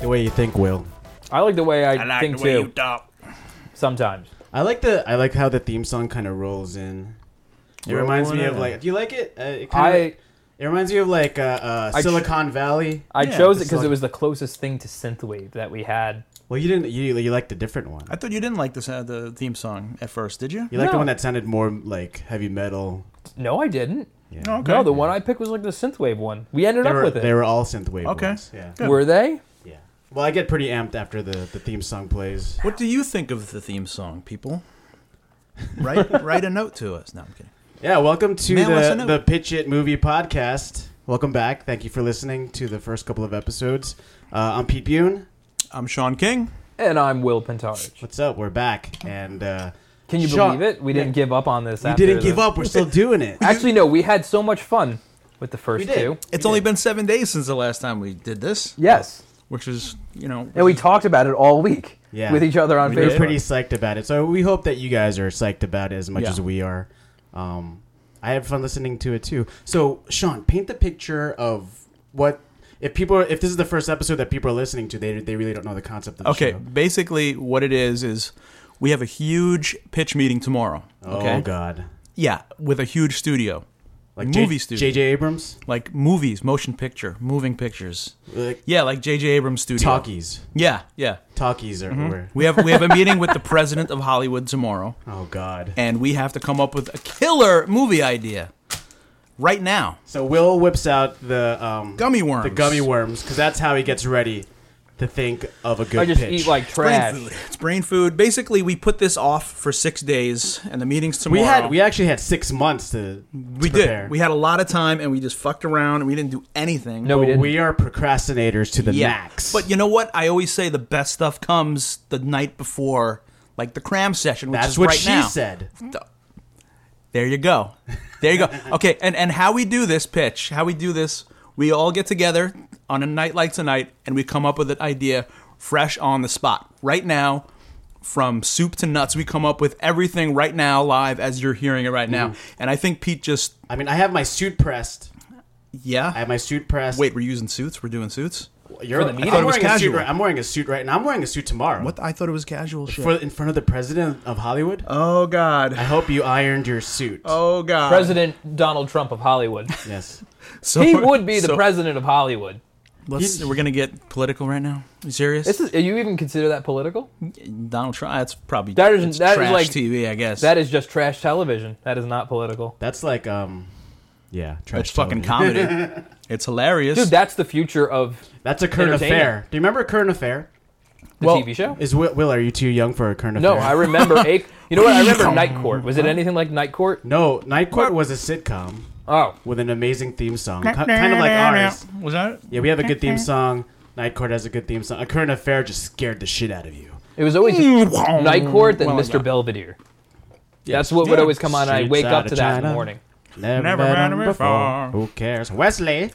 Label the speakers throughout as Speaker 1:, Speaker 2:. Speaker 1: the way you think, Will.
Speaker 2: I like the way I,
Speaker 3: I like
Speaker 2: think
Speaker 3: the way
Speaker 2: too.
Speaker 3: you talk.
Speaker 2: Sometimes.
Speaker 1: I like the I like how the theme song kind of rolls in. It
Speaker 3: Rolling
Speaker 1: reminds me of
Speaker 3: in.
Speaker 1: like. Do you like it? Uh, it, kinda,
Speaker 2: I
Speaker 1: it reminds me of like uh, uh,
Speaker 2: I ch-
Speaker 1: Silicon Valley.
Speaker 2: I
Speaker 3: Yeah,
Speaker 2: chose it
Speaker 1: it's
Speaker 2: because it
Speaker 1: like-
Speaker 2: was the closest thing to synthwave that we had.
Speaker 1: Well, you didn't. You you liked a different one.
Speaker 3: I thought you didn't like this uh, the theme song at first, did you?
Speaker 1: You liked the
Speaker 2: No.
Speaker 1: one that sounded more like heavy metal.
Speaker 2: No, I didn't.
Speaker 1: Yeah.
Speaker 3: No, okay.
Speaker 2: No, the one I picked was like the synthwave one. We ended
Speaker 1: They
Speaker 2: up
Speaker 1: were,
Speaker 2: with
Speaker 1: they
Speaker 2: it.
Speaker 1: were all synthwave.
Speaker 3: Okay.
Speaker 1: ones. Yeah.
Speaker 3: Good.
Speaker 2: Were they?
Speaker 1: Yeah. Well, I get pretty amped after the, the theme song plays.
Speaker 3: What do you think of the theme song, people? write write a note to us. No, I'm kidding.
Speaker 1: Yeah, welcome to
Speaker 3: Man, what's the
Speaker 1: the,
Speaker 3: note?
Speaker 1: the Pitch It Movie Podcast. Welcome back. Thank you for listening to the first couple of episodes. Uh, I'm Pete Bune.
Speaker 3: I'm Sean King.
Speaker 2: And I'm Will Pentarch.
Speaker 1: What's up? We're back. And uh,
Speaker 2: Can you
Speaker 1: Sean-
Speaker 2: believe it? We didn't
Speaker 1: Yeah.
Speaker 2: give up on this.
Speaker 1: We
Speaker 2: after
Speaker 1: didn't give
Speaker 2: the-
Speaker 1: up. We're still doing it.
Speaker 2: Actually, no. We had so much fun with the first
Speaker 1: We did.
Speaker 2: two.
Speaker 3: It's only been seven days since the last time we did this.
Speaker 2: Yes,
Speaker 3: which is you know.
Speaker 2: and we talked about it all week
Speaker 1: Yeah.
Speaker 2: with each other on
Speaker 1: We're
Speaker 2: Facebook.
Speaker 1: pretty psyched about it. So we hope that you guys are psyched about it as much
Speaker 2: Yeah.
Speaker 1: as we are. Um, I had fun listening to it too. So Sean, paint the picture of what if people are, if this is the first episode that people are listening to, they they really don't know the concept of the
Speaker 3: okay,
Speaker 1: show.
Speaker 3: basically what it is is we have a huge pitch meeting tomorrow. Okay,
Speaker 1: Oh God.
Speaker 3: yeah, with a huge studio,
Speaker 1: Like
Speaker 3: movie
Speaker 1: J-
Speaker 3: studio,
Speaker 1: J.J. Abrams,
Speaker 3: like movies, motion picture, moving pictures.
Speaker 1: like
Speaker 3: Yeah, like J.J. Abrams studio.
Speaker 1: talkies,
Speaker 3: Yeah, yeah.
Speaker 1: talkies are where-
Speaker 3: Mm-hmm. We have we have a meeting with the president of Hollywood tomorrow,
Speaker 1: Oh God.
Speaker 3: and we have to come up with a killer movie idea right now.
Speaker 1: So Will whips out the um,
Speaker 3: Gummy worms.
Speaker 1: the gummy worms, because that's how he gets ready to think of a good
Speaker 2: I just
Speaker 1: pitch.
Speaker 2: eat like trash.
Speaker 3: Brain food. It's brain food. Basically, we put this off for six days, and the meeting's
Speaker 1: we
Speaker 3: tomorrow.
Speaker 1: had we actually had six months to
Speaker 3: We
Speaker 1: to prepare.
Speaker 3: did. We had a lot of time, and we just fucked around, and we didn't do anything.
Speaker 2: No, we
Speaker 1: But
Speaker 2: didn't.
Speaker 1: we are procrastinators to the
Speaker 3: yeah.
Speaker 1: max.
Speaker 3: But you know what? I always say the best stuff comes the night before, like the cram session, which
Speaker 1: that's
Speaker 3: is
Speaker 1: what
Speaker 3: right
Speaker 1: she
Speaker 3: now.
Speaker 1: said.
Speaker 3: There you go. There you go. okay, and and how we do this pitch? How we do this? We all get together on a night like tonight, and we come up with an idea fresh on the spot, right now. From soup to nuts, we come up with everything right now, live as you're hearing it right now. And I think Pete just,
Speaker 1: I mean, I have my suit pressed.
Speaker 3: yeah.
Speaker 1: I have my suit pressed.
Speaker 3: Wait, we're using suits. We're doing suits.
Speaker 1: you're
Speaker 2: for the meeting? I
Speaker 1: I'm
Speaker 2: thought
Speaker 3: it was
Speaker 1: wearing a suit.
Speaker 3: casual.
Speaker 1: Right, I'm wearing a suit right now. I'm wearing a suit tomorrow.
Speaker 3: What? I thought it was casual shit.
Speaker 1: for in front of the president of Hollywood?
Speaker 3: oh
Speaker 1: I
Speaker 3: god.
Speaker 1: hope you ironed your suit.
Speaker 3: Oh god.
Speaker 2: President Donald Trump of Hollywood.
Speaker 1: Yes.
Speaker 3: So-
Speaker 2: he would be the
Speaker 3: so-
Speaker 2: president of Hollywood.
Speaker 3: Let's, we're gonna get political right now. Are you serious?
Speaker 2: This is. You even consider that political?
Speaker 3: Donald Trump. That's probably
Speaker 2: That is-
Speaker 3: it's
Speaker 2: that is
Speaker 3: trash
Speaker 2: like-
Speaker 3: TV. I guess
Speaker 2: That is just trash television. That is not political.
Speaker 1: That's like um yeah, trash
Speaker 3: it's fucking
Speaker 1: television.
Speaker 3: comedy. it's hilarious.
Speaker 2: Dude, that's the future of
Speaker 1: That's a current
Speaker 2: Entertainment.
Speaker 1: affair. Do you remember current affair?
Speaker 2: the
Speaker 3: Well,
Speaker 2: TV show.
Speaker 1: Is Will, Will are you too young for a current
Speaker 2: No,
Speaker 1: affair?
Speaker 2: I remember a. You know what? I remember Night Court. Was it anything like Night Court?
Speaker 1: No, Night Court was a sitcom
Speaker 2: Oh,
Speaker 1: with an amazing theme song, ki- kind of like ours.
Speaker 3: Was that? it?
Speaker 1: Yeah, we have a good theme song. Night Court has a good theme song. A current affair just scared the shit out of you.
Speaker 2: it was always Night Court then
Speaker 3: Mm-hmm. Well,
Speaker 2: Mr.
Speaker 3: yeah.
Speaker 2: Belvedere. That's what would
Speaker 3: Yeah.
Speaker 2: always come on. I
Speaker 1: Streets
Speaker 2: wake
Speaker 1: out
Speaker 2: up
Speaker 1: of
Speaker 2: to that in the
Speaker 1: China.
Speaker 2: morning.
Speaker 1: Never,
Speaker 3: Never
Speaker 1: met
Speaker 3: met
Speaker 1: him
Speaker 3: him
Speaker 1: before.
Speaker 3: before.
Speaker 1: Who cares? Wesley.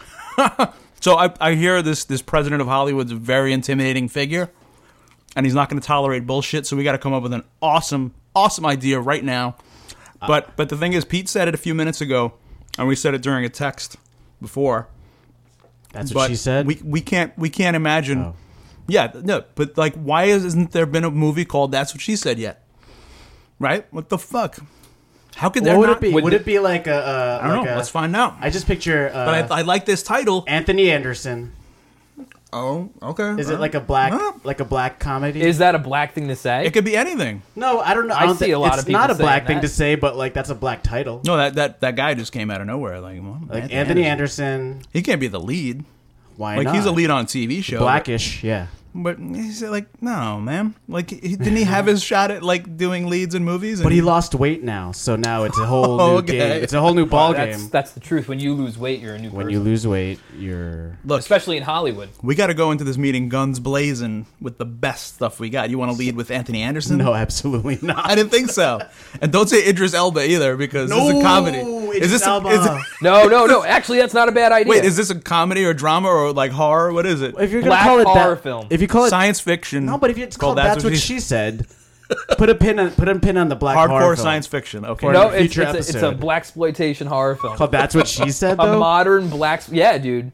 Speaker 3: So I, I hear this this president of Hollywood's a very intimidating figure, and he's not going to tolerate bullshit. So we got to come up with an awesome awesome idea right now. But but the thing is, Pete said it a few minutes ago, and we said it during a text before.
Speaker 1: That's what
Speaker 3: but
Speaker 1: she said.
Speaker 3: we we can't we can't imagine.
Speaker 1: Oh.
Speaker 3: Yeah, th- no, but like, why is, isn't there been a movie called "That's What She Said" yet? Right? What the fuck? How could there
Speaker 1: what would
Speaker 3: not
Speaker 1: it be?
Speaker 3: Would
Speaker 1: Would, it be like a? Uh,
Speaker 3: I don't
Speaker 1: like
Speaker 3: know.
Speaker 1: A,
Speaker 3: Let's find out.
Speaker 1: I just picture uh,
Speaker 3: but I, I like this title.
Speaker 1: Anthony Anderson.
Speaker 3: Oh, okay.
Speaker 1: Is it like a black,
Speaker 3: Huh?
Speaker 1: like a black comedy?
Speaker 2: Is that a black thing to say?
Speaker 3: It could be anything.
Speaker 1: no, I don't know. I,
Speaker 2: I
Speaker 1: don't
Speaker 2: see
Speaker 1: thi-
Speaker 2: a lot
Speaker 1: it's
Speaker 2: of people
Speaker 1: not a black
Speaker 2: saying
Speaker 1: thing
Speaker 2: that.
Speaker 1: to say, but like that's a black title.
Speaker 3: No, that that that guy just came out of nowhere. Like, well,
Speaker 1: like Anthony Anderson.
Speaker 3: He can't be the lead.
Speaker 1: Why
Speaker 3: Like
Speaker 1: not?
Speaker 3: he's a lead on a TV show.
Speaker 1: Blackish, yeah.
Speaker 3: but, but he's like, no, man. Like, he, didn't he have his shot at like doing leads in movies? And
Speaker 1: But he lost weight now, so now it's a whole new
Speaker 3: Okay.
Speaker 1: game. It's a whole new ball
Speaker 2: that's
Speaker 1: game.
Speaker 2: that's the truth. When you lose weight, you're a new
Speaker 1: When
Speaker 2: person.
Speaker 1: you lose weight, you're
Speaker 3: look.
Speaker 2: especially in Hollywood.
Speaker 3: We got to go into this meeting guns blazing with the best stuff we got. You want to lead with Anthony Anderson?
Speaker 1: no, absolutely
Speaker 3: I
Speaker 1: not.
Speaker 3: didn't think so. And don't say Idris Elba either because this is a comedy. is this a- is it-
Speaker 2: No, no, no. Actually, that's not a bad idea.
Speaker 3: wait, is this a comedy or drama or like horror? What is it?
Speaker 1: if you're
Speaker 2: black
Speaker 1: gonna call it
Speaker 2: horror
Speaker 1: that,
Speaker 2: film.
Speaker 1: If you call it
Speaker 3: Science fiction.
Speaker 1: no, but if it's called, that's, what
Speaker 3: She-
Speaker 1: she said. put a pin. On, put a pin on the black horror
Speaker 3: hardcore
Speaker 1: film.
Speaker 3: science fiction. Okay.
Speaker 1: Or-
Speaker 2: no,
Speaker 1: in a
Speaker 2: it's,
Speaker 1: future
Speaker 2: it's a, it's a
Speaker 1: episode.
Speaker 2: black exploitation horror film.
Speaker 1: Called that's what she said
Speaker 2: a
Speaker 1: though.
Speaker 2: modern black. Yeah, dude.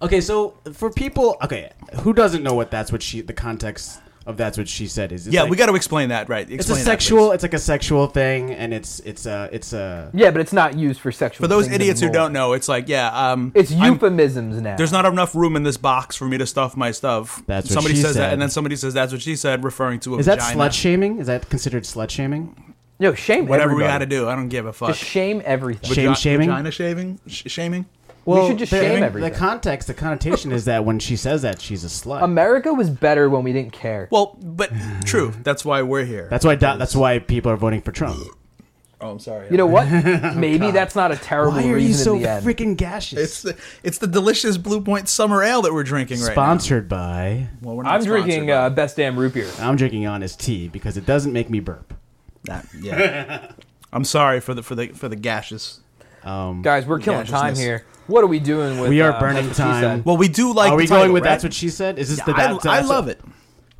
Speaker 1: Okay, so for people, okay, who doesn't know what that's what she the context of that's what she said is? It's
Speaker 3: Yeah,
Speaker 1: like-
Speaker 3: we got to explain that, right? Explain
Speaker 1: It's a
Speaker 3: that,
Speaker 1: sexual.
Speaker 3: please.
Speaker 1: it's like a sexual thing, and it's it's a it's a
Speaker 2: Yeah, but it's not used for sexual.
Speaker 3: For those
Speaker 2: things
Speaker 3: idiots who
Speaker 2: anymore.
Speaker 3: don't know, it's like yeah, um,
Speaker 2: it's
Speaker 3: I'm-
Speaker 2: euphemisms now.
Speaker 3: There's not enough room in this box for me to stuff my stuff.
Speaker 1: That's what
Speaker 3: somebody
Speaker 1: she
Speaker 3: says that,
Speaker 1: said.
Speaker 3: and then somebody says that's what she said, referring to a
Speaker 1: is that
Speaker 3: vagina.
Speaker 1: slut shaming? Is that considered slut shaming?
Speaker 2: no shame.
Speaker 3: Whatever we got
Speaker 2: everybody.
Speaker 3: to do, I don't give a fuck.
Speaker 2: Just shame everything.
Speaker 1: Shame
Speaker 3: Vagi-
Speaker 1: shaming?
Speaker 3: vagina shaving, Sh- shaming.
Speaker 2: we should just
Speaker 1: the,
Speaker 2: shame
Speaker 1: The
Speaker 2: everything.
Speaker 1: context, the connotation is that when she says that, she's a slut.
Speaker 2: America was better when we didn't care.
Speaker 3: Well, but true. That's why we're here.
Speaker 1: that's why. da- That's why people are voting for Trump.
Speaker 3: oh, I'm sorry.
Speaker 2: you know what? Maybe that's not a terrible
Speaker 1: Why are
Speaker 2: reason
Speaker 1: you so
Speaker 2: in the end.
Speaker 1: freaking gaseous?
Speaker 3: it's the, it's the delicious Blue Point Summer Ale that we're drinking right now.
Speaker 1: Sponsored by.
Speaker 3: Well, we're not
Speaker 2: I'm
Speaker 3: sponsored
Speaker 2: drinking
Speaker 3: by
Speaker 2: uh, Best Damn Root Beer.
Speaker 1: I'm drinking honest tea because it doesn't make me burp.
Speaker 3: that. Yeah. I'm sorry for the for the for the gaseous.
Speaker 2: Guys, we're killing time
Speaker 3: Um, just-
Speaker 2: here. What are we doing with
Speaker 1: We are
Speaker 2: uh,
Speaker 1: burning
Speaker 2: That's What She
Speaker 1: time.
Speaker 2: Said?
Speaker 3: Well, we do like.
Speaker 1: Are we
Speaker 3: the title,
Speaker 1: going with
Speaker 3: right?
Speaker 1: that's what she said? Is this the
Speaker 3: I,
Speaker 1: that's,
Speaker 3: I love it.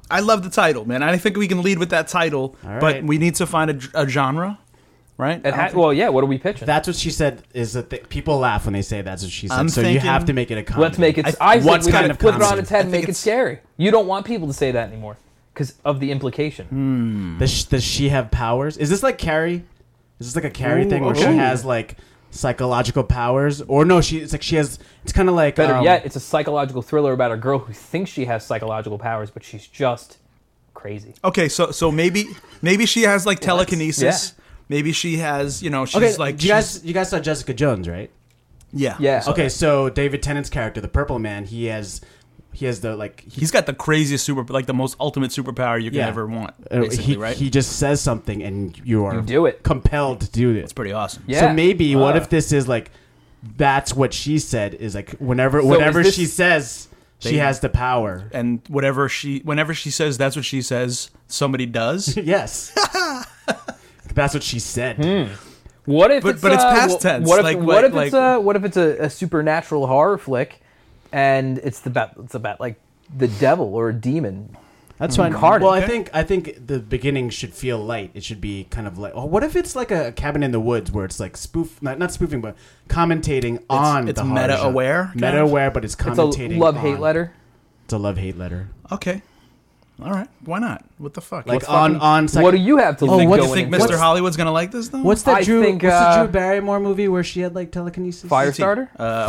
Speaker 3: I love the title, man. I think we can lead with that title,
Speaker 1: All
Speaker 3: but
Speaker 1: right.
Speaker 3: we need to find a, dr- a genre, right?
Speaker 2: It ha- well, yeah, what are we pitching?
Speaker 1: That's what she said. Is that th- people laugh when they say that's what she said?
Speaker 3: I'm
Speaker 1: so you
Speaker 3: thinking-
Speaker 1: have to make it a comedy.
Speaker 2: Let's make it.
Speaker 3: I-
Speaker 2: I, think
Speaker 3: what's
Speaker 2: we
Speaker 3: kind
Speaker 2: should
Speaker 3: of
Speaker 2: flip it on
Speaker 1: comedy?
Speaker 2: its head
Speaker 3: I
Speaker 2: and
Speaker 3: think
Speaker 2: make it
Speaker 3: it's-
Speaker 2: scary. You don't want people to say that anymore because of the implication.
Speaker 3: Hmm.
Speaker 1: Does she, does she have powers? Is this like Carrie? Is this like a Carrie
Speaker 2: Ooh,
Speaker 1: thing where
Speaker 2: okay.
Speaker 1: she has like psychological powers? Or no, she it's like she has. It's kind of like
Speaker 2: Better
Speaker 1: um,
Speaker 2: yet, it's a psychological thriller about a girl who thinks she has psychological powers, but she's just crazy.
Speaker 3: Okay, so so maybe maybe she has like telekinesis.
Speaker 2: Yeah.
Speaker 3: Maybe she has, you know, she's
Speaker 1: Okay,
Speaker 3: like
Speaker 1: you
Speaker 3: she's-
Speaker 1: guys, you guys saw Jessica Jones, right?
Speaker 3: yeah.
Speaker 2: Yeah.
Speaker 1: Okay, so David Tennant's character, the Purple Man, he has, he has the like he
Speaker 3: He's got the craziest super like the most ultimate superpower you can
Speaker 1: Yeah.
Speaker 3: ever want,
Speaker 1: Uh,
Speaker 3: basically,
Speaker 1: he,
Speaker 3: right?
Speaker 1: he just says something and you are
Speaker 2: You do it.
Speaker 1: compelled to do this.
Speaker 3: it's pretty awesome.
Speaker 2: Yeah.
Speaker 1: So maybe what
Speaker 2: Uh.
Speaker 1: if this is like that's what she said is like whenever
Speaker 2: So
Speaker 1: whenever
Speaker 2: is this-
Speaker 1: she says she
Speaker 3: They-
Speaker 1: has the power.
Speaker 3: And whatever she whenever she says that's what she says, somebody does.
Speaker 1: Yes. that's what she said.
Speaker 2: Hmm. What if
Speaker 3: But-
Speaker 2: it's
Speaker 3: but it's
Speaker 2: uh,
Speaker 3: past
Speaker 2: wh-
Speaker 3: tense,
Speaker 2: What if,
Speaker 3: like-
Speaker 2: what
Speaker 3: like-
Speaker 2: if it's
Speaker 3: like-
Speaker 2: a what if it's a, a supernatural horror flick, and it's the bat, it's about like the devil or a demon.
Speaker 1: That's fine.
Speaker 2: Cardiff.
Speaker 1: Well, I
Speaker 3: Okay.
Speaker 1: think I think the beginning should feel light. It should be kind of like, oh, what if it's like a cabin in the woods where it's like spoof, not, not spoofing, but commentating on
Speaker 3: it's
Speaker 1: the horror
Speaker 3: meta
Speaker 1: genre.
Speaker 3: aware, kind
Speaker 1: meta
Speaker 3: of?
Speaker 1: aware, but it's
Speaker 2: It's a
Speaker 1: commentating.
Speaker 2: love hate
Speaker 1: on-
Speaker 2: letter.
Speaker 1: It's a love hate letter.
Speaker 3: Okay. All right. Why not? What the fuck?
Speaker 1: Like
Speaker 3: What's-
Speaker 1: on on. Psych-
Speaker 2: what do you have to
Speaker 3: think,
Speaker 2: lose
Speaker 3: you
Speaker 2: going
Speaker 3: think
Speaker 2: into
Speaker 3: Mr.
Speaker 2: this?
Speaker 3: Hollywood's gonna like this though?
Speaker 1: What's that
Speaker 2: I
Speaker 1: Drew?
Speaker 2: think,
Speaker 1: what's
Speaker 2: uh,
Speaker 1: the Drew Barrymore movie where she had like telekinesis?
Speaker 2: Firestarter?
Speaker 1: Firestarter.
Speaker 3: Uh,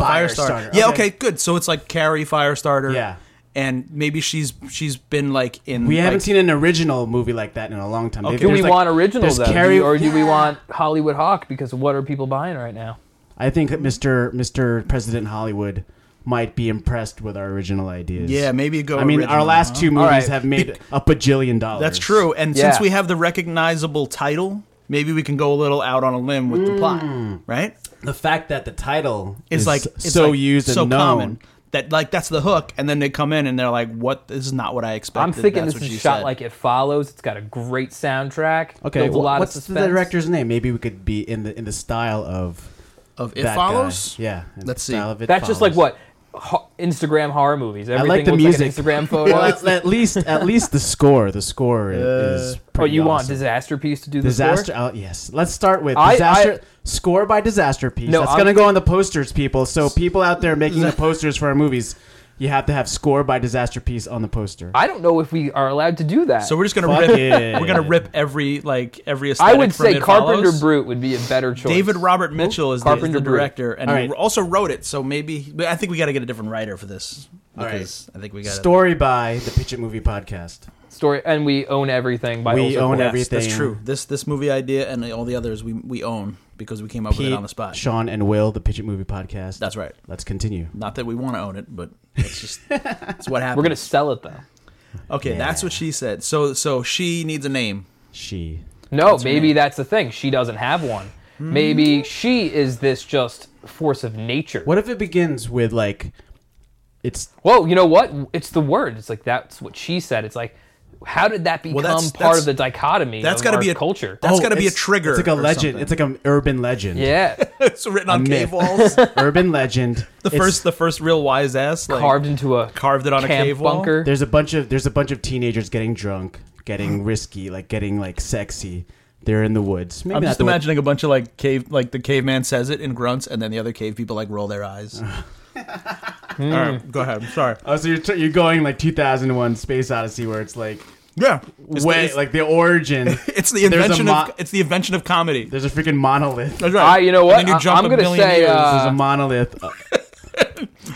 Speaker 3: Firestarter. Yeah.
Speaker 1: Okay.
Speaker 3: Okay. Good. So it's like Carrie Firestarter.
Speaker 1: Yeah.
Speaker 3: And maybe she's she's been like in.
Speaker 1: We haven't
Speaker 3: like-
Speaker 1: seen an original movie like that in a long time.
Speaker 3: Okay.
Speaker 1: They-
Speaker 2: Do
Speaker 1: there's,
Speaker 2: we
Speaker 1: like-
Speaker 2: want original
Speaker 1: there's
Speaker 2: though, Do
Speaker 1: Carrie-
Speaker 2: you- or do we
Speaker 1: Yeah.
Speaker 2: want Hollywood Hawk? Because what are people buying right now?
Speaker 1: I think that Mr. Mr. President Hollywood might be impressed with our original ideas.
Speaker 3: Yeah, maybe go
Speaker 1: I mean, our
Speaker 3: original,
Speaker 1: last
Speaker 3: huh?
Speaker 1: two movies
Speaker 2: All right.
Speaker 1: have made a bajillion dollars.
Speaker 3: That's true. And
Speaker 2: Yeah.
Speaker 3: since we have the recognizable title, maybe we can go a little out on a limb with the plot, right?
Speaker 1: The fact that the title
Speaker 3: It's
Speaker 1: is
Speaker 3: like
Speaker 1: like
Speaker 3: it's
Speaker 1: so
Speaker 3: like
Speaker 1: used and
Speaker 3: so
Speaker 1: known.
Speaker 3: common that like that's the hook, and then they come in and they're like, "What? This is not what I expected."
Speaker 2: I'm thinking
Speaker 3: That's
Speaker 2: this
Speaker 3: what
Speaker 2: is
Speaker 3: she
Speaker 2: shot
Speaker 3: said.
Speaker 2: like it follows. It's got a great soundtrack.
Speaker 1: Okay,
Speaker 2: builds a lot
Speaker 1: what's
Speaker 2: of
Speaker 1: the
Speaker 2: suspense.
Speaker 1: director's name? Maybe we could be in the in the style of
Speaker 3: of it
Speaker 1: that
Speaker 3: follows.
Speaker 1: Guy. Yeah, in
Speaker 3: Let's
Speaker 1: the
Speaker 3: see.
Speaker 1: style of It
Speaker 2: That's just like
Speaker 1: Follows.
Speaker 2: what ho- Instagram horror movies. Everything
Speaker 1: I like the
Speaker 2: looks
Speaker 1: music.
Speaker 2: Like an Instagram photo.
Speaker 1: well, at, at least at least the score. The score
Speaker 3: Uh,
Speaker 1: i- is.
Speaker 2: But
Speaker 1: pretty
Speaker 2: you want
Speaker 1: awesome.
Speaker 2: disaster piece to do the score?
Speaker 1: disaster? Oh, yes. Let's start with
Speaker 2: I-
Speaker 1: disaster
Speaker 2: I-
Speaker 1: score by disaster piece.
Speaker 2: No,
Speaker 1: That's
Speaker 2: I'm-
Speaker 1: gonna go on the posters, people. So people out there making the posters for our movies, you have to have score by disaster piece on the poster.
Speaker 2: I don't know if we are allowed to do that.
Speaker 3: So we're just gonna
Speaker 1: Fuck
Speaker 3: rip.
Speaker 1: it.
Speaker 3: We're gonna rip every like every.
Speaker 2: I
Speaker 3: aesthetic
Speaker 2: would
Speaker 3: from
Speaker 2: say
Speaker 3: It
Speaker 2: Carpenter
Speaker 3: Follows.
Speaker 2: Brute would be a better choice.
Speaker 3: David Robert Mitchell is the, is
Speaker 2: Carpenter
Speaker 3: the
Speaker 2: Brute.
Speaker 3: director, and
Speaker 1: All right.
Speaker 3: also wrote it. So maybe but I think we got to get a different writer for this
Speaker 1: All right.
Speaker 3: because I think we got
Speaker 1: Story by the Pitch It Movie Podcast.
Speaker 2: story, and we own everything by
Speaker 1: We
Speaker 2: Olson
Speaker 1: own
Speaker 2: Corp.
Speaker 1: every-
Speaker 3: That's
Speaker 1: everything.
Speaker 3: true. This this movie idea and all the others we we own because we came up with
Speaker 1: Pete,
Speaker 3: it on the spot.
Speaker 1: Sean and Will, the Pitch It Movie Podcast.
Speaker 3: That's right.
Speaker 1: Let's continue.
Speaker 3: Not that we want to own it, but it's just it's what happened.
Speaker 2: We're gonna sell it though.
Speaker 3: okay. That's what she said. So so she needs a name.
Speaker 1: She.
Speaker 2: No,
Speaker 3: her
Speaker 2: maybe
Speaker 3: name.
Speaker 2: that's the thing. She doesn't have one. Maybe
Speaker 3: Mm.
Speaker 2: she is this just force of nature.
Speaker 1: What if it begins with like, it's
Speaker 2: Whoa, you know what? It's the word. It's like that's what she said. It's like, how did that become
Speaker 3: that's-
Speaker 2: part of
Speaker 3: that's-
Speaker 2: the dichotomy?
Speaker 3: that's
Speaker 2: got
Speaker 3: gotta
Speaker 2: to
Speaker 3: be a-
Speaker 2: culture.
Speaker 3: that's gotta be a
Speaker 1: Oh, it's-
Speaker 3: trigger
Speaker 1: It's like a
Speaker 3: or
Speaker 1: legend.
Speaker 3: something.
Speaker 1: It's like an urban legend.
Speaker 2: yeah,
Speaker 3: It's written on cave
Speaker 1: myth.
Speaker 3: walls.
Speaker 1: Urban legend.
Speaker 3: The first the first real wise ass like,
Speaker 2: carved into a
Speaker 3: carved it on a
Speaker 2: camp
Speaker 3: cave wall?
Speaker 2: bunker.
Speaker 1: There's a bunch of there's a bunch of teenagers getting drunk, getting risky, like getting like sexy. They're in the woods. Maybe
Speaker 3: I'm
Speaker 1: not
Speaker 3: just
Speaker 1: the wo-
Speaker 3: imagining a bunch of like cave, like the caveman says it in grunts, and then the other cave people like roll their eyes. All right, go ahead. I'm sorry.
Speaker 1: Oh, so you're t- you're going like 2001: Space Odyssey, where it's like
Speaker 3: Yeah, it's
Speaker 1: way
Speaker 3: the,
Speaker 1: like the origin.
Speaker 3: it's the
Speaker 1: there's a
Speaker 3: invention
Speaker 1: mo-
Speaker 3: of Uh, it's the invention of comedy.
Speaker 1: There's a freaking monolith.
Speaker 3: That's
Speaker 2: I,
Speaker 3: right.
Speaker 2: you know what?
Speaker 3: And then
Speaker 2: I,
Speaker 3: you jump
Speaker 2: am
Speaker 3: a
Speaker 2: going to
Speaker 3: million
Speaker 2: say
Speaker 3: years.
Speaker 1: There's a
Speaker 2: uh,
Speaker 1: monolith. Uh,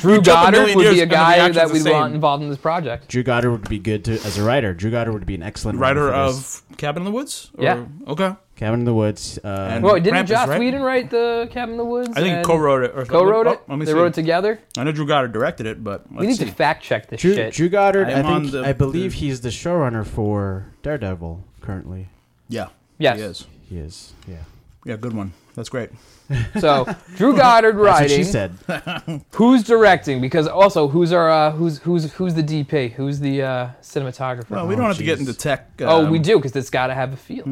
Speaker 2: Drew
Speaker 3: jump a
Speaker 2: Goddard
Speaker 3: million
Speaker 2: would
Speaker 3: years
Speaker 2: be a
Speaker 3: and the
Speaker 2: guy
Speaker 3: reaction's
Speaker 2: that
Speaker 3: the
Speaker 2: we'd
Speaker 3: same.
Speaker 2: want involved in this project.
Speaker 1: Drew Goddard would be good to as a writer. Drew Goddard would be an excellent
Speaker 3: Writer
Speaker 1: for this.
Speaker 3: of Cabin in the Woods. Or-
Speaker 2: Yeah.
Speaker 3: Okay.
Speaker 1: Cabin in the Woods. Uh,
Speaker 3: And-
Speaker 2: Well, didn't
Speaker 3: Krampus,
Speaker 2: Joss
Speaker 3: right?
Speaker 2: Whedon write the Cabin in the Woods?
Speaker 3: I think he
Speaker 2: and
Speaker 3: co-wrote it. Or
Speaker 2: Co-wrote
Speaker 3: oh,
Speaker 2: it.
Speaker 3: Let me
Speaker 2: they
Speaker 3: see.
Speaker 2: wrote it together.
Speaker 3: I know Drew Goddard directed it, but let's
Speaker 2: We need
Speaker 3: see.
Speaker 2: to fact check this
Speaker 1: Drew,
Speaker 2: shit.
Speaker 1: Drew Goddard. I,
Speaker 3: I'm on
Speaker 1: think
Speaker 3: the-
Speaker 1: I believe
Speaker 3: the-
Speaker 1: he's the showrunner for Daredevil currently.
Speaker 3: yeah.
Speaker 2: Yes.
Speaker 3: He is.
Speaker 1: He is. Yeah.
Speaker 3: Yeah, good one. That's great.
Speaker 2: So Drew Goddard
Speaker 1: That's what
Speaker 2: writing.
Speaker 1: she said.
Speaker 2: Who's directing? Because also, who's our uh, who's who's who's the DP? Who's the uh, cinematographer?
Speaker 3: Well, Oh, we don't have to get
Speaker 1: geez.
Speaker 3: into tech.
Speaker 2: oh,
Speaker 3: um, Hmm?
Speaker 2: we do because it's got to have a feel.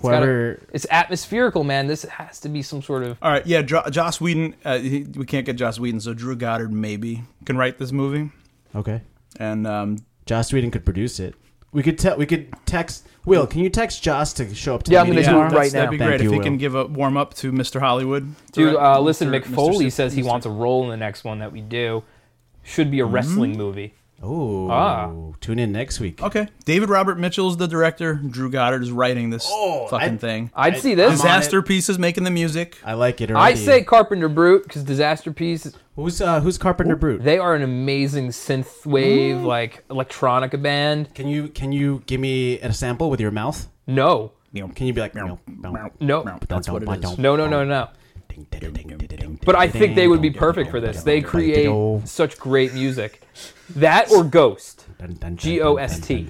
Speaker 1: Whoever.
Speaker 2: It's atmospherical, man. This has to be some sort of.
Speaker 3: All right, yeah, Jo- Joss Whedon. Uh, he, we can't get Joss Whedon, so Drew Goddard maybe can write this movie,
Speaker 1: Okay.
Speaker 3: and um,
Speaker 1: Joss Whedon could produce it. We could tell. We could text. Will, can you text Joss to show up to
Speaker 2: Yeah,
Speaker 1: the
Speaker 2: I'm
Speaker 1: meeting
Speaker 2: gonna do it
Speaker 1: tomorrow?
Speaker 2: right now.
Speaker 3: that'd be
Speaker 1: Thank
Speaker 3: great if
Speaker 1: you,
Speaker 3: he
Speaker 1: Will.
Speaker 3: can give a warm up to Mr. Hollywood.
Speaker 2: Dude,
Speaker 3: Direct-
Speaker 2: uh, listen,
Speaker 3: Mr.
Speaker 2: Mick Foley
Speaker 3: Mr.
Speaker 2: says he wants a role in the next one that we do. Should be a
Speaker 3: Hmm?
Speaker 2: wrestling movie.
Speaker 1: Oh,
Speaker 2: Ah.
Speaker 1: tune in next week.
Speaker 3: Okay, David Robert Mitchell's the director. Drew Goddard is writing this
Speaker 1: Oh,
Speaker 3: fucking
Speaker 1: I-
Speaker 3: thing.
Speaker 2: I'd
Speaker 1: I-
Speaker 2: see this.
Speaker 1: I'm on-
Speaker 3: Disaster Piece is making the music.
Speaker 1: I like it
Speaker 2: I
Speaker 1: already.
Speaker 2: say Carpenter Brute because Disaster Piece.
Speaker 1: who's uh, who's Carpenter Brute?
Speaker 2: They are an amazing synth wave, like electronica band.
Speaker 1: Can you can you give me a sample with your mouth?
Speaker 2: No,
Speaker 1: Can you be like no, no,
Speaker 2: No.
Speaker 3: that's what it is.
Speaker 2: no, no, no, no. But I think they would be perfect for this. They create such great music. That or Ghost. G-O-S-T.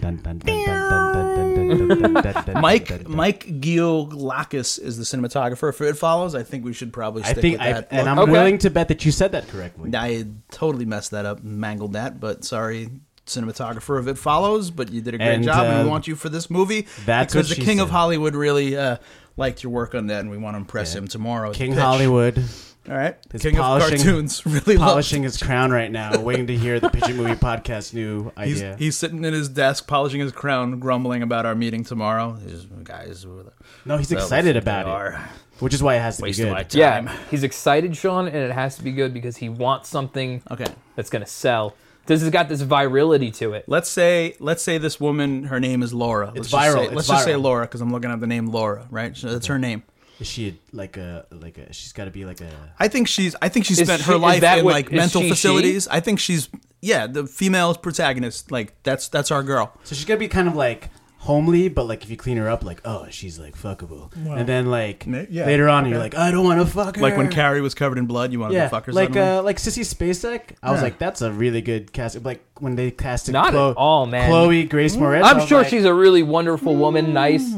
Speaker 3: Mike Mike Giolakis is the cinematographer for It Follows. I think we should probably
Speaker 1: I
Speaker 3: stick
Speaker 1: think
Speaker 3: with
Speaker 1: I
Speaker 3: that.
Speaker 1: and
Speaker 3: look.
Speaker 1: I'm
Speaker 2: Okay.
Speaker 1: willing to bet that you said that correctly.
Speaker 3: I totally messed that up, and mangled that, but sorry, cinematographer of It Follows, but you did a great
Speaker 1: And,
Speaker 3: job, and we
Speaker 1: uh,
Speaker 3: want you for this movie
Speaker 1: that's
Speaker 3: because
Speaker 1: what
Speaker 3: the
Speaker 1: she
Speaker 3: King of
Speaker 1: said.
Speaker 3: Hollywood really uh, liked your work on that, and we want to impress him tomorrow. at the
Speaker 1: King
Speaker 3: pitch.
Speaker 1: Hollywood
Speaker 3: all right,
Speaker 1: is
Speaker 3: King of
Speaker 1: polishing-
Speaker 3: Cartoons really loved.
Speaker 1: polishing his crown right now, waiting to hear the Pigeon Movie Podcast new
Speaker 3: He's,
Speaker 1: idea.
Speaker 3: he's sitting at his desk polishing his crown, grumbling about our meeting tomorrow. These guys, were the-
Speaker 1: No, he's
Speaker 3: that was-
Speaker 1: excited
Speaker 3: they
Speaker 1: about it,
Speaker 3: are
Speaker 1: which is why it has to be
Speaker 3: Wasting my
Speaker 1: good.
Speaker 3: time.
Speaker 2: Yeah, he's excited, Sean, and it has to be good because he wants something
Speaker 3: Okay.
Speaker 2: that's gonna sell. This has got this virility to it.
Speaker 3: Let's say let's say this woman, her name is Laura. Let's
Speaker 1: It's
Speaker 3: just
Speaker 1: viral.
Speaker 3: say-
Speaker 1: It's
Speaker 3: let's just say
Speaker 1: viral.
Speaker 3: Laura because I'm looking at the name Laura, right? So that's her name.
Speaker 1: Is she like a like a? She's got to be like a.
Speaker 3: I think she's. I think she
Speaker 2: Is
Speaker 3: spent
Speaker 2: she-
Speaker 3: her
Speaker 2: is
Speaker 3: life
Speaker 2: that
Speaker 3: in
Speaker 2: what-
Speaker 3: like
Speaker 2: is
Speaker 3: mental
Speaker 2: she she?
Speaker 3: facilities. I think she's. Yeah, the female protagonist. Like that's that's our girl.
Speaker 1: So she's gonna be kind of like homely, but like if you clean her up, like oh, she's like fuckable. and then like
Speaker 3: Ma- yeah,
Speaker 1: later on, you're like,
Speaker 3: okay.
Speaker 1: I don't want to fuck her.
Speaker 3: Like when Carrie was covered in blood, you want to
Speaker 1: yeah,
Speaker 3: go fuck her.
Speaker 1: like
Speaker 3: suddenly?
Speaker 1: uh, like Sissy Spacek. I was
Speaker 3: Yeah.
Speaker 1: like, that's a really good cast. Like when they casted
Speaker 2: Not at
Speaker 1: Chloe,
Speaker 2: all, man.
Speaker 1: Chloe Grace
Speaker 3: Hmm?
Speaker 1: Moretz. I
Speaker 2: I'm
Speaker 1: was
Speaker 2: sure
Speaker 1: like,
Speaker 2: she's a really wonderful woman, nice.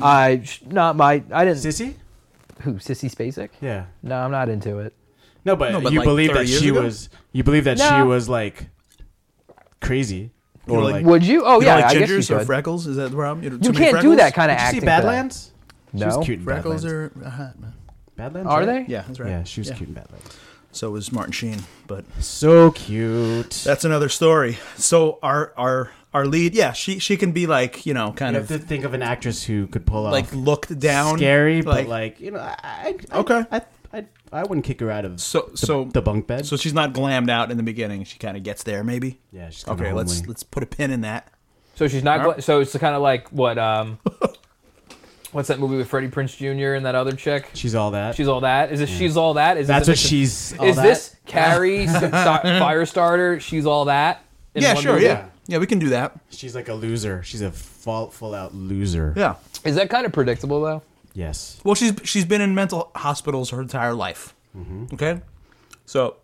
Speaker 2: I sh- not my I didn't
Speaker 1: Sissy.
Speaker 2: who Sissy Spacek.
Speaker 1: Yeah,
Speaker 2: No, I'm not into it.
Speaker 1: no, but,
Speaker 3: No, but,
Speaker 1: you
Speaker 3: like,
Speaker 1: believe
Speaker 3: 30
Speaker 1: that
Speaker 3: years
Speaker 1: she
Speaker 3: ago?
Speaker 1: was. You believe that
Speaker 2: No.
Speaker 1: she was like crazy or
Speaker 3: You're
Speaker 1: like.
Speaker 2: Would you? Oh
Speaker 3: you
Speaker 2: yeah,
Speaker 3: don't
Speaker 2: I
Speaker 3: like gingers
Speaker 2: guess you
Speaker 3: or
Speaker 2: could.
Speaker 3: freckles? Is that the problem? You, don't-
Speaker 2: you
Speaker 3: too many
Speaker 2: can't do
Speaker 3: freckles?
Speaker 2: that kind of
Speaker 1: Did you see
Speaker 2: acting. for that.
Speaker 1: Badlands? She
Speaker 2: No.
Speaker 1: was cute in
Speaker 3: Freckles
Speaker 1: Badlands.
Speaker 3: are uh, hot, man.
Speaker 1: Badlands.
Speaker 2: Are
Speaker 1: right?
Speaker 2: they?
Speaker 3: Yeah, that's right.
Speaker 1: Yeah, she was cute in Badlands.
Speaker 3: So was Martin Sheen, but
Speaker 1: So cute.
Speaker 3: that's another story. So our our our lead, yeah, she she can be like you know kind
Speaker 1: You have
Speaker 3: of
Speaker 1: to think of an actress who could pull off
Speaker 3: like looked down,
Speaker 1: scary, but like you know, I, I
Speaker 3: Okay.
Speaker 1: I, I, I wouldn't kick her out of
Speaker 3: So-
Speaker 1: the,
Speaker 3: so-
Speaker 1: the bunk bed.
Speaker 3: So she's not glammed out in the beginning. She kind of gets there, maybe.
Speaker 1: yeah, she's kinda
Speaker 3: Okay, let's
Speaker 1: homely.
Speaker 3: let's put a pin in that.
Speaker 2: So she's not. gla- So it's kind of like what? Um, what's that movie with Freddie Prince Jr. and that other chick?
Speaker 1: She's all that.
Speaker 2: She's all that. Is it?
Speaker 3: Mm.
Speaker 2: She's all that. Is
Speaker 1: That's
Speaker 2: this,
Speaker 1: what she's. All
Speaker 2: Is
Speaker 1: that?
Speaker 2: this Carrie S- Sta- Firestarter? She's all that. in
Speaker 3: yeah,
Speaker 2: one
Speaker 3: sure,
Speaker 2: movie?
Speaker 3: yeah, yeah, we can do that.
Speaker 1: She's like a loser. She's a full, full out loser.
Speaker 3: Yeah.
Speaker 2: Is that kind of predictable though?
Speaker 1: Yes.
Speaker 3: Well, she's she's been in mental hospitals her entire life.
Speaker 1: Mm-hmm.
Speaker 3: Okay, so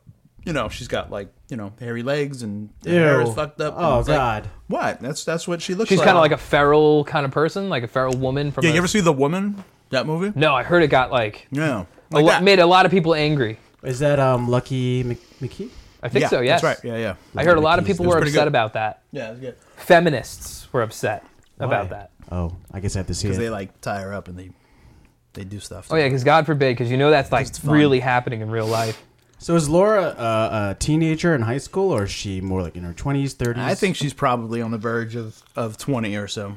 Speaker 3: you know she's got like you know hairy legs and her hair is
Speaker 1: Ew.
Speaker 3: fucked up. and
Speaker 1: Oh,
Speaker 3: it's like-
Speaker 1: God.
Speaker 3: what? That's that's what she looks.
Speaker 2: She's
Speaker 3: like.
Speaker 2: kind of like a feral kind of person, like a feral woman from.
Speaker 3: Yeah,
Speaker 2: a-
Speaker 3: you ever see the woman? That movie?
Speaker 2: no, I heard it got like,
Speaker 3: No.
Speaker 2: a lot, made a lot of people angry.
Speaker 1: Is that um Lucky Mc- McKee?
Speaker 2: I think so. Yes,
Speaker 3: That's right. Yeah, yeah.
Speaker 2: I heard a lot of people
Speaker 1: It was
Speaker 2: were
Speaker 3: pretty
Speaker 2: upset
Speaker 3: good.
Speaker 2: about that.
Speaker 3: Yeah, it's good.
Speaker 2: Feminists were upset about
Speaker 1: Why?
Speaker 2: that.
Speaker 1: Oh, I guess I have to see it.
Speaker 3: Because they like tie her up and they they do stuff.
Speaker 2: Oh yeah, because God forbid, because you know that's like
Speaker 3: It's fun.
Speaker 2: really happening in real life.
Speaker 1: so is Laura uh, a teenager in high school, or is she more like in her twenties, thirties?
Speaker 3: I think she's probably on the verge of of twenty or so.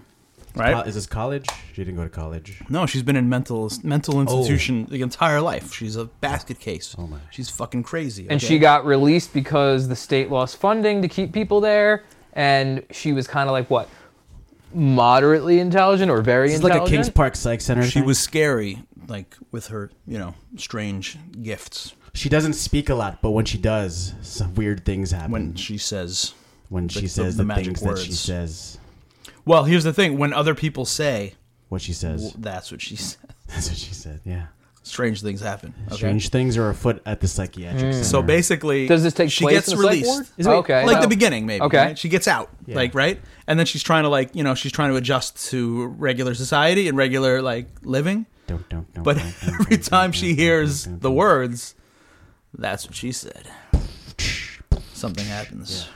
Speaker 3: right?
Speaker 1: Is this college? She didn't go to college.
Speaker 3: No, she's been in mental
Speaker 2: Oh.
Speaker 3: mental institution the entire life. She's a basket case.
Speaker 1: Oh my.
Speaker 3: She's fucking crazy.
Speaker 2: And
Speaker 3: okay?
Speaker 2: she got released because the state lost funding to keep people there, and she was kind of like what, moderately intelligent or very
Speaker 1: It's like
Speaker 2: intelligent.
Speaker 1: a Kings Park Psych Center.
Speaker 3: she was scary, like with her you know strange gifts.
Speaker 1: She doesn't speak a lot, but when she does, some weird things happen.
Speaker 3: When
Speaker 1: When,
Speaker 2: Mm.
Speaker 3: she says,
Speaker 1: she
Speaker 3: the-
Speaker 1: says
Speaker 3: the
Speaker 1: the,
Speaker 3: magic
Speaker 1: things that she
Speaker 3: words.
Speaker 1: says,
Speaker 3: "Well, here's the thing: when other people say,
Speaker 1: what she
Speaker 3: well,
Speaker 1: says,
Speaker 3: that's what she says.
Speaker 1: that's what she said. Yeah.
Speaker 3: Strange things happen. Okay?
Speaker 1: Strange things are afoot at the psychiatric center.
Speaker 3: So basically,
Speaker 2: Does this take
Speaker 3: she
Speaker 2: place
Speaker 3: gets
Speaker 2: in a psych
Speaker 3: released.
Speaker 2: ward? Is it- Okay.
Speaker 3: like
Speaker 2: so-
Speaker 3: the beginning, maybe.
Speaker 2: Okay.
Speaker 3: right? she gets out, like right, and then she's trying to like you know she's trying to adjust to regular society and regular like living.
Speaker 1: Don't, don't, don't,
Speaker 3: But
Speaker 1: don't, don't,
Speaker 3: every
Speaker 1: don't,
Speaker 3: time
Speaker 1: don't,
Speaker 3: she
Speaker 1: don't,
Speaker 3: hears
Speaker 1: don't, don't,
Speaker 3: the
Speaker 1: don't.
Speaker 3: words, that's what she said. Something happens.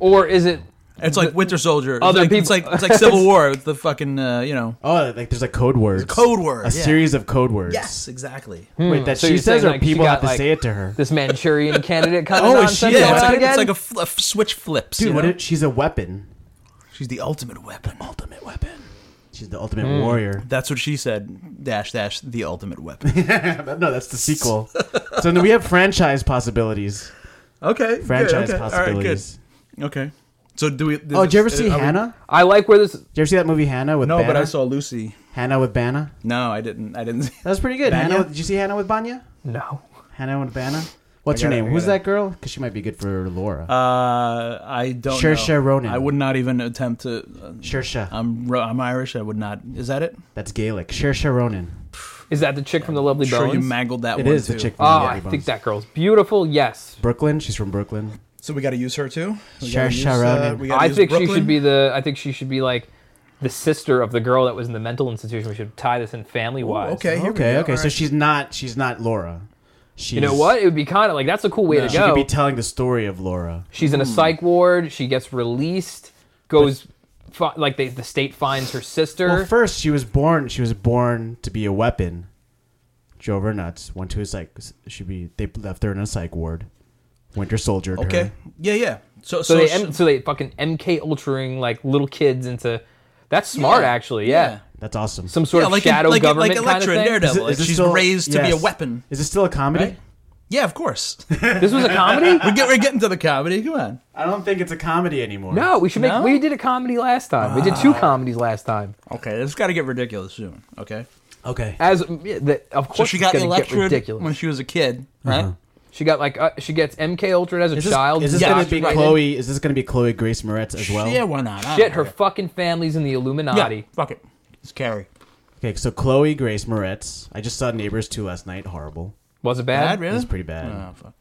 Speaker 2: or is it
Speaker 3: It's like Winter Soldier. It's
Speaker 2: Other
Speaker 3: like, It's like
Speaker 2: people-
Speaker 3: it's like Civil War. It's the fucking uh, you know.
Speaker 1: Oh, like there's like code words.
Speaker 3: code word,
Speaker 1: A
Speaker 3: yeah.
Speaker 1: series of code words.
Speaker 3: Yes, exactly.
Speaker 1: Wait, that
Speaker 2: So
Speaker 1: she
Speaker 2: you're
Speaker 1: says,
Speaker 2: saying,
Speaker 1: or
Speaker 2: like, she
Speaker 1: people
Speaker 2: got,
Speaker 1: have to
Speaker 2: like-
Speaker 1: say it to her.
Speaker 2: this Manchurian candidate kind of
Speaker 1: Oh, is she-
Speaker 2: nonsense?
Speaker 1: yeah,
Speaker 2: going
Speaker 3: it's
Speaker 1: What's
Speaker 2: on
Speaker 3: like,
Speaker 2: again?
Speaker 3: it's like a, fl- a f- switch flips.
Speaker 1: Dude,
Speaker 3: you
Speaker 1: what
Speaker 3: know?
Speaker 1: if she's a weapon?
Speaker 3: She's the ultimate weapon. Ultimate weapon.
Speaker 1: She's the ultimate warrior.
Speaker 3: That's what she said. Dash dash the ultimate weapon.
Speaker 1: No, that's the sequel. so now we have franchise possibilities.
Speaker 3: okay. good,
Speaker 1: Franchise
Speaker 3: okay, all right, good.
Speaker 1: possibilities.
Speaker 3: okay. So do we?
Speaker 1: Oh, did you ever see Hannah?
Speaker 2: I like where this.
Speaker 1: Did you ever see that movie Hannah with
Speaker 3: No,
Speaker 1: Bana?
Speaker 3: but I saw Lucy.
Speaker 1: Hannah with Bana.
Speaker 3: No, I didn't. I didn't. See.
Speaker 1: That was pretty good.
Speaker 3: Banya?
Speaker 1: Hannah, with- did you see Hannah with Banya?
Speaker 2: No.
Speaker 1: Hannah with Bana. What's
Speaker 3: I
Speaker 1: her
Speaker 3: gotta-
Speaker 1: name?
Speaker 3: I
Speaker 1: Who's
Speaker 3: gotta-
Speaker 1: that girl? Because she might be good for Laura.
Speaker 3: Uh, I don't.
Speaker 1: Saoirse
Speaker 3: know.
Speaker 1: Ronan.
Speaker 3: I would not even attempt to. Uh,
Speaker 1: Shersha.
Speaker 3: I'm Ro- I'm Irish. I would not. Is that it?
Speaker 1: That's Gaelic. Shersha Ronan.
Speaker 2: Is that the chick from the Lovely
Speaker 3: sure,
Speaker 2: Bones?
Speaker 3: you mangled that
Speaker 1: It
Speaker 3: one
Speaker 1: is
Speaker 3: too.
Speaker 1: the chick
Speaker 2: oh,
Speaker 1: from the
Speaker 2: I
Speaker 1: Lovely
Speaker 2: think
Speaker 1: Bones.
Speaker 2: that girl's beautiful. Yes.
Speaker 1: Brooklyn. She's from Brooklyn.
Speaker 3: So we got to use her too. We
Speaker 1: Saoirse Ronan.
Speaker 2: I think she should be the. I think she should be like the sister of the girl that was in the mental institution. We should tie this in family wise.
Speaker 3: Okay. Here
Speaker 1: Okay,
Speaker 3: we go.
Speaker 1: okay.
Speaker 3: all
Speaker 1: So
Speaker 3: right.
Speaker 1: she's not. She's not Laura. She's,
Speaker 2: You know what? It would be kind of like that's a cool way to
Speaker 1: She could
Speaker 2: go.
Speaker 1: be telling the story of Laura.
Speaker 2: She's
Speaker 3: Hmm.
Speaker 2: in a psych ward. She gets released. Goes fi- like they, the state finds her sister.
Speaker 1: Well, first she was born. She was born to be a weapon. Drove her nuts. Went to a psych. Should be. They left her in a psych ward. Winter Soldier.
Speaker 3: Okay.
Speaker 1: Her.
Speaker 3: Yeah. Yeah. So
Speaker 2: so,
Speaker 3: so,
Speaker 2: they
Speaker 3: sh-
Speaker 2: M- so they fucking MK ultering like little kids into. That's smart,
Speaker 3: Yeah.
Speaker 2: actually. Yeah.
Speaker 1: That's awesome.
Speaker 2: Some sort
Speaker 3: Yeah,
Speaker 2: of
Speaker 3: like in-
Speaker 2: shadow
Speaker 3: like in- like
Speaker 2: government kind of
Speaker 3: Elektra
Speaker 2: thing.
Speaker 3: and Daredevil.
Speaker 1: it-
Speaker 3: like
Speaker 1: this
Speaker 3: she's
Speaker 1: still-
Speaker 3: raised to be a
Speaker 1: yes.
Speaker 3: weapon.
Speaker 1: Is it still a comedy?
Speaker 3: Right? Yeah, of course.
Speaker 2: This was a comedy.
Speaker 3: we get, we're getting to the comedy. Come on.
Speaker 1: I don't think it's a comedy anymore.
Speaker 2: No, we should make.
Speaker 3: No? Ah.
Speaker 2: We did a comedy last time. We did two comedies last time.
Speaker 3: Okay, it's got to get ridiculous soon. Okay.
Speaker 1: Okay.
Speaker 2: As yeah, the, of
Speaker 3: So
Speaker 2: course,
Speaker 3: she got
Speaker 2: it's gonna get
Speaker 3: electrocuted
Speaker 2: ridiculous.
Speaker 3: when she was a kid,
Speaker 1: Uh-huh.
Speaker 3: right?
Speaker 2: She got like uh, she gets MK Ultra as a
Speaker 1: Is this,
Speaker 2: child.
Speaker 1: is this
Speaker 3: Yeah,
Speaker 1: going to be
Speaker 2: indoctrinated.
Speaker 1: Chloe? Is this going to be Chloe Grace Moretz as well?
Speaker 3: Yeah, why not? I
Speaker 2: Shit,
Speaker 3: don't
Speaker 2: her
Speaker 3: care.
Speaker 2: fucking family's in the Illuminati.
Speaker 3: Yeah, fuck it. It's Carrie.
Speaker 1: Okay. So Chloe Grace Moretz. I just saw Neighbors two last night. Horrible.
Speaker 2: Was it bad?
Speaker 3: really?
Speaker 1: It's pretty bad.
Speaker 3: Oh, fuck.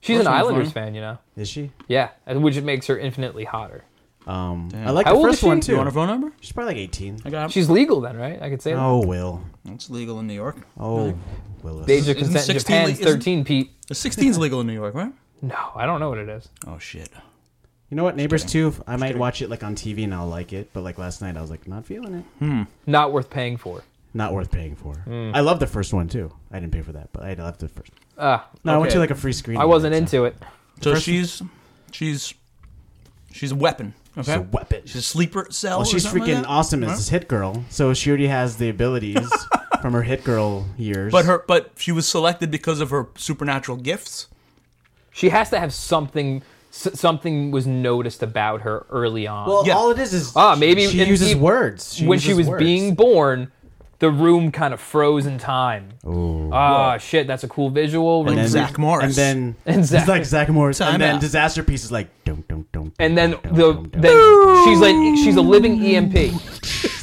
Speaker 2: She's an
Speaker 3: First one's
Speaker 2: Islanders
Speaker 3: fine.
Speaker 2: fan, you know.
Speaker 1: Is she?
Speaker 2: Yeah, and which makes her infinitely hotter.
Speaker 1: Um, I like
Speaker 2: How
Speaker 1: the
Speaker 2: old is
Speaker 1: first one
Speaker 2: she?
Speaker 1: too.
Speaker 3: You want her phone number?
Speaker 1: She's probably like eighteen.
Speaker 3: I got it.
Speaker 2: She's legal then, right? I could say that.
Speaker 1: Oh, Will.
Speaker 3: It's legal in New York.
Speaker 1: Oh, Willis.
Speaker 2: The age of
Speaker 3: Isn't
Speaker 2: consent in
Speaker 3: 16
Speaker 2: Japan
Speaker 3: le-
Speaker 2: is
Speaker 3: isn't-
Speaker 2: thirteen. Pete.
Speaker 3: The 16's legal in New York, right?
Speaker 2: No, I don't know what it is.
Speaker 3: Oh shit.
Speaker 1: You know what, Neighbors too. I might watch it like on TV and I'll like it, but like last night I was like, not feeling it.
Speaker 2: Not worth paying for.
Speaker 1: Not worth paying for. I love the first one too. I didn't pay for that, but I loved the first.
Speaker 2: Uh,
Speaker 1: No, I went
Speaker 3: Okay.
Speaker 1: to like a free screen.
Speaker 2: I wasn't into it.
Speaker 3: So
Speaker 1: First-
Speaker 3: she's she's she's a weapon. Okay.
Speaker 1: She's a weapon.
Speaker 3: She's a sleeper cell.
Speaker 1: Well,
Speaker 3: or
Speaker 1: she's
Speaker 3: something like
Speaker 1: freaking
Speaker 3: that?
Speaker 1: awesome as this hit girl, so she already has the abilities from her hit girl years.
Speaker 3: But her but she was selected because of her supernatural gifts.
Speaker 2: She has to have something. S- something was noticed about her early on.
Speaker 1: well,
Speaker 3: Yeah.
Speaker 1: all it is is
Speaker 2: Ah, maybe
Speaker 1: she
Speaker 2: in-
Speaker 1: uses
Speaker 2: even-
Speaker 1: words She
Speaker 2: when she
Speaker 1: uses
Speaker 2: was
Speaker 1: words.
Speaker 2: being born, the room kind of froze in time. Ah, shit, that's a cool visual.
Speaker 1: Oh, And
Speaker 2: Room-
Speaker 1: then-
Speaker 3: Zach Morris.
Speaker 1: and then
Speaker 2: And
Speaker 1: it's
Speaker 2: Zach-
Speaker 1: like Zach Morris,
Speaker 3: Time
Speaker 1: and then
Speaker 3: out.
Speaker 1: disaster piece is like dum dum dum,
Speaker 2: and then
Speaker 1: dum, dum,
Speaker 2: the
Speaker 1: dum, dum,
Speaker 2: then she's like she's a living EMP.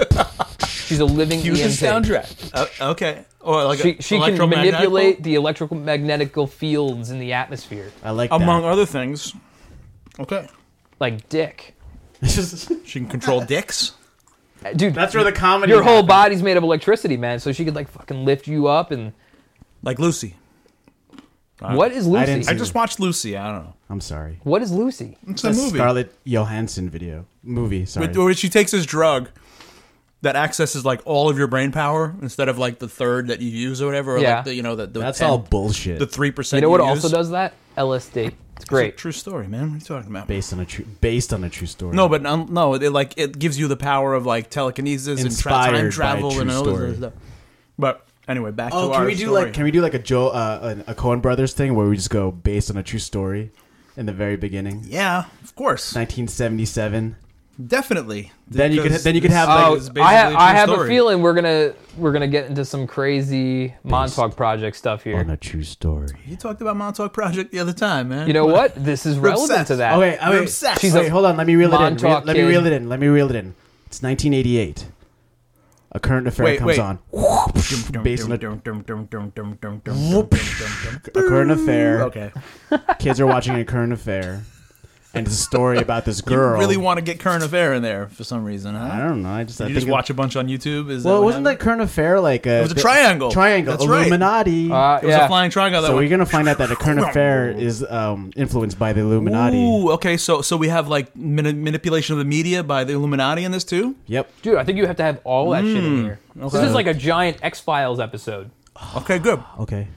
Speaker 2: she's a living E
Speaker 3: Use the
Speaker 2: EMP.
Speaker 3: soundtrack. Uh, okay. Or like
Speaker 2: She,
Speaker 3: a
Speaker 2: she can
Speaker 3: electromagnetic-
Speaker 2: manipulate the electrical magnetical fields in the atmosphere
Speaker 1: I like
Speaker 3: among
Speaker 1: that.
Speaker 3: other things. Okay.
Speaker 2: like dick. Uh,
Speaker 3: She can control dicks.
Speaker 2: Dude,
Speaker 1: That's where the comedy.
Speaker 2: your whole
Speaker 1: happened.
Speaker 2: body's made of electricity, man. So she could like fucking lift you up and
Speaker 3: Like Lucy.
Speaker 2: what is
Speaker 1: I didn't
Speaker 2: Lucy?
Speaker 3: I just watched Lucy. I don't know.
Speaker 1: I'm sorry.
Speaker 2: What is Lucy?
Speaker 3: It's
Speaker 1: Scarlett Johansson video movie. Sorry.
Speaker 3: Where she takes his drug that accesses like all of your brain power instead of like the third that you use or whatever. Or
Speaker 2: Yeah.
Speaker 3: like the, you know that the
Speaker 1: That's
Speaker 3: 10
Speaker 1: all bullshit.
Speaker 3: The three percent.
Speaker 2: You know what also does that? LSD. It's great.
Speaker 3: True story, man. What are you talking about?
Speaker 1: based on a true based on a true story.
Speaker 3: No, but um, no, it like it gives you the power of like telekinesis and tra-
Speaker 1: Inspired
Speaker 3: time
Speaker 1: by
Speaker 3: travel
Speaker 1: true
Speaker 3: and all this
Speaker 1: story.
Speaker 3: other stuff. But anyway, back
Speaker 1: Oh,
Speaker 3: to
Speaker 1: can
Speaker 3: our
Speaker 1: we do
Speaker 3: story.
Speaker 1: like can we do like a Joe uh, an- a Cohen Brothers thing where we just go based on a true story in the very beginning,
Speaker 3: yeah, of course,
Speaker 1: 1977.
Speaker 3: definitely.
Speaker 1: Then you could-
Speaker 3: Because
Speaker 1: then you could
Speaker 3: this
Speaker 1: have, like-
Speaker 2: Oh,
Speaker 3: is basically
Speaker 2: I, ha-
Speaker 3: a
Speaker 2: I
Speaker 3: true
Speaker 2: have a
Speaker 3: story.
Speaker 2: feeling we're gonna we're gonna get into some crazy Montauk Project stuff
Speaker 3: Oh,
Speaker 2: here.
Speaker 1: On a true story.
Speaker 3: You talked about Montauk Project the other time, man.
Speaker 2: You know what? This is relevant
Speaker 3: obsessed.
Speaker 2: to that.
Speaker 1: Okay,
Speaker 3: We're
Speaker 1: wait,
Speaker 3: obsessed.
Speaker 1: She's wait,
Speaker 2: a
Speaker 1: hold on. Let me reel it in. Reel-
Speaker 2: Montauk
Speaker 1: let me
Speaker 2: kid.
Speaker 1: reel it in. Let me reel it in. It's 1988. A current affair
Speaker 3: Wait,
Speaker 1: comes
Speaker 3: wait.
Speaker 1: on. based on a, a
Speaker 3: Okay.
Speaker 1: current affair. Kids are watching a current affair, and it's a story about this girl.
Speaker 3: Really want to get current affair in there for some reason,
Speaker 1: I
Speaker 3: huh?
Speaker 1: don't know. I just I
Speaker 3: You
Speaker 1: think
Speaker 3: just
Speaker 1: it-
Speaker 3: watch a bunch on YouTube. Is
Speaker 1: Well,
Speaker 3: that what
Speaker 1: wasn't that
Speaker 3: happened?
Speaker 1: current affair like a?
Speaker 3: It was a triangle.
Speaker 1: Triangle.
Speaker 3: That's right.
Speaker 1: Illuminati.
Speaker 2: Uh,
Speaker 3: It was
Speaker 2: yeah.
Speaker 3: a flying triangle. That
Speaker 1: so
Speaker 3: went-
Speaker 1: we're gonna find out that a current affair is um, influenced by the Illuminati.
Speaker 3: Ooh, okay. So so we have like mani- manipulation of the media by the Illuminati in this too.
Speaker 1: Yep.
Speaker 2: Dude, I think you have to have all that shit in here. This
Speaker 3: Hmm. okay.
Speaker 2: is like a giant X Files episode.
Speaker 3: Okay, good.
Speaker 1: Okay.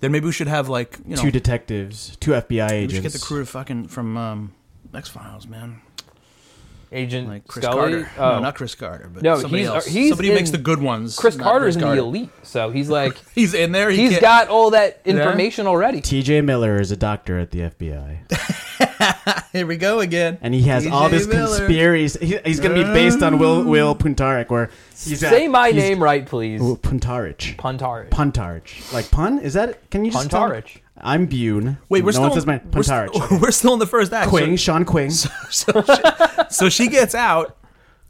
Speaker 3: Then maybe we should have like you know
Speaker 1: Two detectives, two FBI
Speaker 3: we
Speaker 1: agents.
Speaker 3: should get the crew to fucking from um, X Files, man.
Speaker 2: Agent
Speaker 3: Like Chris
Speaker 2: Scully.
Speaker 3: Carter.
Speaker 2: Oh.
Speaker 3: No, not Chris Carter, but
Speaker 2: No,
Speaker 3: somebody
Speaker 2: he's-
Speaker 3: else.
Speaker 2: uh, he's
Speaker 3: somebody who makes
Speaker 2: in-
Speaker 3: the good ones.
Speaker 2: Chris
Speaker 3: not
Speaker 2: Carter's in
Speaker 3: Carter.
Speaker 2: the elite, so he's like
Speaker 3: He's in there. He
Speaker 2: he's
Speaker 3: can't-
Speaker 2: got all that information already.
Speaker 1: T.J. Miller is a doctor at the FBI,
Speaker 3: Here we go again.
Speaker 1: and he has all
Speaker 3: T.J.
Speaker 1: this
Speaker 3: Miller. Uh.
Speaker 1: conspiracy. He, he's gonna be based on Will Will Puntarik, where he's at-
Speaker 2: Say my
Speaker 1: he's-
Speaker 2: name right, please.
Speaker 1: Will Puntarich.
Speaker 2: Puntarich.
Speaker 1: Puntarich. Like pun? Is that? it? Can you just? tell-
Speaker 2: Puntarich.
Speaker 1: I'm Bune.
Speaker 3: Wait,
Speaker 1: no
Speaker 3: we're still
Speaker 1: one says my
Speaker 3: we're,
Speaker 1: Puntarich.
Speaker 3: st- we're still in the first act. so-
Speaker 1: Quing. Sean Quing.
Speaker 3: So, she, so she gets out,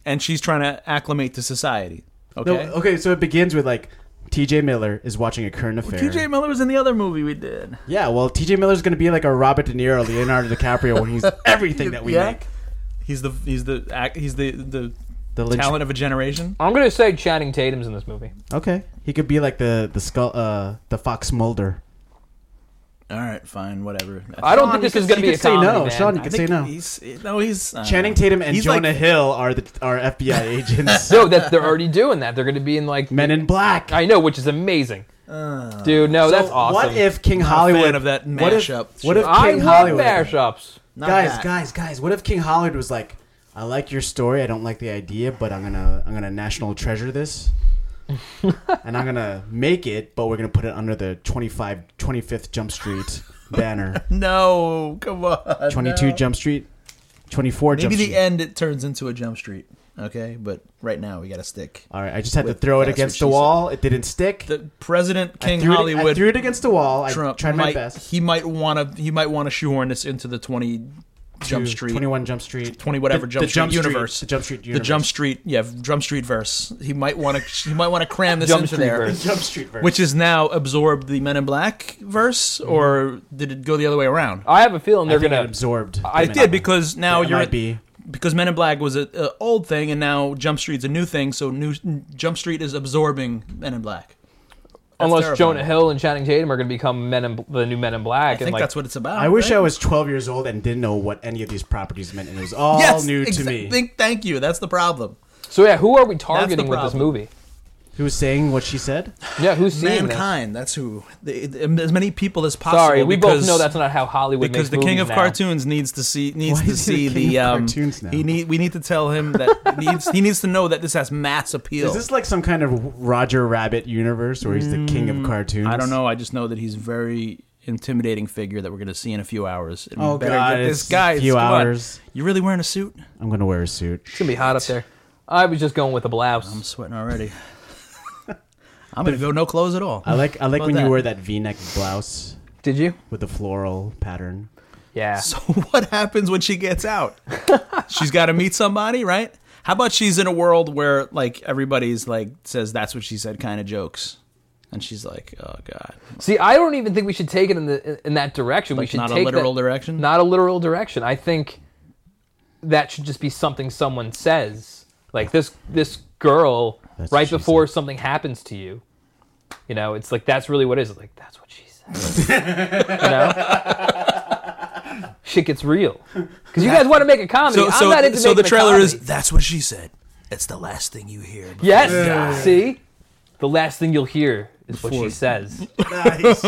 Speaker 3: and she's trying to acclimate to society.
Speaker 1: No,
Speaker 3: Okay.
Speaker 1: okay, so it begins with like T.J. Miller is watching a current affair.
Speaker 3: T.J. Miller was in the other movie we did.
Speaker 1: yeah, well, T.J. Miller's gonna be like a Robert De Niro, Leonardo DiCaprio, when he's everything that we
Speaker 3: Yeah.
Speaker 1: make.
Speaker 3: He's the he's the act he's the the
Speaker 1: The Lynch-
Speaker 3: talent of a generation.
Speaker 2: I'm gonna say Channing Tatum's in this movie.
Speaker 1: Okay, he could be like the the skull, uh, the Fox Mulder.
Speaker 3: All right, fine, whatever.
Speaker 2: I don't
Speaker 1: Sean,
Speaker 2: think this
Speaker 1: you
Speaker 2: is
Speaker 1: could-
Speaker 2: gonna
Speaker 1: you
Speaker 2: be a
Speaker 1: could say
Speaker 2: comedy.
Speaker 1: no,
Speaker 2: man.
Speaker 1: Sean, you
Speaker 3: I
Speaker 1: could
Speaker 3: think
Speaker 1: say no.
Speaker 3: He's no, he's I don't
Speaker 1: Channing
Speaker 3: know.
Speaker 1: Tatum and
Speaker 3: He's like-
Speaker 1: Jonah Hill are the are FBI agents.
Speaker 2: No, that they're already doing that. They're gonna be in like
Speaker 1: Men in Black.
Speaker 2: I know, which is amazing. Dude, no, that's
Speaker 1: So
Speaker 2: awesome.
Speaker 1: What if King
Speaker 3: Not a
Speaker 1: Hollywood
Speaker 3: fan of that
Speaker 1: What if,
Speaker 3: mashup.
Speaker 1: what if
Speaker 2: I
Speaker 1: King
Speaker 2: love
Speaker 1: Hollywood?
Speaker 2: mashups?
Speaker 3: Not
Speaker 1: guys,
Speaker 3: that.
Speaker 1: guys, guys. What if King Hollywood was like, "I like your story. I don't like the idea, but I'm gonna, I'm gonna national treasure this, and I'm gonna make it, but we're gonna put it under the 25, 25th Jump Street banner,
Speaker 3: No, come on.
Speaker 1: 22
Speaker 3: no.
Speaker 1: Jump Street, 24 Jump
Speaker 3: Maybe
Speaker 1: Street."
Speaker 3: the end it turns into a jump street. Okay, but right now we got to stick.
Speaker 1: All right, I just had to
Speaker 3: Wait,
Speaker 1: throw it
Speaker 3: that's
Speaker 1: against
Speaker 3: what
Speaker 1: the
Speaker 3: she said.
Speaker 1: wall. It didn't stick.
Speaker 3: The president King
Speaker 1: I threw It, I
Speaker 3: Hollywood
Speaker 1: threw it against the wall.
Speaker 3: Trump
Speaker 1: I tried my
Speaker 3: might-
Speaker 1: best.
Speaker 3: He might want to. He might want to shoehorn this into the twenty jump
Speaker 1: To
Speaker 3: street.
Speaker 1: 21 Jump Street,
Speaker 3: 20 whatever
Speaker 1: The- the
Speaker 3: jump,
Speaker 1: Jump
Speaker 3: street
Speaker 1: Street-
Speaker 3: universe
Speaker 1: the Jump Street
Speaker 3: the
Speaker 1: universe.
Speaker 3: jump street yeah jump street verse he might want to he might want to cram this
Speaker 2: Jump
Speaker 3: into
Speaker 2: Street
Speaker 3: there
Speaker 2: verse.
Speaker 1: Jump Street verse.
Speaker 3: which is now absorbed the Men in Black verse,
Speaker 1: Mm-hmm.
Speaker 3: or did it go the other way around?
Speaker 2: I have a feeling
Speaker 1: I
Speaker 2: they're
Speaker 1: think Oh, it
Speaker 2: gonna.
Speaker 1: absorbed.
Speaker 2: I
Speaker 3: It did because now
Speaker 1: It
Speaker 3: you're
Speaker 1: might be.
Speaker 3: because Men in Black was an old thing, and now Jump Street's a new thing. So new Jump Street is absorbing Men in Black. That's
Speaker 2: unless
Speaker 3: terrifying.
Speaker 2: Jonah Hill and Channing Tatum are gonna become Men in, the new Men in Black,
Speaker 3: I think
Speaker 2: and like
Speaker 3: that's what it's about.
Speaker 1: I wish
Speaker 3: right?
Speaker 1: I was 12 years old and didn't know what any of these properties meant, and it was all
Speaker 3: yes,
Speaker 1: new to
Speaker 3: exa-
Speaker 1: me.
Speaker 3: Think, thank you. That's the problem.
Speaker 2: so. Yeah, who are we targeting with this
Speaker 3: problem.
Speaker 2: movie?
Speaker 1: Who was saying what she said?
Speaker 2: Yeah, who's seeing
Speaker 3: Mankind. That's who. The, the- as many people as
Speaker 2: this?
Speaker 3: possible.
Speaker 2: Sorry, we both
Speaker 3: because-
Speaker 2: know that's not how Hollywood
Speaker 3: because
Speaker 2: makes
Speaker 3: the king
Speaker 2: movies
Speaker 3: of
Speaker 2: now.
Speaker 3: cartoons needs to see needs
Speaker 1: Why
Speaker 3: to
Speaker 1: is he
Speaker 3: see
Speaker 1: the king
Speaker 3: the
Speaker 1: of
Speaker 3: um
Speaker 1: cartoons now?
Speaker 3: he need we need to tell him that he needs he needs to know that this has mass appeal.
Speaker 1: Is this like some kind of Roger Rabbit universe where he's the king of cartoons?
Speaker 3: I don't know. I just know that he's a very intimidating figure that we're going to see in a few hours. And we
Speaker 1: Oh,
Speaker 3: better
Speaker 1: God,
Speaker 3: get this
Speaker 1: it's
Speaker 3: guy.
Speaker 1: a few
Speaker 3: come on.
Speaker 1: hours.
Speaker 3: You really wearing a suit?
Speaker 1: I'm gonna wear a suit.
Speaker 2: It's gonna be hot up there. I was just going with a
Speaker 3: I'm
Speaker 2: blouse.
Speaker 3: sweating already. I'm going to go no clothes at all.
Speaker 1: I like I like
Speaker 3: How
Speaker 1: when
Speaker 3: about
Speaker 1: you
Speaker 3: that?
Speaker 1: wear that V-neck blouse
Speaker 2: Did you?
Speaker 1: with the floral pattern.
Speaker 2: Yeah.
Speaker 3: So what happens when she gets out? she's got to meet somebody, right? How about she's in a world where like everybody's like says that's what she said kind of jokes, and she's like, oh god,
Speaker 2: See, I don't even think we should take it in the in that direction. we
Speaker 3: Like,
Speaker 2: should
Speaker 3: not a
Speaker 2: take
Speaker 3: literal
Speaker 2: that-
Speaker 3: direction?
Speaker 2: Not a literal direction. I think that should just be something someone says. Like this this girl
Speaker 1: That's what
Speaker 2: right
Speaker 1: she
Speaker 2: before something happens to you. You know, it's like that's really what it is. It's Like that's what she said. you know? Shit gets real. Because you guys want to make a comedy.
Speaker 3: so
Speaker 2: I'm
Speaker 3: so,
Speaker 2: not into
Speaker 3: so the
Speaker 2: making a
Speaker 3: trailer is
Speaker 2: comedy.
Speaker 3: that's what she said. It's the last thing you hear. before
Speaker 2: Yes.
Speaker 3: you die.
Speaker 2: See, the last thing you'll hear is what
Speaker 3: Before-
Speaker 2: she says.
Speaker 1: Nice.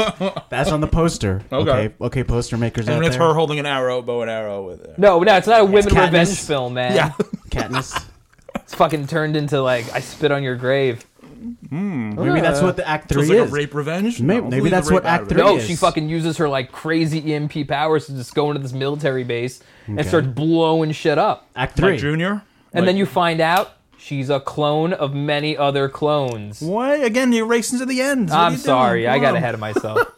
Speaker 1: That's on the poster.
Speaker 3: Okay.
Speaker 1: Okay. Okay, poster makers out
Speaker 3: And it's
Speaker 1: there.
Speaker 3: her holding an arrow, bow and arrow with it.
Speaker 2: No, no, it's not a women
Speaker 1: Katniss.
Speaker 2: revenge film, man.
Speaker 3: Yeah.
Speaker 1: Katniss.
Speaker 2: It's fucking turned into like I spit on your grave.
Speaker 1: Hmm, Maybe that's what the act
Speaker 3: So
Speaker 1: three
Speaker 3: it's like
Speaker 1: is.
Speaker 3: a rape revenge.
Speaker 1: May-
Speaker 3: No,
Speaker 1: maybe
Speaker 3: leave the
Speaker 1: that's
Speaker 3: rape
Speaker 1: what
Speaker 3: out
Speaker 1: Act
Speaker 3: of it.
Speaker 1: Three-
Speaker 2: No,
Speaker 1: is.
Speaker 2: she fucking uses her like crazy EMP powers to just go into this military base and starts blowing shit up.
Speaker 1: Act
Speaker 3: Like
Speaker 1: three.
Speaker 3: Junior.
Speaker 2: And
Speaker 3: Like-
Speaker 2: then you find out she's a clone of many other clones.
Speaker 3: Why again? You're racing to the end. What are
Speaker 2: I'm
Speaker 3: you doing?
Speaker 2: sorry, I
Speaker 3: Come
Speaker 2: got
Speaker 3: on.
Speaker 2: ahead of myself.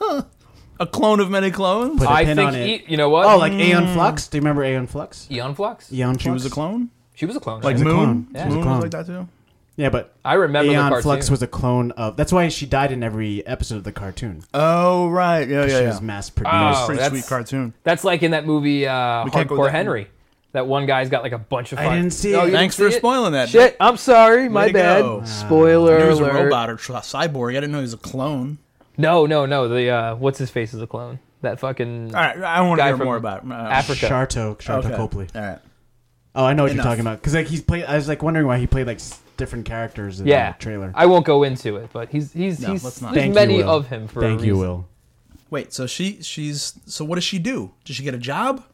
Speaker 3: A clone of many clones.
Speaker 1: Put a
Speaker 2: I
Speaker 1: pin
Speaker 2: think
Speaker 1: on it.
Speaker 2: e- you know what?
Speaker 1: Oh, like E Aeon Flux. Do you remember Aeon Flux?
Speaker 2: Eon Flux.
Speaker 1: Aeon Flux.
Speaker 3: She was a clone.
Speaker 2: She was a clone.
Speaker 3: Like
Speaker 2: right?
Speaker 1: a
Speaker 3: Moon.
Speaker 1: clone. Yeah. She was a
Speaker 3: Moon
Speaker 1: clone.
Speaker 3: was like that too.
Speaker 1: Yeah, but
Speaker 2: I remember the
Speaker 1: Aeon
Speaker 2: cartoon.
Speaker 1: Flux was a clone of. That's why she died in every episode of the cartoon.
Speaker 3: Oh right. Yeah, yeah,
Speaker 1: she
Speaker 3: yeah.
Speaker 1: was mass
Speaker 2: Oh,
Speaker 1: produced.
Speaker 3: Pretty
Speaker 2: that's-
Speaker 3: sweet cartoon.
Speaker 2: That's like in that movie uh,
Speaker 3: can't go
Speaker 2: Hardcore
Speaker 3: that-
Speaker 2: Henry. That one guy's got like a bunch of.
Speaker 1: I
Speaker 2: fun-
Speaker 1: didn't see
Speaker 2: Oh,
Speaker 1: it. Ah.
Speaker 2: you didn't
Speaker 3: Thanks
Speaker 2: see
Speaker 3: for
Speaker 2: it?
Speaker 3: spoiling that.
Speaker 2: Shit, I'm sorry, my
Speaker 3: to
Speaker 2: bad.
Speaker 3: go.
Speaker 2: Spoiler
Speaker 3: He was a
Speaker 2: alert.
Speaker 3: robot or tr- cyborg. I didn't know he was a clone.
Speaker 2: No, no, no. The uh, what's his face is a clone. That fucking
Speaker 3: All right, I want to
Speaker 2: Guy
Speaker 3: hear
Speaker 2: from
Speaker 3: more about. Him. Uh,
Speaker 2: Africa.
Speaker 1: Sharto, Sharto
Speaker 3: okay.
Speaker 1: Copley.
Speaker 3: All right.
Speaker 1: Oh, I know what
Speaker 3: Enough.
Speaker 1: you're talking about. Because like he's played, I was like wondering why he played like s- different characters in
Speaker 2: yeah.
Speaker 1: the trailer.
Speaker 2: I won't go into it, but he's he's
Speaker 3: No,
Speaker 2: he's
Speaker 3: let's not.
Speaker 2: there's
Speaker 1: Thank
Speaker 2: many
Speaker 1: you, Will.
Speaker 2: of him for
Speaker 1: Thank
Speaker 2: a
Speaker 1: you,
Speaker 2: reason.
Speaker 1: Will.
Speaker 3: Wait. So she she's so what does she do? Does she get a job?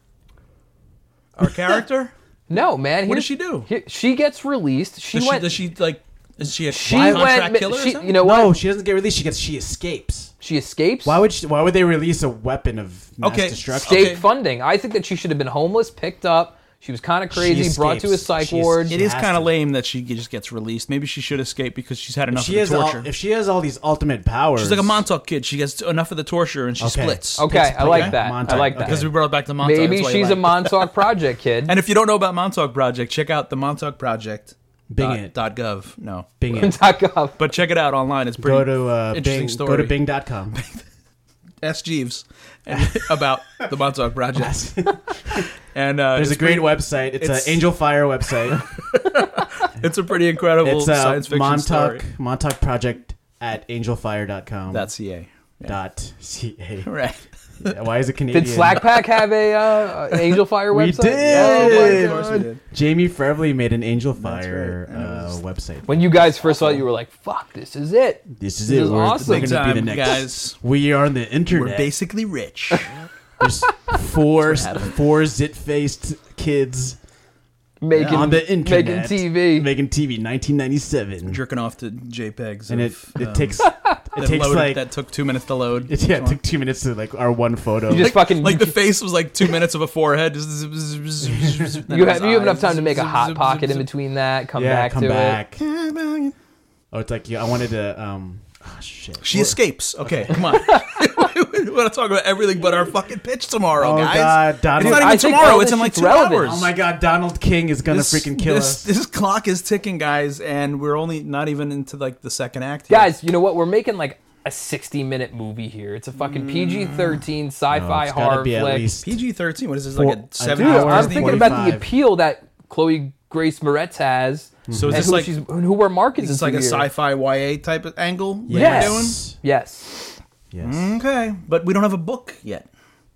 Speaker 3: Our character.
Speaker 2: No, man.
Speaker 3: What
Speaker 2: here-
Speaker 3: does she do?
Speaker 2: here- she gets released. She
Speaker 3: does, she,
Speaker 2: went.
Speaker 3: does she like? Is she a
Speaker 2: she
Speaker 3: contract
Speaker 2: went.
Speaker 3: killer? or
Speaker 2: She,
Speaker 3: something?
Speaker 2: you know what?
Speaker 1: No, she doesn't get released. She gets she escapes.
Speaker 2: She escapes.
Speaker 1: Why would she, why would they release a weapon of mass
Speaker 3: Okay,
Speaker 1: destruction?
Speaker 2: state
Speaker 3: Okay.
Speaker 2: funding. I think that she should have been homeless, picked up. She was kind of crazy, brought to a
Speaker 1: escapes.
Speaker 2: psych
Speaker 1: She is-
Speaker 2: ward.
Speaker 1: it
Speaker 3: It is
Speaker 1: has
Speaker 3: kind of
Speaker 1: to.
Speaker 3: lame that she just gets released. Maybe she should escape because she's had enough
Speaker 1: She
Speaker 3: of
Speaker 1: has
Speaker 3: the torture.
Speaker 1: all, if she has all these ultimate powers.
Speaker 3: she's like a Montauk kid. She gets enough of the torture and she
Speaker 1: Okay.
Speaker 3: splits.
Speaker 2: Okay, I like that. I
Speaker 1: Montauk.
Speaker 2: like that.
Speaker 1: Okay.
Speaker 3: Because we brought back the Montauk.
Speaker 2: Maybe
Speaker 3: that's why you
Speaker 2: she's a
Speaker 3: like it.
Speaker 2: Montauk Project kid.
Speaker 3: And if you don't know about Montauk Project, check out the Montauk Project.
Speaker 1: Bing
Speaker 3: dot,
Speaker 1: it.
Speaker 3: dot gov. No,
Speaker 1: Bing it.
Speaker 2: Tuck up.
Speaker 3: but check it out online. It's pretty
Speaker 1: Go to uh,
Speaker 3: interesting
Speaker 1: Bing.
Speaker 3: story.
Speaker 1: Go to Bing.com.
Speaker 3: Ask Jeeves and- about the Montauk Project.
Speaker 1: There's
Speaker 3: And uh,
Speaker 1: a
Speaker 3: it's
Speaker 1: great
Speaker 3: pretty-
Speaker 1: website. It's,
Speaker 3: it's-
Speaker 1: an Angel Fire website.
Speaker 3: It's a pretty incredible
Speaker 1: it's uh,
Speaker 3: science fiction
Speaker 1: Montauk
Speaker 3: story.
Speaker 1: Montauk Project at angelfire.com.
Speaker 3: That's CA. Yeah.
Speaker 1: dot ca.
Speaker 3: Right.
Speaker 1: Why is it Canadian?
Speaker 2: Did Slack Pack have a uh, Angel Fire
Speaker 1: We
Speaker 2: website?
Speaker 1: did.
Speaker 2: Oh
Speaker 3: Of
Speaker 2: my
Speaker 3: course
Speaker 2: God.
Speaker 3: we did.
Speaker 1: Jamie Farley made an Angel
Speaker 3: That's
Speaker 1: Fire
Speaker 3: right. And it
Speaker 1: uh,
Speaker 3: was-
Speaker 1: website.
Speaker 2: When you guys first saw it, you were like, "Fuck, this is it."
Speaker 1: This is
Speaker 2: This
Speaker 1: it.
Speaker 2: is
Speaker 1: We're,
Speaker 2: awesome.
Speaker 1: we're gonna be
Speaker 3: Big
Speaker 1: the
Speaker 3: time,
Speaker 1: next.
Speaker 3: guys.
Speaker 1: We are on the internet.
Speaker 3: We're basically rich.
Speaker 1: There's four four zit faced kids
Speaker 2: Making
Speaker 1: on the internet
Speaker 2: making TV.
Speaker 1: making TV, 1997,
Speaker 3: jerking off to JPEGs.
Speaker 1: and it
Speaker 3: of,
Speaker 1: it
Speaker 3: um,
Speaker 1: takes
Speaker 3: that
Speaker 1: it takes
Speaker 3: loaded-
Speaker 1: like
Speaker 3: that took two minutes to load.
Speaker 1: it, yeah, it took two minutes to like our one photo.
Speaker 2: You just fucking
Speaker 3: like the face was like two minutes of a forehead. you
Speaker 2: you have you have enough time to make a hot pocket in between that. Come
Speaker 1: yeah,
Speaker 2: back
Speaker 1: come
Speaker 2: to it.
Speaker 1: back. Oh, it's like yeah, I wanted to um. Oh, shit.
Speaker 3: She escapes. Okay, come on. we want to talk about everything but our fucking pitch tomorrow,
Speaker 1: Oh,
Speaker 3: guys.
Speaker 1: God,
Speaker 3: it's
Speaker 1: Donald-
Speaker 3: not even
Speaker 2: I think
Speaker 3: tomorrow.
Speaker 2: all
Speaker 3: It's
Speaker 2: this
Speaker 3: in like
Speaker 2: shit's
Speaker 3: two
Speaker 2: relevant.
Speaker 3: hours.
Speaker 1: Oh my god, Donald King is gonna freaking kill
Speaker 3: this,
Speaker 1: us.
Speaker 3: This clock is ticking, guys, and we're only not even into like the second act. Yet.
Speaker 2: Guys, you know what? We're making like a 60 minute movie here. It's a fucking PG 13 sci
Speaker 1: Mm. No,
Speaker 2: fi
Speaker 1: it's gotta
Speaker 2: horror
Speaker 1: be at
Speaker 2: flick.
Speaker 1: least
Speaker 3: PG thirteen. What is this?
Speaker 1: Four-
Speaker 3: Like a seven
Speaker 1: Dude,
Speaker 2: Dude, I'm
Speaker 3: hour
Speaker 1: hours,
Speaker 2: thinking
Speaker 3: Disney movie?
Speaker 2: about the
Speaker 1: 45.
Speaker 2: appeal that Chloe Grace Moretz has.
Speaker 3: Hmm. So is
Speaker 2: and
Speaker 3: this
Speaker 2: who,
Speaker 3: like
Speaker 2: she's, and who her market is
Speaker 3: it's like a
Speaker 2: to here.
Speaker 3: sci-fi YA type of angle? that we're doing?
Speaker 1: yes,
Speaker 2: Yes.
Speaker 1: yes.
Speaker 3: Okay, but we don't have a book yet,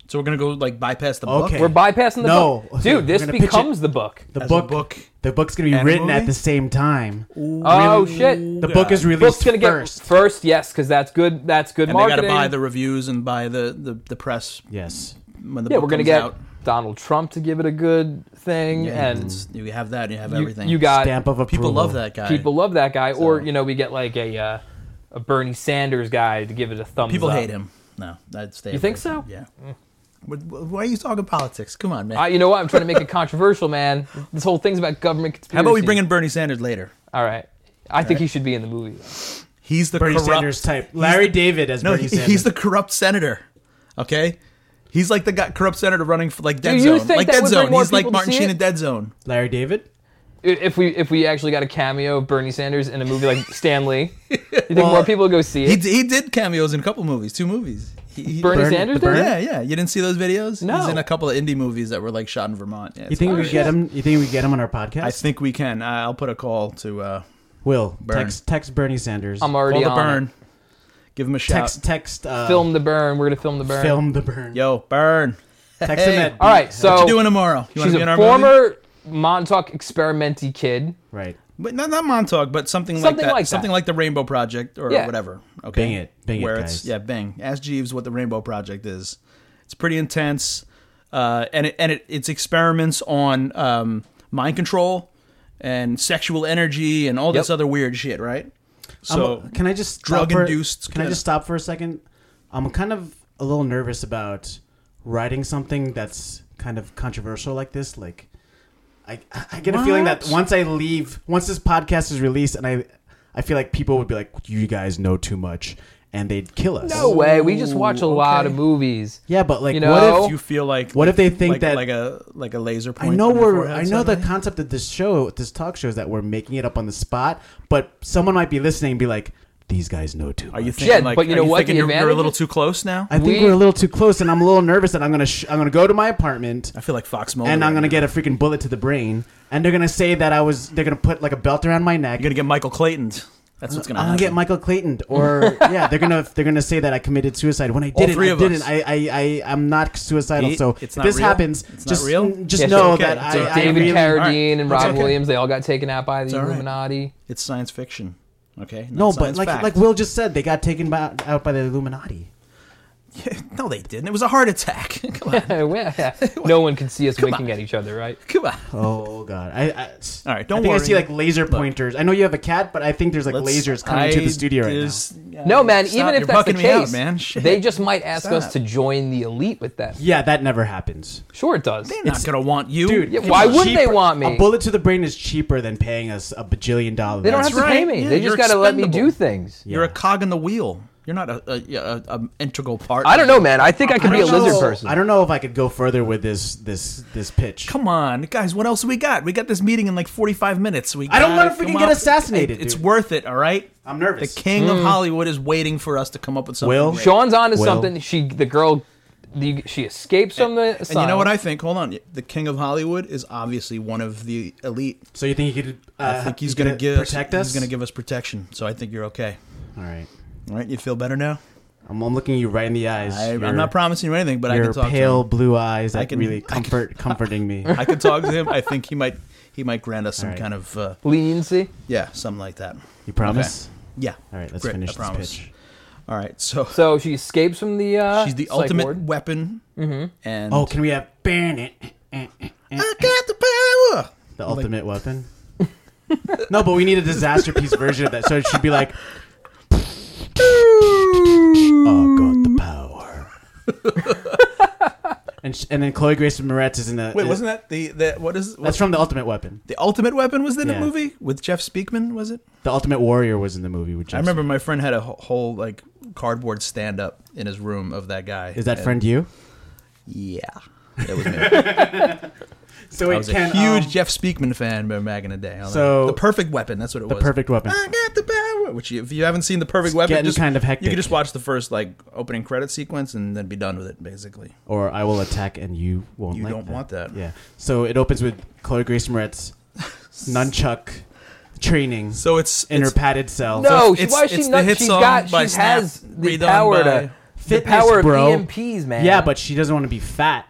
Speaker 3: so we're gonna go like bypass the book.
Speaker 1: Okay.
Speaker 2: We're bypassing the
Speaker 1: No.
Speaker 2: book. Dude,
Speaker 1: We're
Speaker 2: this
Speaker 1: gonna pitch
Speaker 2: becomes
Speaker 1: it
Speaker 2: the book.
Speaker 1: The
Speaker 3: As a
Speaker 1: book,
Speaker 3: book
Speaker 1: the book's gonna be
Speaker 3: and a
Speaker 1: written
Speaker 3: movie?
Speaker 1: at the same time.
Speaker 2: Oh,
Speaker 1: Really?
Speaker 2: shit.
Speaker 1: The book is released
Speaker 2: Book's gonna get
Speaker 1: first.
Speaker 2: first, yes, because that's good. That's good
Speaker 3: and they
Speaker 2: marketing.
Speaker 3: gotta buy the reviews and buy the the, the press
Speaker 1: yes,
Speaker 3: when the
Speaker 2: yeah,
Speaker 3: book
Speaker 2: we're gonna
Speaker 3: comes
Speaker 2: get
Speaker 3: out.
Speaker 2: Donald Trump to give it a good thing, and
Speaker 3: It's- you have that, you have
Speaker 2: you,
Speaker 3: everything.
Speaker 2: you got
Speaker 1: stamp of approval.
Speaker 3: people love that guy.
Speaker 2: people love that guy, or you know, we get like a uh, a Bernie Sanders guy to give it a thumbs.
Speaker 3: People
Speaker 2: up.
Speaker 3: hate him. No, I'd stay.
Speaker 2: You
Speaker 3: away
Speaker 2: think
Speaker 3: from
Speaker 2: so?
Speaker 3: him. Yeah. What- what- Why are you talking politics? Come on, man.
Speaker 2: I, you know what? I'm trying to make it controversial, man. This whole thing's about government conspiracy.
Speaker 3: How about we bring in Bernie Sanders later?
Speaker 2: All right. I think he should be in the movie. though.
Speaker 3: He's the
Speaker 1: Bernie
Speaker 3: corrupt
Speaker 1: Sanders type. Larry David as
Speaker 3: No,
Speaker 1: Bernie
Speaker 3: he-
Speaker 1: Sanders.
Speaker 3: he's the corrupt senator. Okay. He's like the guy, corrupt senator running for like Dead
Speaker 2: you
Speaker 3: Zone,
Speaker 2: think
Speaker 3: like
Speaker 2: that
Speaker 3: Dead
Speaker 2: would bring
Speaker 3: Zone.
Speaker 2: more
Speaker 3: He's like
Speaker 2: people to
Speaker 3: Martin
Speaker 2: see
Speaker 3: Sheen
Speaker 2: it?
Speaker 3: in Dead Zone.
Speaker 1: Larry David.
Speaker 2: I- If we if we actually got a cameo of Bernie Sanders in a movie like Stan Lee, you think
Speaker 1: Well,
Speaker 2: more people would go see
Speaker 3: He,
Speaker 2: it?
Speaker 3: d- he did cameos in a couple movies, two movies. He, he-
Speaker 2: Bernie,
Speaker 1: Bernie-
Speaker 2: Sanders
Speaker 1: the
Speaker 2: did?
Speaker 1: Bernie-
Speaker 3: Yeah, yeah. You didn't see those videos?
Speaker 2: No.
Speaker 3: He's in a couple of indie movies that were like shot in Vermont. Yeah,
Speaker 1: You
Speaker 3: it's
Speaker 1: think
Speaker 3: fine.
Speaker 1: we get him? You think we get him on our podcast?
Speaker 3: I think we can. I- I'll put a call to uh,
Speaker 1: Will
Speaker 3: Burn.
Speaker 1: text text Bernie Sanders.
Speaker 2: I'm already
Speaker 3: call the
Speaker 2: on. it.
Speaker 3: burn. Give him a shout.
Speaker 1: text text uh,
Speaker 2: Film the burn. We're gonna film the burn.
Speaker 1: film the burn.
Speaker 3: Yo, burn.
Speaker 1: Text
Speaker 3: Hey.
Speaker 1: him at
Speaker 2: All right. So
Speaker 3: What you doing tomorrow? You wanna
Speaker 2: she's
Speaker 3: be in
Speaker 2: a
Speaker 3: our
Speaker 2: former Montauk experimenty kid.
Speaker 1: right.
Speaker 3: But not, not Montauk, but something,
Speaker 2: Something
Speaker 3: like that.
Speaker 2: like that.
Speaker 3: something like the Rainbow Project or
Speaker 2: Yeah.
Speaker 3: whatever. Okay,
Speaker 1: Bing it. Bing it,
Speaker 3: Where it's
Speaker 1: guys.
Speaker 3: yeah, bang. Ask Jeeves what the Rainbow Project is. It's pretty intense, uh, and it, and it, it's experiments on um, mind control and sexual energy and all this
Speaker 2: Yep.
Speaker 3: other weird shit, right?
Speaker 1: I'm
Speaker 3: So
Speaker 1: a- can I just stop
Speaker 3: drug-induced
Speaker 1: For, can I
Speaker 3: kinda-
Speaker 1: just stop for a second? I'm kind of a little nervous about writing something that's kind of controversial like this. Like, I I get a feeling that
Speaker 3: What?
Speaker 1: once I leave, once this podcast is released, and I I feel like people would be like, "You guys know too much," and they'd kill us.
Speaker 2: No way. We just watch a lot of
Speaker 3: okay.
Speaker 2: movies.
Speaker 1: Yeah, but like,
Speaker 2: You
Speaker 1: what
Speaker 2: know?
Speaker 1: if
Speaker 3: you feel like
Speaker 1: what if they think
Speaker 3: like,
Speaker 1: that
Speaker 3: like a like a laser
Speaker 1: I
Speaker 3: point.
Speaker 1: know
Speaker 3: on your
Speaker 1: we're.
Speaker 3: forehead
Speaker 1: I know the
Speaker 3: suddenly?
Speaker 1: concept of this show, this talk show, is that we're making it up on the spot. But someone might be listening and be like, "These guys know too."
Speaker 3: Are you
Speaker 1: much."
Speaker 3: thinking
Speaker 2: Yeah,
Speaker 3: like?
Speaker 2: but you
Speaker 3: are
Speaker 2: know what?
Speaker 3: Thinking
Speaker 2: The
Speaker 3: you're, you're a
Speaker 2: advantage
Speaker 3: little
Speaker 2: is-
Speaker 3: too close now.
Speaker 1: I think
Speaker 2: We-
Speaker 1: we, are a little too close, and I'm a little nervous that I'm gonna sh- I'm gonna go to my apartment
Speaker 3: I feel like Fox Mulder.
Speaker 1: and I'm
Speaker 3: right
Speaker 1: gonna
Speaker 3: now.
Speaker 1: get a freaking bullet to the brain, and they're gonna say that I was. They're gonna put like a belt around my neck.
Speaker 3: You're gonna get Michael Clayton. That's what's gonna
Speaker 1: I'm
Speaker 3: happen.
Speaker 1: gonna get Michael Clayton, or yeah, they're gonna they're gonna say that I committed suicide when I didn't.
Speaker 3: three
Speaker 1: I
Speaker 3: of
Speaker 1: didn't.
Speaker 3: us.
Speaker 1: I I I I'm not suicidal.
Speaker 3: It-
Speaker 1: so if
Speaker 3: it's not
Speaker 1: this
Speaker 3: real?
Speaker 1: happens,
Speaker 3: It's not
Speaker 1: just
Speaker 3: real?
Speaker 1: just
Speaker 2: Yeah,
Speaker 1: know
Speaker 3: okay.
Speaker 1: that
Speaker 3: It's
Speaker 1: I,
Speaker 3: okay.
Speaker 1: I
Speaker 2: David
Speaker 1: really,
Speaker 2: Carradine
Speaker 3: alright,
Speaker 2: and
Speaker 3: it's
Speaker 2: Rob
Speaker 3: okay.
Speaker 2: Williams, they all got taken out by the
Speaker 3: alright.
Speaker 2: Illuminati.
Speaker 3: It's science fiction. Okay. not
Speaker 1: No, but
Speaker 3: science
Speaker 1: like
Speaker 3: fact.
Speaker 1: like Will just said, they got taken by, out by the Illuminati.
Speaker 3: no, they didn't. It was a heart attack. Come on.
Speaker 2: Yeah. no one can see us winking at each other, right?
Speaker 3: Come on.
Speaker 1: Oh God! I, I
Speaker 3: All right,
Speaker 1: I
Speaker 3: don't
Speaker 1: think I
Speaker 3: worry.
Speaker 1: see like laser pointers. I know you have a cat, but I think there's like
Speaker 3: Let's-
Speaker 1: lasers coming to
Speaker 3: I-
Speaker 1: the studio right now.
Speaker 3: there's- yeah,
Speaker 2: No, man.
Speaker 3: stop.
Speaker 2: even if
Speaker 3: You're
Speaker 2: that's the
Speaker 3: bucking me out,
Speaker 2: case,
Speaker 3: man. Shit.
Speaker 2: they just might ask us
Speaker 3: Stop.
Speaker 2: to join the elite with them.
Speaker 1: Yeah, that never happens,
Speaker 2: Sure, it does.
Speaker 3: They're not gonna want you,
Speaker 1: dude.
Speaker 2: Yeah,
Speaker 1: it's
Speaker 2: why wouldn't they
Speaker 1: cheaper-
Speaker 2: want me?
Speaker 1: A bullet to the brain is cheaper than paying us a bajillion dollars.
Speaker 2: They don't
Speaker 3: That's
Speaker 2: have to pay
Speaker 3: right.
Speaker 2: me.
Speaker 3: Yeah,
Speaker 2: they just
Speaker 3: you're
Speaker 2: got to let me do
Speaker 3: expendable.
Speaker 2: things.
Speaker 3: You're a
Speaker 1: Yeah.
Speaker 3: cog in the wheel. You're not a, a, a, a- a integral part.
Speaker 2: I don't know, man. I think I could
Speaker 3: I
Speaker 2: be a
Speaker 3: don't
Speaker 2: lizard
Speaker 3: know.
Speaker 2: person.
Speaker 1: I don't know if I could go further with this this this pitch.
Speaker 3: Come on, guys. What else we got? We got this meeting in like 45 minutes. We.
Speaker 1: I don't
Speaker 3: gotta
Speaker 1: wanna freaking
Speaker 3: come
Speaker 1: get
Speaker 3: up-
Speaker 1: assassinated,
Speaker 3: It- It's
Speaker 1: dude.
Speaker 3: worth it. All right.
Speaker 1: I'm
Speaker 3: The
Speaker 1: nervous.
Speaker 3: king of Hollywood is waiting for us to come up with something.
Speaker 1: Will?
Speaker 3: great.
Speaker 2: Sean's on to
Speaker 1: Well-
Speaker 2: something. She, the girl, the, she escapes from the.
Speaker 3: And you know what I think? Hold on. The king of Hollywood is obviously one of the elite.
Speaker 1: so you think he could? Uh,
Speaker 3: I think
Speaker 1: he's
Speaker 3: he's going to give
Speaker 1: protect us.
Speaker 3: He's going to give us protection. So I think you're okay.
Speaker 1: All right.
Speaker 3: All right, you feel better now.
Speaker 1: I'm, I'm looking you right in the eyes.
Speaker 3: I,
Speaker 1: Your-
Speaker 3: I'm not promising you anything, but I can
Speaker 1: Your
Speaker 3: talk
Speaker 1: pale
Speaker 3: to
Speaker 1: blue eyes that
Speaker 3: can-
Speaker 1: really
Speaker 3: I can-
Speaker 1: comfort comforting me.
Speaker 3: him. I can talk to him. I think he might he might grant us
Speaker 1: All
Speaker 3: some
Speaker 1: right.
Speaker 3: kind of uh,
Speaker 2: Leniency.
Speaker 3: yeah, something like that.
Speaker 1: You promise?
Speaker 3: Yeah.
Speaker 1: All right, let's
Speaker 3: Great,
Speaker 1: finish
Speaker 3: I
Speaker 1: this
Speaker 3: promise.
Speaker 1: pitch.
Speaker 3: All right, so
Speaker 2: So she escapes from the. Uh,
Speaker 3: she's the
Speaker 2: psych
Speaker 3: ultimate
Speaker 2: ward.
Speaker 3: weapon, and
Speaker 1: Oh, can we have ban it?
Speaker 3: I got the power.
Speaker 1: The ultimate weapon. no, but we need a disaster piece version of that. So it should be like, oh, got the power. and sh- and then Chloe Grace Moretz is in the.
Speaker 3: Wait, wasn't that the the what is
Speaker 1: That's from the Ultimate Weapon.
Speaker 3: the ultimate weapon? Was in
Speaker 1: Yeah.
Speaker 3: a movie with Jeff Speakman? Was it?
Speaker 1: The Ultimate Warrior was in the movie. Which
Speaker 3: I remember my friend had a wh- whole like cardboard stand up in his room of that guy.
Speaker 1: Is that
Speaker 3: And-
Speaker 1: friend you?
Speaker 3: Yeah. It was me.
Speaker 1: So
Speaker 3: I
Speaker 1: it
Speaker 3: was a
Speaker 1: can um,
Speaker 3: huge Jeff Speakman fan back in the day.
Speaker 1: So-
Speaker 3: the perfect weapon. That's what it
Speaker 1: the
Speaker 3: was.
Speaker 1: perfect weapon.
Speaker 3: I got the power. Which, you, if you haven't seen the perfect weapon,
Speaker 1: getting
Speaker 3: just,
Speaker 1: kind of hectic.
Speaker 3: You can just watch the first like opening credit sequence and then be done with it. Basically,
Speaker 1: or I will attack and you won't.
Speaker 3: You
Speaker 1: like
Speaker 3: don't
Speaker 1: that.
Speaker 3: want that.
Speaker 1: Yeah. So it opens with Chloe Grace Moretz, nunchuck training
Speaker 3: so it's
Speaker 1: in her
Speaker 3: it's
Speaker 1: padded cell.
Speaker 2: No,
Speaker 3: it's-
Speaker 2: she,
Speaker 3: it's-
Speaker 2: why is she
Speaker 3: it's the
Speaker 2: not?
Speaker 3: hit
Speaker 2: She's
Speaker 3: song
Speaker 2: got.
Speaker 3: by
Speaker 2: She
Speaker 3: Snap,
Speaker 2: has the
Speaker 3: redone
Speaker 2: power
Speaker 3: by-
Speaker 2: to. The
Speaker 1: Fitness,
Speaker 2: power
Speaker 1: bro.
Speaker 2: of EMPs, man.
Speaker 1: yeah, but she doesn't want to be fat.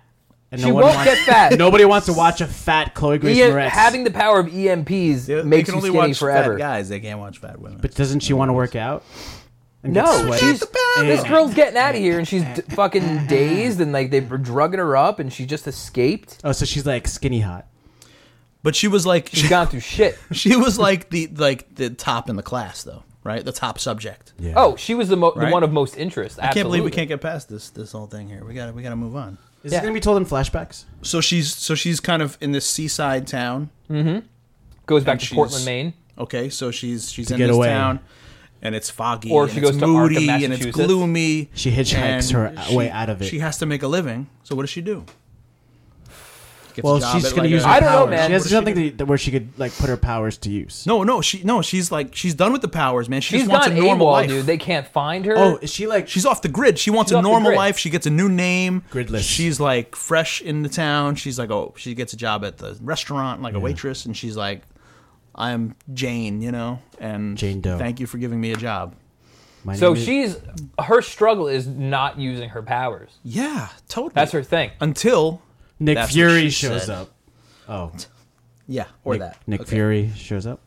Speaker 1: And
Speaker 2: She
Speaker 1: one
Speaker 2: won't
Speaker 1: wants-
Speaker 2: get fat.
Speaker 1: Nobody wants to watch a fat Chloe Grace
Speaker 2: EM
Speaker 1: Moretz.
Speaker 2: E having the power of EMPs
Speaker 3: they
Speaker 2: makes
Speaker 3: can
Speaker 2: you skinny
Speaker 3: only watch
Speaker 2: forever.
Speaker 3: fat guys. They can't watch fat women.
Speaker 1: but doesn't she want to work out? And get
Speaker 2: No,
Speaker 1: sweaty?
Speaker 2: she's,
Speaker 3: power.
Speaker 2: this
Speaker 1: Yeah.
Speaker 2: girl's getting out of here, and she's d- fucking dazed, and like they were drugging her up, and she just escaped.
Speaker 1: Oh, so she's like skinny hot.
Speaker 3: but she was like
Speaker 2: She's
Speaker 3: she,
Speaker 2: gone through shit.
Speaker 3: she was like the like the top in the class though, right? The top subject.
Speaker 1: Yeah.
Speaker 2: Oh, she was the, mo- the
Speaker 3: Right.
Speaker 2: one of most interest.
Speaker 3: I can't believe
Speaker 2: absolutely.
Speaker 3: we can't get past this this whole thing here. We got to we got to move on.
Speaker 1: is
Speaker 2: yeah.
Speaker 1: it gonna be told in flashbacks?
Speaker 3: So she's so she's kind of in this seaside town.
Speaker 2: Goes back
Speaker 3: And
Speaker 2: to
Speaker 3: she's-
Speaker 2: Portland, Maine.
Speaker 3: Okay, so she's she's in
Speaker 1: get
Speaker 3: this
Speaker 1: away.
Speaker 3: town, and it's foggy,
Speaker 2: Or
Speaker 3: and
Speaker 2: she
Speaker 3: it's
Speaker 2: goes to Arkham,
Speaker 3: moody, and it's
Speaker 2: Massachusetts.
Speaker 3: gloomy.
Speaker 1: She hitchhikes
Speaker 3: and
Speaker 1: her way out of it.
Speaker 3: She has to make a living. So what does she do? Gets a
Speaker 1: Well,
Speaker 3: job
Speaker 1: she's
Speaker 3: at,
Speaker 1: gonna
Speaker 3: like,
Speaker 1: use.
Speaker 3: a-
Speaker 1: Her
Speaker 2: I don't know,
Speaker 1: powers.
Speaker 2: man.
Speaker 1: She
Speaker 3: What does
Speaker 1: has
Speaker 3: she
Speaker 1: something
Speaker 3: do?
Speaker 1: to- that where she could like put her powers to use.
Speaker 3: No, no, she no, she's like she's done with the powers, man. She
Speaker 2: She's
Speaker 3: just wants
Speaker 2: gone
Speaker 3: a normal
Speaker 2: AWOL,
Speaker 3: life.
Speaker 2: dude. They can't find her.
Speaker 1: Oh, is she like?
Speaker 3: She's off the grid. She wants
Speaker 2: She's
Speaker 3: a
Speaker 2: off the
Speaker 3: normal
Speaker 2: grid.
Speaker 3: life. She gets a new name.
Speaker 1: Gridless.
Speaker 3: She's like fresh in the town. She's like, oh, she gets a job at the restaurant, like a waitress, and she's like, I'm Jane, you know, and
Speaker 1: Jane Doe.
Speaker 3: Thank you for giving me a job.
Speaker 1: My
Speaker 2: so
Speaker 1: name is-
Speaker 2: she's her struggle is not using her powers.
Speaker 3: Yeah, totally.
Speaker 2: That's her thing.
Speaker 3: Until
Speaker 1: Nick
Speaker 3: That's what
Speaker 1: Fury
Speaker 3: she
Speaker 1: shows
Speaker 3: said.
Speaker 1: up. Oh,
Speaker 3: yeah, or
Speaker 1: Nick,
Speaker 3: that
Speaker 1: Nick
Speaker 3: Okay.
Speaker 1: Fury shows up.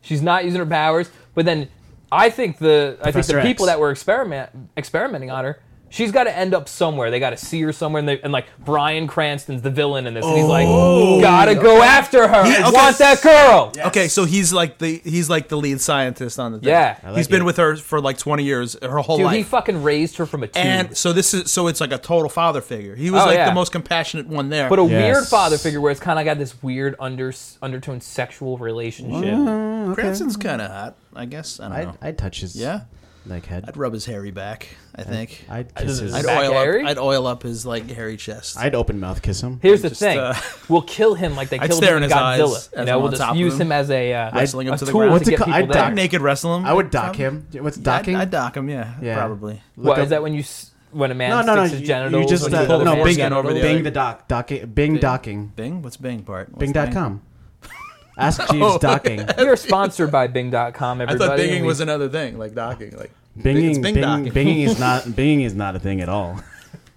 Speaker 2: She's not using her powers. But then I think the I think
Speaker 1: Professor
Speaker 2: the
Speaker 1: X.
Speaker 2: people that were experiment experimenting on her, she's got to end up somewhere. They got to see her somewhere, and, they, and like Brian Cranston's the villain in this, and he's like, gotta go after her.
Speaker 3: Yeah,
Speaker 2: I
Speaker 3: Oh. okay.
Speaker 2: want that girl.
Speaker 3: Okay, so he's like the he's like the lead scientist on the thing.
Speaker 2: Yeah. I
Speaker 3: he's
Speaker 1: like
Speaker 3: been
Speaker 1: it.
Speaker 3: with her for like twenty years, her whole
Speaker 2: Dude, he
Speaker 3: life.
Speaker 2: fucking raised her from a tube.
Speaker 3: and so this is so it's like a total father figure. He was
Speaker 2: Oh,
Speaker 3: like
Speaker 2: yeah.
Speaker 3: the most compassionate one there.
Speaker 2: but a
Speaker 1: Yes.
Speaker 2: weird father figure where it's kind of got this weird under undertone sexual relationship.
Speaker 3: Cranston's kind of hot, I guess. I don't know.
Speaker 1: I'd, I'd touch his
Speaker 3: Yeah?
Speaker 1: like head.
Speaker 3: I'd rub his hairy back. I think.
Speaker 1: I'd kiss his.
Speaker 3: I'd
Speaker 1: I'd,
Speaker 2: back
Speaker 3: oil
Speaker 2: hairy?
Speaker 3: up. I'd oil up his like hairy chest.
Speaker 1: open mouth kiss him.
Speaker 2: Here's the
Speaker 3: Just,
Speaker 2: thing:
Speaker 3: uh,
Speaker 2: we'll kill him like they
Speaker 3: I'd
Speaker 2: killed
Speaker 3: stare
Speaker 2: him
Speaker 3: in
Speaker 2: in
Speaker 3: his eyes
Speaker 2: Godzilla.
Speaker 3: as
Speaker 2: You know,
Speaker 3: I'm
Speaker 2: we'll
Speaker 3: on
Speaker 2: just
Speaker 3: top of
Speaker 2: use
Speaker 3: him,
Speaker 2: him as a uh,
Speaker 3: wrestling him
Speaker 2: a
Speaker 3: to the
Speaker 2: tool
Speaker 3: ground.
Speaker 2: to
Speaker 3: What's
Speaker 1: it
Speaker 2: get
Speaker 1: ca-
Speaker 2: people
Speaker 1: I'd
Speaker 2: there.
Speaker 1: dock-
Speaker 3: naked wrestle him.
Speaker 1: I would dock
Speaker 3: Probably.
Speaker 1: him. What's
Speaker 3: Yeah, I'd-
Speaker 1: docking?
Speaker 3: I'd, dock him. Yeah,
Speaker 1: Yeah.
Speaker 3: probably.
Speaker 1: Look
Speaker 2: What
Speaker 1: up-
Speaker 2: is that when you s- when a man
Speaker 1: No,
Speaker 2: sticks
Speaker 1: no, no.
Speaker 2: his
Speaker 1: You,
Speaker 2: genitals?
Speaker 1: you just
Speaker 2: when he
Speaker 1: uh,
Speaker 2: pulls
Speaker 1: no
Speaker 2: his
Speaker 1: bing,
Speaker 3: man's
Speaker 2: genitals
Speaker 3: over the
Speaker 1: bing
Speaker 3: other.
Speaker 1: the doc dock bing docking
Speaker 3: Bing. What's Bing Oh. part? What's
Speaker 1: bing.com. Ask Jeeves docking.
Speaker 2: You're sponsored by Bing.com,
Speaker 3: I
Speaker 2: everybody.
Speaker 3: thought binging
Speaker 2: and
Speaker 3: was
Speaker 2: we-
Speaker 3: another thing, like docking, like it's
Speaker 1: Binging,
Speaker 3: Bing
Speaker 1: bing,
Speaker 3: docking.
Speaker 1: binging is not binging is not a thing at all.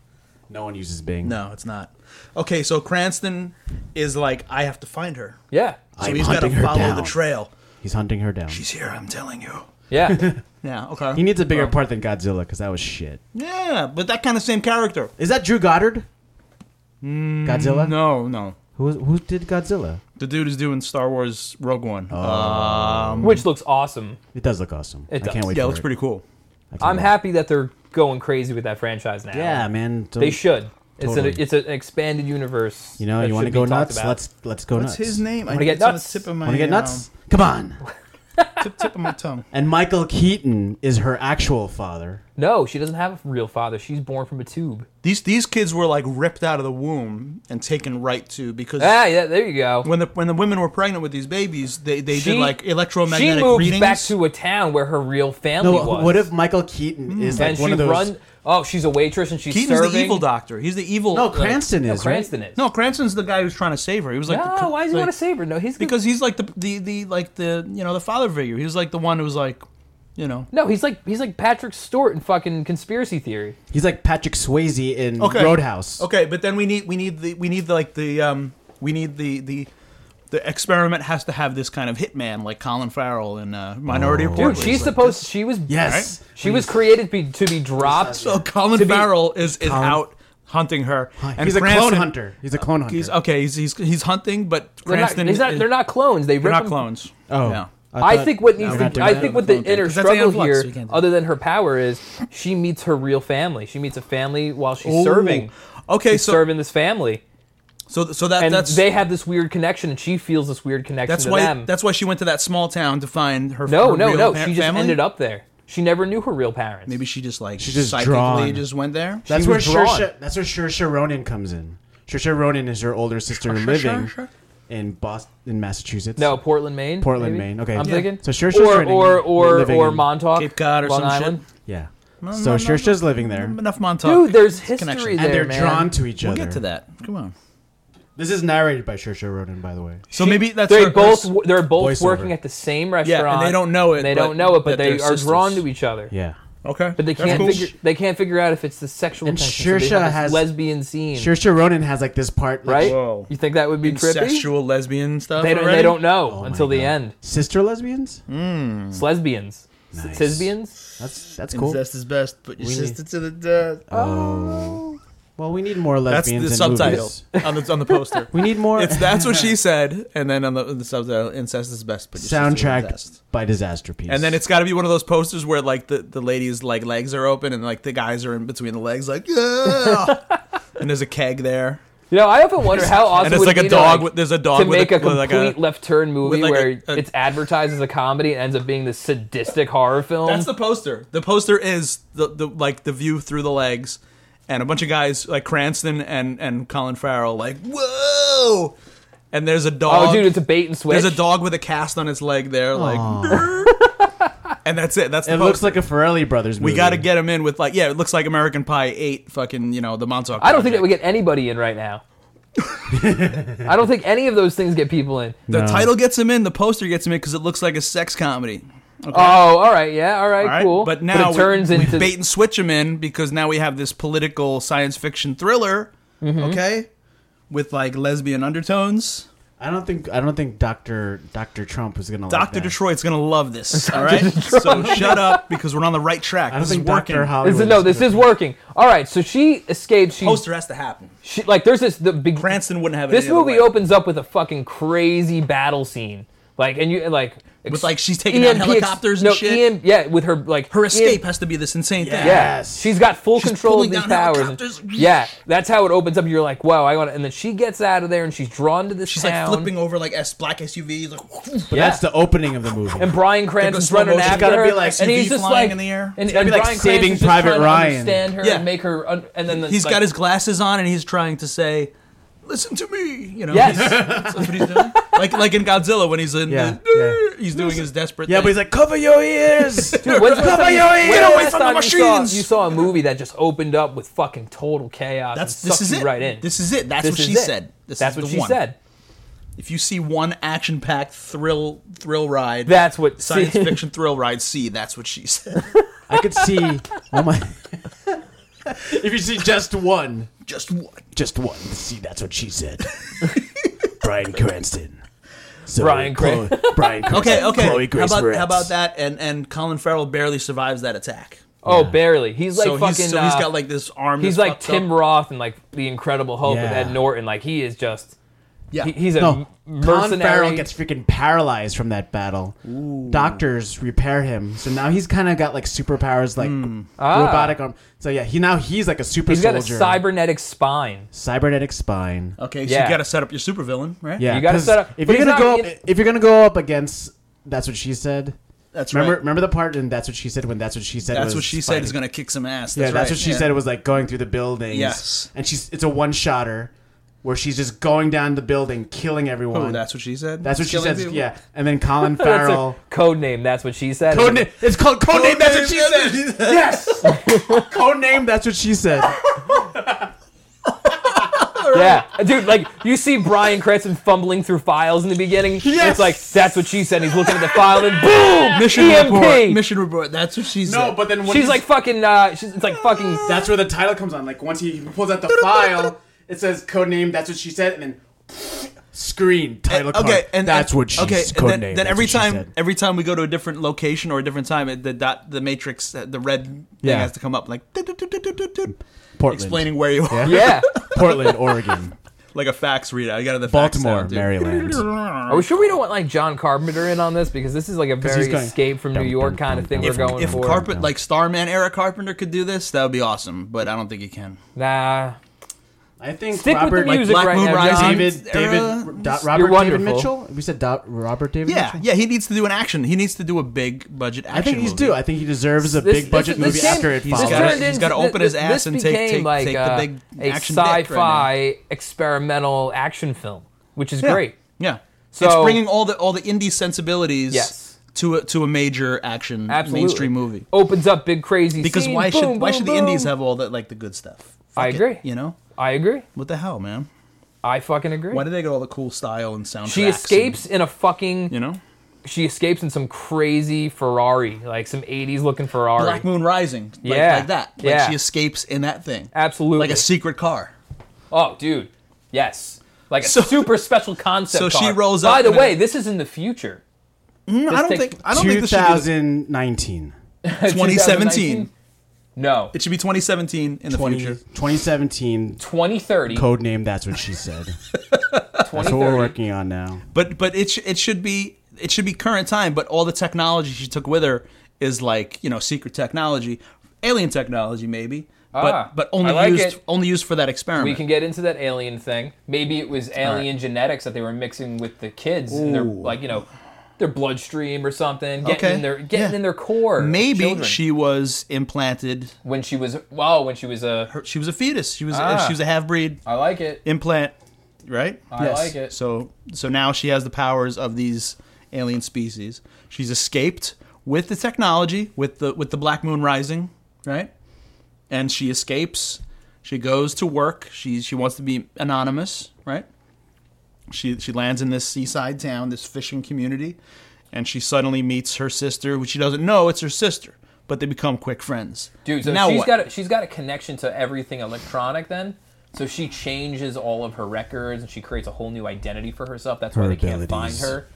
Speaker 1: No one uses Bing.
Speaker 3: No, it's not. Okay, so Cranston is like, I have to find her.
Speaker 2: yeah,
Speaker 3: So
Speaker 1: I'm
Speaker 3: he's got to
Speaker 1: hunting her
Speaker 3: follow the
Speaker 1: down.
Speaker 3: trail.
Speaker 1: He's hunting her down.
Speaker 3: She's here. I'm telling you.
Speaker 2: yeah.
Speaker 3: Yeah. Okay.
Speaker 1: He needs a bigger part than Godzilla because that was shit.
Speaker 3: Yeah, but that kind of same character.
Speaker 1: Is that Drew Goddard?
Speaker 3: Mm.
Speaker 1: Godzilla?
Speaker 3: No, no.
Speaker 1: Who who did Godzilla?
Speaker 3: The dude is doing Star Wars Rogue One.
Speaker 1: Oh,
Speaker 3: Um,
Speaker 2: Which looks awesome.
Speaker 1: It does look awesome.
Speaker 2: It
Speaker 1: I can't
Speaker 2: does.
Speaker 1: wait.
Speaker 3: yeah,
Speaker 1: for
Speaker 3: looks
Speaker 1: it.
Speaker 3: pretty cool.
Speaker 1: I can't
Speaker 2: I'm
Speaker 1: wait.
Speaker 2: happy that they're going crazy with that franchise now.
Speaker 1: Yeah, man. Don't-
Speaker 2: they should. It's an
Speaker 1: Totally.
Speaker 2: it's an expanded universe.
Speaker 1: You know,
Speaker 2: that
Speaker 1: you want to
Speaker 2: should
Speaker 1: go
Speaker 2: be talked
Speaker 1: nuts?
Speaker 2: about.
Speaker 1: Let's let's go
Speaker 3: What's
Speaker 1: nuts.
Speaker 3: his name? I um,
Speaker 2: Wanna get
Speaker 3: it's on the
Speaker 2: nuts?
Speaker 3: Tip of my
Speaker 1: Want to get nuts? Come on.
Speaker 3: um, tip, tip of my tongue.
Speaker 1: And Michael Keaton is her actual father.
Speaker 2: No, she doesn't have a real father. She's born from a tube.
Speaker 3: These these kids were like ripped out of the womb and taken right to because
Speaker 2: Ah, yeah, there you go.
Speaker 3: when the when the women were pregnant with these babies, they, they did like
Speaker 2: she
Speaker 3: electromagnetic
Speaker 2: moves
Speaker 3: readings.
Speaker 2: back to a town where her real family
Speaker 1: No,
Speaker 2: was.
Speaker 1: what if Michael Keaton
Speaker 3: Hmm.
Speaker 1: is like
Speaker 2: and
Speaker 1: one
Speaker 2: she
Speaker 1: of those?
Speaker 2: run? Oh, she's a waitress and she's
Speaker 3: Keaton's
Speaker 2: serving.
Speaker 3: the evil doctor. He's the evil.
Speaker 1: no,
Speaker 3: like-
Speaker 1: Cranston
Speaker 2: No,
Speaker 1: is.
Speaker 2: Cranston
Speaker 1: right?
Speaker 2: is.
Speaker 3: no, Cranston's the guy who's trying to save her. He was like, the,
Speaker 2: No, why does he
Speaker 3: like-
Speaker 2: want to save her? No, he's
Speaker 3: Because he's like the, the the like the you know the father figure. He was like the one who was like, you know.
Speaker 2: no, he's like he's like Patrick Stewart in fucking conspiracy theory.
Speaker 1: He's like Patrick Swayze in Roadhouse.
Speaker 3: Okay, but then we need we need the we need the, like the um we need the the the experiment has to have this kind of hitman like Colin Farrell in uh, Minority Report.
Speaker 2: Oh. Dude, she's
Speaker 3: Like,
Speaker 2: supposed she was
Speaker 1: Yes.
Speaker 3: Right?
Speaker 2: she was created be, to be dropped.
Speaker 3: So Colin
Speaker 2: to be-
Speaker 3: Farrell is, is out hunting her, and
Speaker 1: he's a
Speaker 3: Cranston-
Speaker 1: clone hunter. He's a clone hunter.
Speaker 3: He's okay. He's he's, he's hunting, but
Speaker 2: They're not,
Speaker 3: Cranston.
Speaker 2: he's not-
Speaker 3: is-
Speaker 2: they're not clones. They
Speaker 3: they're
Speaker 2: rip
Speaker 3: not
Speaker 2: them-
Speaker 3: clones.
Speaker 1: oh,
Speaker 3: yeah.
Speaker 2: I,
Speaker 1: thought-
Speaker 2: think what needs
Speaker 1: we're
Speaker 2: to
Speaker 1: not doing
Speaker 2: I
Speaker 1: that.
Speaker 2: think what the inner
Speaker 3: Because that's
Speaker 2: struggle
Speaker 3: Aeon Flux,
Speaker 2: here,
Speaker 3: so we can't do
Speaker 2: other than her power, is she meets her real family. She meets a family while she's serving,
Speaker 3: Okay,
Speaker 2: she's
Speaker 3: so
Speaker 2: serving this family,
Speaker 3: so so that
Speaker 2: and
Speaker 3: that's
Speaker 2: they have this weird connection, and she feels this weird connection
Speaker 3: that's
Speaker 2: to
Speaker 3: why
Speaker 2: them.
Speaker 3: that's why she went to that small town to find her.
Speaker 2: no,
Speaker 3: her
Speaker 2: no,
Speaker 3: real
Speaker 2: no.
Speaker 3: par-
Speaker 2: She just
Speaker 3: family?
Speaker 2: ended up there. She never knew her real parents.
Speaker 3: Maybe she just like she
Speaker 1: just
Speaker 3: psychically
Speaker 1: drawn.
Speaker 3: just went there.
Speaker 1: That's
Speaker 2: She
Speaker 1: where
Speaker 2: was drawn.
Speaker 1: Shersha, that's where Shersha Ronan comes in. Shersha Ronan is her older sister living in Boston, in Massachusetts.
Speaker 2: No, Portland, Maine.
Speaker 1: Portland,
Speaker 2: maybe?
Speaker 1: Maine. Okay.
Speaker 2: I'm
Speaker 1: Yeah.
Speaker 2: thinking.
Speaker 1: So Shersha's
Speaker 2: or
Speaker 1: training-
Speaker 2: or or
Speaker 1: living
Speaker 2: or
Speaker 1: in
Speaker 2: Montauk,
Speaker 3: Cape Cod or
Speaker 2: Long
Speaker 3: some shit.
Speaker 2: Island.
Speaker 1: yeah.
Speaker 3: Um, no,
Speaker 1: so
Speaker 3: no,
Speaker 1: Shersha's living there, and
Speaker 3: Enough Montauk.
Speaker 2: Dude, there's
Speaker 3: It's a
Speaker 2: history
Speaker 3: connection.
Speaker 2: there,
Speaker 1: they're
Speaker 2: man.
Speaker 1: drawn to each
Speaker 3: We'll
Speaker 1: other.
Speaker 3: get to that. Come on.
Speaker 1: This is narrated by Shersha Ronan, by the way.
Speaker 3: So
Speaker 2: She-
Speaker 3: maybe that's
Speaker 2: they
Speaker 3: her-
Speaker 2: both wo- they're both
Speaker 1: Voiceover.
Speaker 2: working at the same restaurant.
Speaker 3: and they don't know it,
Speaker 2: and they
Speaker 3: but-
Speaker 2: don't know it,
Speaker 3: that
Speaker 2: but they
Speaker 3: they're
Speaker 2: are drawn
Speaker 3: sisters.
Speaker 2: to each other.
Speaker 1: Yeah.
Speaker 3: Okay,
Speaker 2: But they
Speaker 3: That's
Speaker 2: can't
Speaker 3: cool.
Speaker 2: figure they can't figure out if it's the sexual
Speaker 1: And
Speaker 2: tension. so they have
Speaker 1: Shersha
Speaker 2: this
Speaker 1: has-
Speaker 2: lesbian scene,
Speaker 1: Shersha Ronan has like this part, like,
Speaker 2: right?
Speaker 3: Whoa.
Speaker 2: You think that would be trippy?
Speaker 3: sexual lesbian stuff.
Speaker 2: They don't
Speaker 3: already?
Speaker 2: they don't know
Speaker 1: Oh my
Speaker 2: until the
Speaker 1: God.
Speaker 2: end.
Speaker 1: Sister lesbians?
Speaker 2: It's lesbians. It's
Speaker 1: Nice.
Speaker 2: Tisbians?
Speaker 1: That's that's cool.
Speaker 3: Incest is best, but your
Speaker 1: We need-
Speaker 3: sister to the death.
Speaker 1: Oh. Well, we need more
Speaker 3: That's
Speaker 1: lesbians
Speaker 3: the
Speaker 1: in
Speaker 3: subtitle
Speaker 1: movies.
Speaker 3: on the on the poster.
Speaker 1: We need more
Speaker 3: It's that's what she said, and then on the, on the subtitle, incest is best. But your sister to the
Speaker 1: soundtrack
Speaker 3: death.
Speaker 1: by Disaster Piece.
Speaker 3: And then it's got to be one of those posters where like the, the lady's like legs are open and like the guys are in between the legs like yeah, and there's a keg there
Speaker 2: You know, I often wonder how awesome
Speaker 3: and it's
Speaker 2: would
Speaker 3: like
Speaker 2: it
Speaker 3: a
Speaker 2: be
Speaker 3: dog
Speaker 2: to, like,
Speaker 3: with there's a dog
Speaker 2: to
Speaker 3: with
Speaker 2: make
Speaker 3: a,
Speaker 2: a complete
Speaker 3: with like a
Speaker 2: left turn movie
Speaker 3: like,
Speaker 2: where
Speaker 3: a- a-
Speaker 2: it's advertised as a comedy and ends up being this sadistic horror film.
Speaker 3: That's the poster. The poster is the, the like the view through the legs, and a bunch of guys like Cranston and and Colin Farrell like whoa, and there's a dog.
Speaker 2: oh, dude, it's a bait and switch.
Speaker 3: there's a dog with a cast on its leg there, like, and that's it. That's the
Speaker 1: it
Speaker 3: poster.
Speaker 1: looks like a Ferrelli Brothers movie.
Speaker 3: we got to get him in with like yeah, it looks like American Pie Eight, fucking you know the Montauk.
Speaker 2: I don't think that
Speaker 3: Project.
Speaker 2: we get anybody in right now. I don't think any of those things get people in.
Speaker 3: the title gets him in, the poster gets him in because it looks like a sex comedy.
Speaker 2: Oh, all right, yeah, all right,
Speaker 3: All right,
Speaker 2: cool.
Speaker 3: But now
Speaker 2: it turns
Speaker 3: we,
Speaker 2: into
Speaker 3: we bait and switch them in because now we have this
Speaker 2: Mm-hmm.
Speaker 3: political science fiction thriller, okay, with like lesbian undertones.
Speaker 1: I don't think I don't think Doctor Doctor Trump is gonna.
Speaker 3: Doctor
Speaker 1: like that.
Speaker 3: Detroit's gonna love this. All right, so shut up because we're on the right track.
Speaker 1: I don't
Speaker 3: This is
Speaker 1: think
Speaker 3: working.
Speaker 1: Doctor
Speaker 2: This
Speaker 1: Hollywood.
Speaker 2: is, no, this is working. All right, so she escapes. She,
Speaker 3: Poster has to happen.
Speaker 2: she like there's this the big
Speaker 3: Cranston wouldn't have it
Speaker 2: This
Speaker 3: any other
Speaker 2: movie
Speaker 3: way.
Speaker 2: opens up with a fucking crazy battle scene. Like and you and, like
Speaker 3: With, like, she's taking down helicopters and
Speaker 2: no,
Speaker 3: shit.
Speaker 2: EM, yeah, with her like
Speaker 3: Her
Speaker 2: EM
Speaker 3: escape has to be this insane thing.
Speaker 1: Yeah.
Speaker 2: Yeah,
Speaker 1: Yes.
Speaker 2: she's got full
Speaker 3: She's
Speaker 2: control of
Speaker 3: pulling
Speaker 2: these
Speaker 3: down
Speaker 2: powers. and-
Speaker 3: helicopters.
Speaker 2: yeah, that's how it opens up. You're like, wow, I want. to And then she gets out of there and she's drawn to this
Speaker 3: She's like
Speaker 2: town.
Speaker 3: flipping over like S black SUVs. Like,
Speaker 1: But that's the opening of the movie.
Speaker 2: And Brian Cranston's
Speaker 3: slow
Speaker 2: running
Speaker 3: motion.
Speaker 2: after
Speaker 3: It's gotta
Speaker 2: her,
Speaker 3: be like
Speaker 2: and he's
Speaker 3: SUV
Speaker 2: just
Speaker 3: flying
Speaker 2: like
Speaker 3: in the air.
Speaker 2: And,
Speaker 1: It's gotta
Speaker 2: and
Speaker 1: be like
Speaker 2: Bryan
Speaker 1: Saving
Speaker 2: Cranston's just
Speaker 1: Private
Speaker 2: trying to
Speaker 1: Ryan.
Speaker 2: understand her
Speaker 3: Yeah.
Speaker 2: and make her, un- and then the,
Speaker 3: He's
Speaker 2: like,
Speaker 3: got his glasses on and he's trying to say, "Listen to me," you know.
Speaker 2: Yes.
Speaker 3: he's- that's what he's doing. Like like in Godzilla when he's in,
Speaker 1: Yeah,
Speaker 3: the, he's doing his desperate.
Speaker 1: yeah, but he's like, cover your ears.
Speaker 2: When's the last
Speaker 1: cover
Speaker 2: time you-
Speaker 1: your
Speaker 2: when's
Speaker 1: ears.
Speaker 2: the
Speaker 3: Get away
Speaker 2: last
Speaker 3: from the
Speaker 2: time you saw-
Speaker 3: machines!
Speaker 2: You saw a movie that just opened up with fucking total chaos.
Speaker 3: that's
Speaker 2: and
Speaker 3: this
Speaker 2: sucked
Speaker 3: is
Speaker 2: you
Speaker 3: it.
Speaker 2: Right in.
Speaker 3: This is it. That's
Speaker 2: This
Speaker 3: what
Speaker 2: is
Speaker 3: she
Speaker 2: it.
Speaker 3: said. This
Speaker 2: That's
Speaker 3: is the
Speaker 2: what she
Speaker 3: one.
Speaker 2: said.
Speaker 3: If you see one action-packed thrill thrill ride,
Speaker 2: That's what.
Speaker 3: science
Speaker 2: see-
Speaker 3: fiction thrill ride. See, that's what she said.
Speaker 1: I could see. Oh my. if you see just one,
Speaker 3: Just one.
Speaker 1: just one. See, that's what she said. Brian Cranston. So
Speaker 2: Brian
Speaker 1: Chloe- Brian Cranston.
Speaker 3: Okay, okay.
Speaker 1: Chloe
Speaker 3: how
Speaker 1: Grace
Speaker 3: about
Speaker 1: Moretz.
Speaker 3: how about that? And and Colin Farrell barely survives that attack.
Speaker 2: Oh, barely. He's like
Speaker 3: so
Speaker 2: fucking.
Speaker 3: he's, so he's
Speaker 2: uh,
Speaker 3: got like this arm.
Speaker 2: He's
Speaker 3: that's
Speaker 2: like
Speaker 3: fucked
Speaker 2: Tim
Speaker 3: up.
Speaker 2: Roth and like The Incredible Hulk with
Speaker 1: Yeah.
Speaker 2: Ed Norton. Like he is just.
Speaker 3: Yeah.
Speaker 2: he- he's a
Speaker 1: No, Colin
Speaker 2: mercenary.
Speaker 1: Farrell gets freaking paralyzed from that battle. Doctors repair him, so now he's kind of got like superpowers, like
Speaker 3: Hmm.
Speaker 1: robotic arm. So yeah, he now he's like a super
Speaker 2: Ah. he's got a
Speaker 1: soldier,
Speaker 2: cybernetic spine.
Speaker 1: cybernetic spine.
Speaker 3: okay, so
Speaker 2: Yeah.
Speaker 3: you got to set up your supervillain, right?
Speaker 1: Yeah,
Speaker 2: You gotta
Speaker 1: 'cause
Speaker 2: set up-
Speaker 1: If
Speaker 2: but
Speaker 1: you're
Speaker 2: he's
Speaker 1: gonna go,
Speaker 2: not-
Speaker 1: up, if you're gonna go up against, that's what she said.
Speaker 3: That's
Speaker 1: remember,
Speaker 3: right.
Speaker 1: remember the part in that's what she said when that's what she said.
Speaker 3: That's
Speaker 1: was
Speaker 3: what she said is
Speaker 1: fighting?
Speaker 3: going to kick some ass.
Speaker 1: Yeah,
Speaker 3: That's
Speaker 1: that's
Speaker 3: right.
Speaker 1: what she
Speaker 3: yeah.
Speaker 1: said. It was like going through the buildings.
Speaker 3: Yes.
Speaker 1: and she's it's a one shotter where she's just going down the building, killing everyone.
Speaker 3: Oh, that's what she said.
Speaker 1: That's what she
Speaker 3: Killing
Speaker 1: says.
Speaker 3: people?
Speaker 1: Yeah, and then Colin
Speaker 2: That's
Speaker 1: Farrell.
Speaker 2: a code name. That's what she said.
Speaker 1: Code name. It's called code name. That's what she
Speaker 3: Codename,
Speaker 1: said.
Speaker 3: that's
Speaker 1: Yes. code name. That's what she said.
Speaker 2: Yeah, dude. Like you see Brian Cranston fumbling through files in the beginning.
Speaker 1: Yes.
Speaker 2: It's like that's what she said. He's looking at the file and boom,
Speaker 3: Mission
Speaker 2: EMP.
Speaker 3: report. Mission report. That's what she said.
Speaker 1: No, but then when
Speaker 2: She's
Speaker 1: he's-
Speaker 2: like fucking. Uh, she's it's like fucking.
Speaker 1: that's where the title comes on. Like once he pulls out the file, it says code name. That's what she said, and then. Screen title card.
Speaker 3: okay, and
Speaker 1: that's
Speaker 3: and-
Speaker 1: what she's
Speaker 3: okay.
Speaker 1: code
Speaker 3: and then,
Speaker 1: name.
Speaker 3: then
Speaker 1: that's
Speaker 3: every
Speaker 1: what she
Speaker 3: time,
Speaker 1: said.
Speaker 3: every time we go to a different location or a different time, it, the dot, the matrix, uh, the red thing
Speaker 1: Yeah.
Speaker 3: has to come up, like doot, doot, doot, doot, doot, doot,
Speaker 1: Portland,
Speaker 3: explaining where you are,
Speaker 2: Yeah.
Speaker 1: Portland, Oregon,
Speaker 3: like a fax reader. I got the fax
Speaker 1: Baltimore,
Speaker 3: sound, dude.
Speaker 1: Maryland.
Speaker 2: Are we sure we don't want like John Carpenter in on this because this is like a very
Speaker 1: he's going-
Speaker 2: escape from New
Speaker 1: Dum,
Speaker 2: York
Speaker 1: dum,
Speaker 2: kind
Speaker 1: dum,
Speaker 2: of thing
Speaker 1: dum,
Speaker 2: we're
Speaker 1: dum,
Speaker 2: going
Speaker 3: If
Speaker 2: for.
Speaker 3: Carpet, like Starman era Carpenter, could do this, that would be awesome. But I don't think he can.
Speaker 2: nah,
Speaker 1: I think
Speaker 2: Stick with the
Speaker 1: Robert
Speaker 2: music
Speaker 3: Black
Speaker 2: right
Speaker 3: Moon
Speaker 2: now,
Speaker 3: Rising.
Speaker 2: John.
Speaker 1: David,
Speaker 3: era-
Speaker 1: David, Do- Robert David
Speaker 2: wonderful.
Speaker 1: Mitchell. We said Do- Robert David.
Speaker 3: Yeah,
Speaker 1: Mitchell?
Speaker 3: yeah. He needs to do an action. He needs to do a big budget action.
Speaker 1: I think he's
Speaker 3: movie.
Speaker 1: due. I think he deserves a
Speaker 2: This-
Speaker 1: big budget
Speaker 2: this-
Speaker 1: movie
Speaker 2: this
Speaker 1: after it
Speaker 2: came- this
Speaker 1: follows.
Speaker 3: gotta-
Speaker 2: turned
Speaker 3: he's gotta
Speaker 2: into-
Speaker 3: open his
Speaker 2: this-
Speaker 3: ass
Speaker 2: this
Speaker 3: and take-
Speaker 2: became
Speaker 3: take-
Speaker 2: like
Speaker 3: take the
Speaker 2: a,
Speaker 3: big
Speaker 2: a
Speaker 3: action dick right
Speaker 2: sci-fi experimental action film, which is
Speaker 3: Yeah.
Speaker 2: great.
Speaker 3: Yeah.
Speaker 2: So-
Speaker 3: it's bringing all the all the indie sensibilities
Speaker 2: Yes.
Speaker 3: to a, to a major action
Speaker 2: Absolutely,
Speaker 3: mainstream movie.
Speaker 2: opens up big crazy.
Speaker 3: Because
Speaker 2: scene,
Speaker 3: why should
Speaker 2: boom,
Speaker 3: why
Speaker 2: boom,
Speaker 3: should the
Speaker 2: boom.
Speaker 3: indies have all that like the good stuff?
Speaker 2: I
Speaker 3: Fuck it,
Speaker 2: agree.
Speaker 3: you know
Speaker 2: I agree.
Speaker 3: what the hell, man?
Speaker 2: I fucking agree.
Speaker 3: Why do they get all the cool style and sound?
Speaker 2: she escapes in a fucking.
Speaker 3: you know,
Speaker 2: She escapes in some crazy Ferrari, like some '80s looking Ferrari.
Speaker 3: Black Moon Rising, like,
Speaker 2: Yeah.
Speaker 3: like that. Like
Speaker 2: Yeah.
Speaker 3: she escapes in that thing,
Speaker 2: Absolutely.
Speaker 3: like a secret car.
Speaker 2: Oh, dude. Yes. Like a
Speaker 3: So-
Speaker 2: super special concept.
Speaker 3: so she
Speaker 2: car.
Speaker 3: rolls
Speaker 2: By
Speaker 3: up
Speaker 2: the
Speaker 3: and-
Speaker 2: way, this is in the future.
Speaker 3: No, Mm, I don't
Speaker 2: take-
Speaker 3: think I don't think this should be
Speaker 1: 2019.
Speaker 3: 2017.
Speaker 2: No.
Speaker 3: It should be 2017 in the
Speaker 1: 20
Speaker 3: future.
Speaker 1: 2017.
Speaker 2: 2030.
Speaker 1: Code name. That's what she said. That's what we're
Speaker 2: 2030.
Speaker 1: working on now.
Speaker 3: But but it sh- it should be it should be current time. But all the technology she took with her is like you know secret technology, alien technology maybe. But
Speaker 2: Ah,
Speaker 3: but only
Speaker 2: I like
Speaker 3: used
Speaker 2: it.
Speaker 3: only used for that experiment.
Speaker 2: We can get into that alien thing. Maybe it was alien genetics that they were mixing with the kids and their like, you know, their bloodstream or something. Getting
Speaker 3: Okay.
Speaker 2: in their getting
Speaker 3: Yeah.
Speaker 2: in their core.
Speaker 3: maybe
Speaker 2: children.
Speaker 3: she was implanted.
Speaker 2: when she was wow, when she was a
Speaker 3: Her, she was a fetus. She was
Speaker 2: Ah.
Speaker 3: she was a half breed
Speaker 2: I like it.
Speaker 3: implant, right?
Speaker 2: I like it.
Speaker 3: So so now she has the powers of these alien species. She's escaped with the technology, with the with the black moon rising, right? And she escapes. She goes to work. She she wants to be anonymous, right? She she lands in this seaside town, this fishing community, and she suddenly meets her sister, which she doesn't know it's her sister, but they become quick friends.
Speaker 2: Dude, so
Speaker 3: now
Speaker 2: she's
Speaker 3: what?
Speaker 2: got a, she's got a connection to everything electronic then. So she changes all of her records and she creates a whole new identity for herself. That's why
Speaker 1: Her
Speaker 2: they can't find
Speaker 1: abilities.
Speaker 2: her.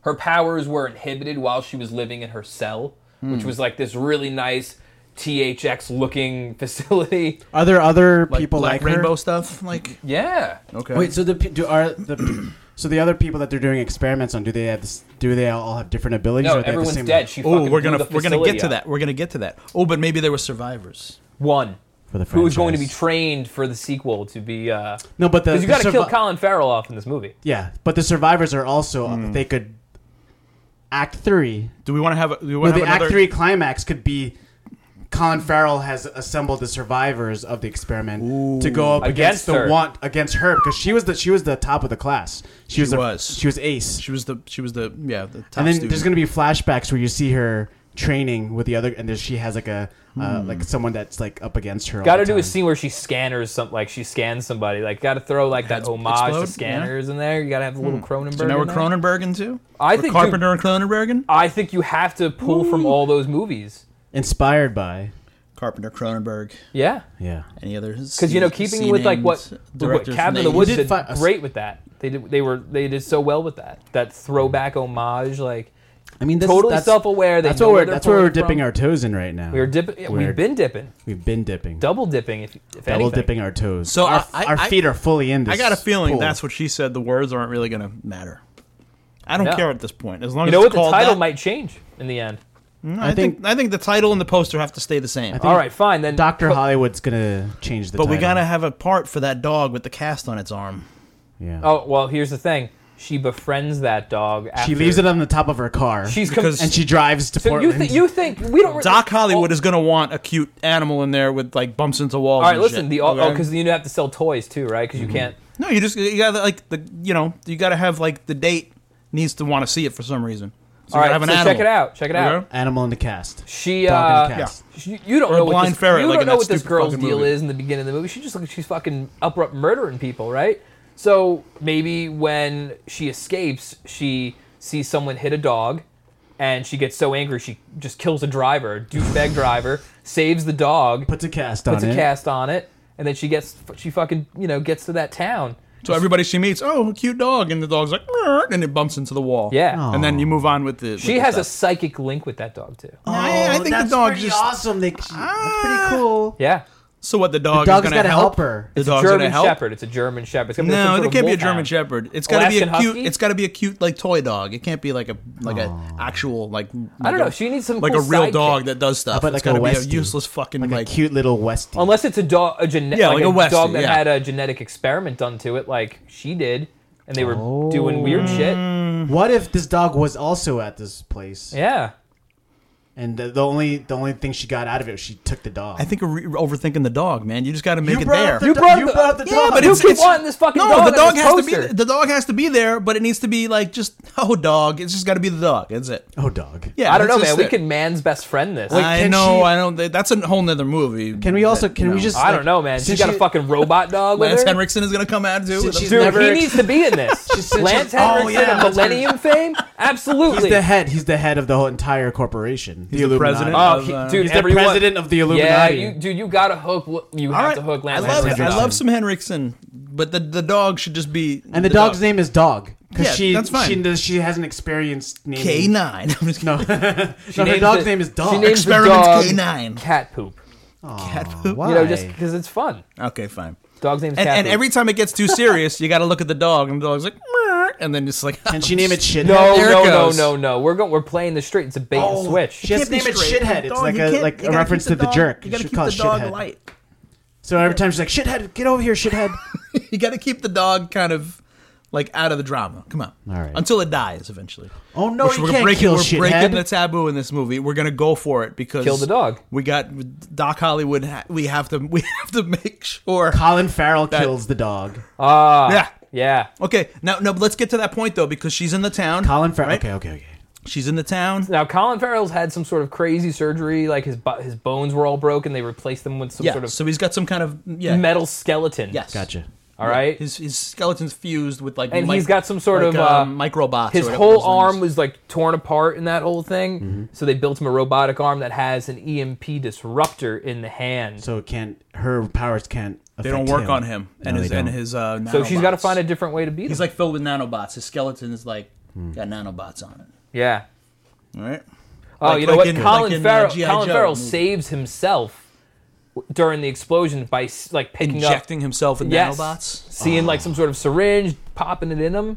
Speaker 2: Her powers were inhibited while she was living in her cell,
Speaker 3: Hmm.
Speaker 2: which was like this really nice THX looking facility.
Speaker 1: Are there other people like,
Speaker 3: Black rainbow
Speaker 1: her?
Speaker 3: stuff. Like
Speaker 2: Yeah.
Speaker 3: okay,
Speaker 1: Wait, so the pe- do are the pe- so the other people that they're doing experiments on? Do they have this, do they all have different abilities?
Speaker 2: No,
Speaker 1: or they have the
Speaker 2: everyone's
Speaker 1: same-
Speaker 2: dead. She
Speaker 3: oh,
Speaker 2: fucking
Speaker 3: we're
Speaker 2: blew
Speaker 3: gonna
Speaker 2: the
Speaker 3: we're gonna get
Speaker 2: facility
Speaker 3: to
Speaker 2: up.
Speaker 3: that. We're gonna get to that. Oh, but maybe there were survivors.
Speaker 2: One.
Speaker 1: for the
Speaker 2: Who was going to be
Speaker 1: franchise.
Speaker 2: trained for the sequel to be? uh
Speaker 1: no, but the,
Speaker 2: Because you
Speaker 1: the
Speaker 2: got to kill
Speaker 1: survi-
Speaker 2: Colin Farrell off in this movie.
Speaker 1: Yeah, but the survivors are also uh, they could act three.
Speaker 3: Do we want to have? a- Do we
Speaker 1: No,
Speaker 3: want to
Speaker 1: the
Speaker 3: have another?
Speaker 1: act three climax could be. Colin Farrell has assembled the survivors of the experiment to go up
Speaker 2: Against
Speaker 1: against,
Speaker 2: her.
Speaker 1: the want against her because she was the she was the top of the class. She, was, the-
Speaker 3: was.
Speaker 1: she was ace.
Speaker 3: She was the she was the yeah the top
Speaker 1: and then
Speaker 3: student.
Speaker 1: there's gonna be flashbacks where you see her training with the other, and there's, she has like a uh, like someone that's like up against her. all
Speaker 2: Got to
Speaker 1: the
Speaker 2: do a
Speaker 1: time.
Speaker 2: scene where she scanners some, like she scans somebody. Like, got to throw like that
Speaker 3: Heads
Speaker 2: homage
Speaker 3: explode,
Speaker 2: to scanners in there. You got to have a
Speaker 1: Hmm.
Speaker 2: little Cronenberg.
Speaker 3: so now we're
Speaker 2: in there.
Speaker 3: Cronenbergin too.
Speaker 2: I
Speaker 3: We're
Speaker 2: think,
Speaker 3: Carpenter and Cronenbergin.
Speaker 2: I think you have to pull from all those movies.
Speaker 1: inspired by
Speaker 3: Carpenter Cronenberg.
Speaker 2: Yeah,
Speaker 1: yeah.
Speaker 3: Any others?
Speaker 2: because you know, keeping with like what, what Cabin in the Woods
Speaker 1: did
Speaker 2: did
Speaker 1: fi-
Speaker 2: great with that. They did, they were they did so well with that that throwback homage. Like
Speaker 1: I mean, this,
Speaker 2: Totally self-aware, they
Speaker 1: That's where
Speaker 2: know where
Speaker 1: we're,
Speaker 2: they're
Speaker 1: that's where we're
Speaker 2: pulling
Speaker 1: dipping
Speaker 2: from.
Speaker 1: our toes in right now.
Speaker 2: we were dipping.
Speaker 1: We're-
Speaker 2: We've been dipping,
Speaker 1: We've been dipping,
Speaker 2: double dipping. If, if
Speaker 1: double
Speaker 2: anything.
Speaker 1: dipping our toes.
Speaker 3: So
Speaker 1: our,
Speaker 3: I-
Speaker 1: our
Speaker 3: I-
Speaker 1: feet are fully in. This
Speaker 3: I got a feeling
Speaker 1: pool.
Speaker 3: that's what she said. The words aren't really going to matter. I don't
Speaker 2: No.
Speaker 3: care at this point. As long
Speaker 2: You
Speaker 3: as
Speaker 2: know
Speaker 3: it's
Speaker 2: what? The
Speaker 3: called
Speaker 2: title
Speaker 3: that,
Speaker 2: might change in the end.
Speaker 3: No,
Speaker 1: I
Speaker 3: I think,
Speaker 1: think-
Speaker 3: I think the title and the poster have to stay the same.
Speaker 1: think-
Speaker 2: All right, fine then.
Speaker 1: Doctor
Speaker 2: put-
Speaker 1: Hollywood's gonna change the.
Speaker 3: But we
Speaker 1: title.
Speaker 3: gotta have a part for that dog with the cast on its arm.
Speaker 1: Yeah.
Speaker 2: Oh well, here's the thing. She befriends that dog. After,
Speaker 1: she leaves it on the top of her car.
Speaker 2: She's
Speaker 3: because-
Speaker 2: com-
Speaker 1: and she drives to
Speaker 2: so you,
Speaker 1: Portland.
Speaker 2: th- you think we don't?
Speaker 3: Doc Hollywood
Speaker 2: Oh,
Speaker 3: is gonna want a cute animal in there with like bumps into
Speaker 2: All
Speaker 3: walls.
Speaker 2: right,
Speaker 3: and
Speaker 2: listen.
Speaker 3: shit,
Speaker 2: The oh,
Speaker 3: okay?
Speaker 2: because you have to sell toys too, right? Because you
Speaker 1: Mm-hmm.
Speaker 2: can't.
Speaker 3: no, you just you gotta like the you know you gotta have like the date needs to want to see it for some reason. So
Speaker 2: All
Speaker 3: you
Speaker 2: right,
Speaker 3: gotta have an
Speaker 2: so
Speaker 3: animal.
Speaker 2: check it out. Check it
Speaker 3: Okay?
Speaker 2: out.
Speaker 1: Animal in the cast.
Speaker 2: She,
Speaker 1: Dog and
Speaker 2: uh,
Speaker 1: a cat.
Speaker 2: she- you don't
Speaker 3: Or a
Speaker 2: know what
Speaker 3: blind
Speaker 2: this,
Speaker 3: ferret,
Speaker 2: you
Speaker 3: like
Speaker 2: don't
Speaker 3: in
Speaker 2: know
Speaker 3: that
Speaker 2: what this
Speaker 3: stupid
Speaker 2: girl's
Speaker 3: fucking
Speaker 2: deal
Speaker 3: movie.
Speaker 2: is in the beginning of the movie. She just looks she's fucking up up murdering people, right? So maybe when she escapes, she sees someone hit a dog, and she gets so angry she just kills a driver, a douchebag driver, saves the dog,
Speaker 1: Puts a cast
Speaker 2: puts
Speaker 1: on
Speaker 2: a
Speaker 1: it.
Speaker 2: cast on it, and then she gets she fucking you know gets to that town.
Speaker 3: So everybody she meets, oh, a cute dog, and the dog's like, "Meow," and it bumps into the wall.
Speaker 2: Yeah.
Speaker 3: and then you move on with the.
Speaker 2: She has a psychic link with that dog too.
Speaker 3: I- I think the
Speaker 1: Oh, that's
Speaker 3: dog
Speaker 1: pretty
Speaker 3: just- Ah.
Speaker 1: awesome. They, she, that's pretty cool.
Speaker 2: Yeah.
Speaker 3: So what? The dog
Speaker 1: dog's
Speaker 3: is gonna
Speaker 1: gotta
Speaker 3: help
Speaker 1: help her.
Speaker 3: The
Speaker 1: It's
Speaker 3: dog's
Speaker 2: German
Speaker 3: gonna help.
Speaker 2: Shepherd. It's a German Shepherd. It's gonna be like some
Speaker 3: No,
Speaker 2: sort
Speaker 3: it
Speaker 2: of
Speaker 3: can't be a
Speaker 2: wolfhound.
Speaker 3: German Shepherd. It's gotta be a
Speaker 2: Alaskan
Speaker 3: cute.
Speaker 2: Husky?
Speaker 3: It's gotta be a cute like toy dog. It can't be like a like a actual like.
Speaker 2: I don't
Speaker 3: like
Speaker 2: know.
Speaker 3: a-
Speaker 2: She needs some
Speaker 3: like
Speaker 2: cool
Speaker 3: a real
Speaker 2: sidekick.
Speaker 3: dog that does stuff.
Speaker 1: How about
Speaker 3: it's
Speaker 1: like a
Speaker 3: gotta be
Speaker 1: Westie?
Speaker 3: a uself fucking like.
Speaker 1: Like a cute little Westie.
Speaker 2: Unless it's a dog, a gene-
Speaker 3: Yeah,
Speaker 2: like,
Speaker 3: like
Speaker 2: a,
Speaker 3: a Westie,
Speaker 2: dog that
Speaker 3: yeah.
Speaker 2: had a genetic experiment done to it, like she did, and they were doing weird
Speaker 1: Oh.
Speaker 2: shit.
Speaker 1: what if this dog was also at this place?
Speaker 2: Yeah,
Speaker 1: And the, the only the only thing she got out of it was she took the dog.
Speaker 3: I think you're re- overthinking the dog, man. You just gotta make it
Speaker 1: brought
Speaker 3: there.
Speaker 1: up the You dog. brought the
Speaker 3: yeah,
Speaker 1: dog.
Speaker 3: but
Speaker 2: You
Speaker 3: it's,
Speaker 2: keep
Speaker 3: it's
Speaker 2: wanting this fucking
Speaker 3: no,
Speaker 2: dog on
Speaker 3: the
Speaker 2: this
Speaker 3: dog has to be
Speaker 2: poster.
Speaker 3: the dog has to be there, but it needs to be like just oh dog. It's just got to be the dog. That's it.
Speaker 1: oh, dog.
Speaker 3: Yeah,
Speaker 2: I don't
Speaker 3: that's
Speaker 2: know,
Speaker 3: just
Speaker 2: man. We
Speaker 3: it.
Speaker 2: could man's best friend this.
Speaker 3: I
Speaker 1: can
Speaker 3: know.
Speaker 1: she-
Speaker 3: I don't. That's a whole nother movie. Uh,
Speaker 1: Can we also? Can we just?
Speaker 2: I don't know, man. She's
Speaker 1: Since
Speaker 2: got a
Speaker 1: she-
Speaker 2: fucking robot dog with
Speaker 3: Lance
Speaker 2: her.
Speaker 3: Henriksen is gonna come out too.
Speaker 1: Since
Speaker 3: with a-
Speaker 1: she's
Speaker 2: Dude,
Speaker 1: never-
Speaker 2: he needs to be in this.
Speaker 1: such a-
Speaker 2: Lance
Speaker 1: Oh,
Speaker 2: Henriksen
Speaker 1: yeah,
Speaker 2: of
Speaker 1: that's her.
Speaker 2: Millennium fame, absolutely.
Speaker 1: He's the head. He's the head of the whole entire corporation.
Speaker 3: the
Speaker 1: Illuminati.
Speaker 3: president.
Speaker 2: Oh,
Speaker 3: of,
Speaker 2: he-
Speaker 3: uh,
Speaker 2: dude,
Speaker 1: He's the
Speaker 2: everyone-
Speaker 1: president of the
Speaker 2: Yeah,
Speaker 1: Illuminati.
Speaker 2: you, dude, you gotta hook. You have to hook Lance
Speaker 3: I love,
Speaker 2: Henriksen.
Speaker 3: I
Speaker 1: Henriksen.
Speaker 3: love some Henriksen, but the, the dog should just be.
Speaker 1: and the, dog's name is Dog because
Speaker 3: Yeah,
Speaker 1: she
Speaker 3: that's fine.
Speaker 1: she does- she hasn't experienced naming.
Speaker 3: K nine. I'm just
Speaker 1: No,
Speaker 3: kidding.
Speaker 1: no, her
Speaker 2: names
Speaker 1: dog's
Speaker 2: it-
Speaker 1: name is Dog.
Speaker 2: She names the
Speaker 3: Experiments
Speaker 2: dog
Speaker 3: K9.
Speaker 2: Cat poop.
Speaker 3: Cat poop.
Speaker 1: Why?
Speaker 2: You know, just because it's fun.
Speaker 3: Okay, fine.
Speaker 2: Dog's name's
Speaker 3: And,
Speaker 2: Cat
Speaker 3: and
Speaker 2: poop.
Speaker 3: every time it gets too serious, you got to look at the dog, and the dog's like, "Meow," and then just like.
Speaker 1: Can she name it Shithead?
Speaker 2: No,
Speaker 3: There it
Speaker 2: no, no,
Speaker 3: goes.
Speaker 2: no,
Speaker 3: Oh,
Speaker 2: no. We're going. We're playing the straight. It's a bait and switch.
Speaker 1: She has to
Speaker 3: Can't
Speaker 1: name
Speaker 3: be
Speaker 1: it
Speaker 3: straight.
Speaker 1: shithead.
Speaker 3: The
Speaker 1: It's
Speaker 3: dog,
Speaker 1: like
Speaker 3: you
Speaker 1: a
Speaker 3: can't-
Speaker 1: like
Speaker 3: you
Speaker 1: a
Speaker 3: gotta
Speaker 1: reference
Speaker 3: keep
Speaker 1: to the
Speaker 3: dog-
Speaker 1: jerk.
Speaker 3: You gotta
Speaker 1: She
Speaker 3: keep
Speaker 1: calls
Speaker 3: the dog
Speaker 1: shithead.
Speaker 3: light.
Speaker 1: So every time she's like shithead, get over here, shithead.
Speaker 3: You got to keep the dog kind of like out of the drama. Come on.
Speaker 1: All right.
Speaker 3: Until it dies eventually.
Speaker 1: Oh, no, you
Speaker 3: we're
Speaker 1: can't
Speaker 3: breaking,
Speaker 1: kill
Speaker 3: We're
Speaker 1: shithead.
Speaker 3: breaking the taboo in this movie. We're gonna go for it because
Speaker 2: Kill the dog.
Speaker 3: We got Doc Hollywood. ha- We have to. We have to make sure.
Speaker 1: Colin Farrell kills the dog.
Speaker 2: Ah,
Speaker 3: Yeah.
Speaker 2: yeah.
Speaker 3: Okay, now no, but let's get to that point though, because she's in the town.
Speaker 1: Colin Farrell.
Speaker 3: right?
Speaker 1: Okay, okay, okay.
Speaker 3: She's in the town.
Speaker 2: Now Colin Farrell's had some sort of crazy surgery. Like his bo- his bones were all broken. They replaced them with some
Speaker 3: Yeah,
Speaker 2: sort of
Speaker 3: so he's got some kind of yeah.
Speaker 2: metal skeleton.
Speaker 3: Yes,
Speaker 1: Gotcha.
Speaker 2: All right. His,
Speaker 3: His his skeleton's fused with like,
Speaker 2: And
Speaker 3: mic-
Speaker 2: he's got some sort
Speaker 3: like,
Speaker 2: of, uh,
Speaker 3: um, microbots. or whatever
Speaker 2: whole
Speaker 3: those
Speaker 2: arm
Speaker 3: things. Mm-hmm.
Speaker 2: was like torn apart in that whole thing. So they built him a robotic arm that has an EMP E disruptor in the hand.
Speaker 1: So it can't her powers can't
Speaker 3: They
Speaker 1: affect
Speaker 3: don't work
Speaker 1: him.
Speaker 3: on him and
Speaker 1: No,
Speaker 3: his
Speaker 1: they
Speaker 3: and
Speaker 1: don't.
Speaker 3: his uh.
Speaker 2: So she's got to
Speaker 3: nanobots.
Speaker 2: find a different way to beat him.
Speaker 4: He's like filled with nanobots. His skeleton is like
Speaker 1: Hmm.
Speaker 4: got nanobots on it.
Speaker 2: yeah.
Speaker 4: All right.
Speaker 2: Oh,
Speaker 3: Like-
Speaker 2: you know
Speaker 3: like
Speaker 2: what?
Speaker 3: in-
Speaker 2: Colin
Speaker 4: like in, uh,
Speaker 2: Farrell.
Speaker 4: G.I.
Speaker 2: Colin
Speaker 4: Joe
Speaker 2: Farrell
Speaker 4: movie.
Speaker 2: saves himself w- during the explosion by s- like picking
Speaker 3: injecting himself with
Speaker 2: up yes,
Speaker 3: nanobots,
Speaker 2: seeing like some sort of syringe, popping it in him.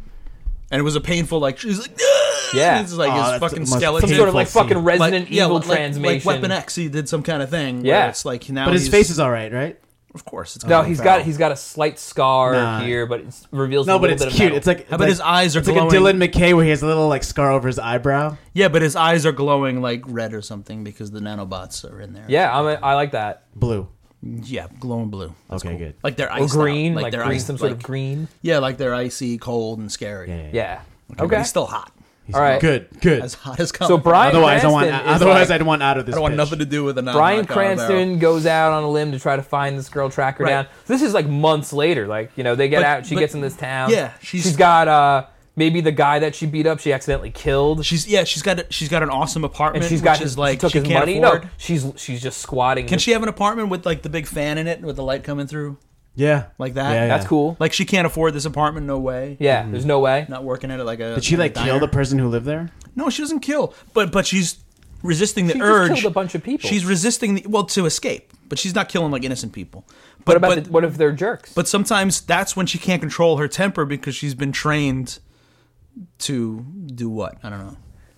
Speaker 3: and it was a painful like she's like "Ah!"
Speaker 2: Yeah.
Speaker 3: it's like
Speaker 1: Aw,
Speaker 3: his
Speaker 1: Oh, that's
Speaker 3: fucking
Speaker 1: the most
Speaker 3: skeleton
Speaker 2: Some sort of like
Speaker 1: Painful scene.
Speaker 2: fucking
Speaker 3: Like-
Speaker 2: Resident
Speaker 3: yeah,
Speaker 2: Evil
Speaker 3: like-
Speaker 2: transmission.
Speaker 3: like Weapon X. He did some kind of thing. where
Speaker 2: Yeah.
Speaker 3: it's like now,
Speaker 1: But his
Speaker 3: he's-
Speaker 1: face is all right, right?
Speaker 3: of course, it's
Speaker 2: no,
Speaker 3: Colin
Speaker 2: he's
Speaker 3: Farrell.
Speaker 2: got he's got a slight scar
Speaker 1: Nah.
Speaker 2: here, but it reveals a
Speaker 1: No, but
Speaker 2: little
Speaker 1: it's
Speaker 2: bit of
Speaker 1: cute.
Speaker 2: metal.
Speaker 1: It's like
Speaker 3: How about his eyes are
Speaker 1: It's like a
Speaker 3: glowing?
Speaker 1: Dylan McKay where he has a little like scar over his eyebrow.
Speaker 3: yeah, but his eyes are
Speaker 4: Glowing like red or something because the nanobots are in there.
Speaker 2: yeah, I'm a, I like that.
Speaker 1: Blue.
Speaker 4: Yeah, glowing blue.
Speaker 1: okay, good.
Speaker 4: Like they're
Speaker 2: Oh. Or
Speaker 4: ice
Speaker 2: green,
Speaker 4: Like,
Speaker 2: like,
Speaker 4: they're
Speaker 2: green,
Speaker 4: iced-
Speaker 2: some sort
Speaker 4: like-
Speaker 2: of green.
Speaker 4: Yeah, like they're icy, cold, and scary.
Speaker 1: Yeah.
Speaker 2: Yeah. Okay.
Speaker 4: But he's still hot.
Speaker 1: He's
Speaker 2: all right.
Speaker 1: Good. Good.
Speaker 4: As hot as Colin.
Speaker 2: so Brian
Speaker 1: otherwise, I want.
Speaker 2: Cranston is
Speaker 1: Otherwise,
Speaker 2: like-
Speaker 1: I'd want out of this.
Speaker 3: I don't want
Speaker 1: pitch.
Speaker 3: nothing to do with a
Speaker 2: Brian
Speaker 3: nanobots Colin Farrell.
Speaker 2: Cranston goes out on a limb to try to find this girl, track her
Speaker 3: Right.
Speaker 2: down. This is like months later. Like you know, they get
Speaker 3: But-
Speaker 2: out. She
Speaker 3: but-
Speaker 2: gets in this town.
Speaker 3: yeah, she's-
Speaker 2: she's got uh maybe the guy that she beat up. She accidentally killed.
Speaker 3: She's yeah, she's got a, she's got an awesome apartment.
Speaker 2: and she's
Speaker 3: which
Speaker 2: got
Speaker 3: is
Speaker 2: his
Speaker 3: like
Speaker 2: she took
Speaker 3: she
Speaker 2: his
Speaker 3: can't
Speaker 2: money.
Speaker 3: Afford.
Speaker 2: No, she's she's just squatting.
Speaker 3: Can she have an apartment with like the big fan in it with the light coming through?
Speaker 1: Yeah.
Speaker 3: Like that?
Speaker 1: Yeah,
Speaker 2: That's
Speaker 1: yeah.
Speaker 2: cool.
Speaker 3: Like she can't afford this apartment, no way.
Speaker 2: yeah, there's no way.
Speaker 3: Not working at it like a.
Speaker 1: Did she like
Speaker 3: a
Speaker 1: kill the
Speaker 3: diner.
Speaker 1: person who lived there?
Speaker 3: No, she doesn't kill, but but she's resisting the
Speaker 2: She just
Speaker 3: urge.
Speaker 2: killed a bunch of people.
Speaker 3: She's resisting the well to escape, but she's not killing like innocent people. But
Speaker 2: what about
Speaker 3: but,
Speaker 2: the, what if they're jerks?
Speaker 3: but sometimes that's when she can't control her temper because she's been trained to do what I don't know.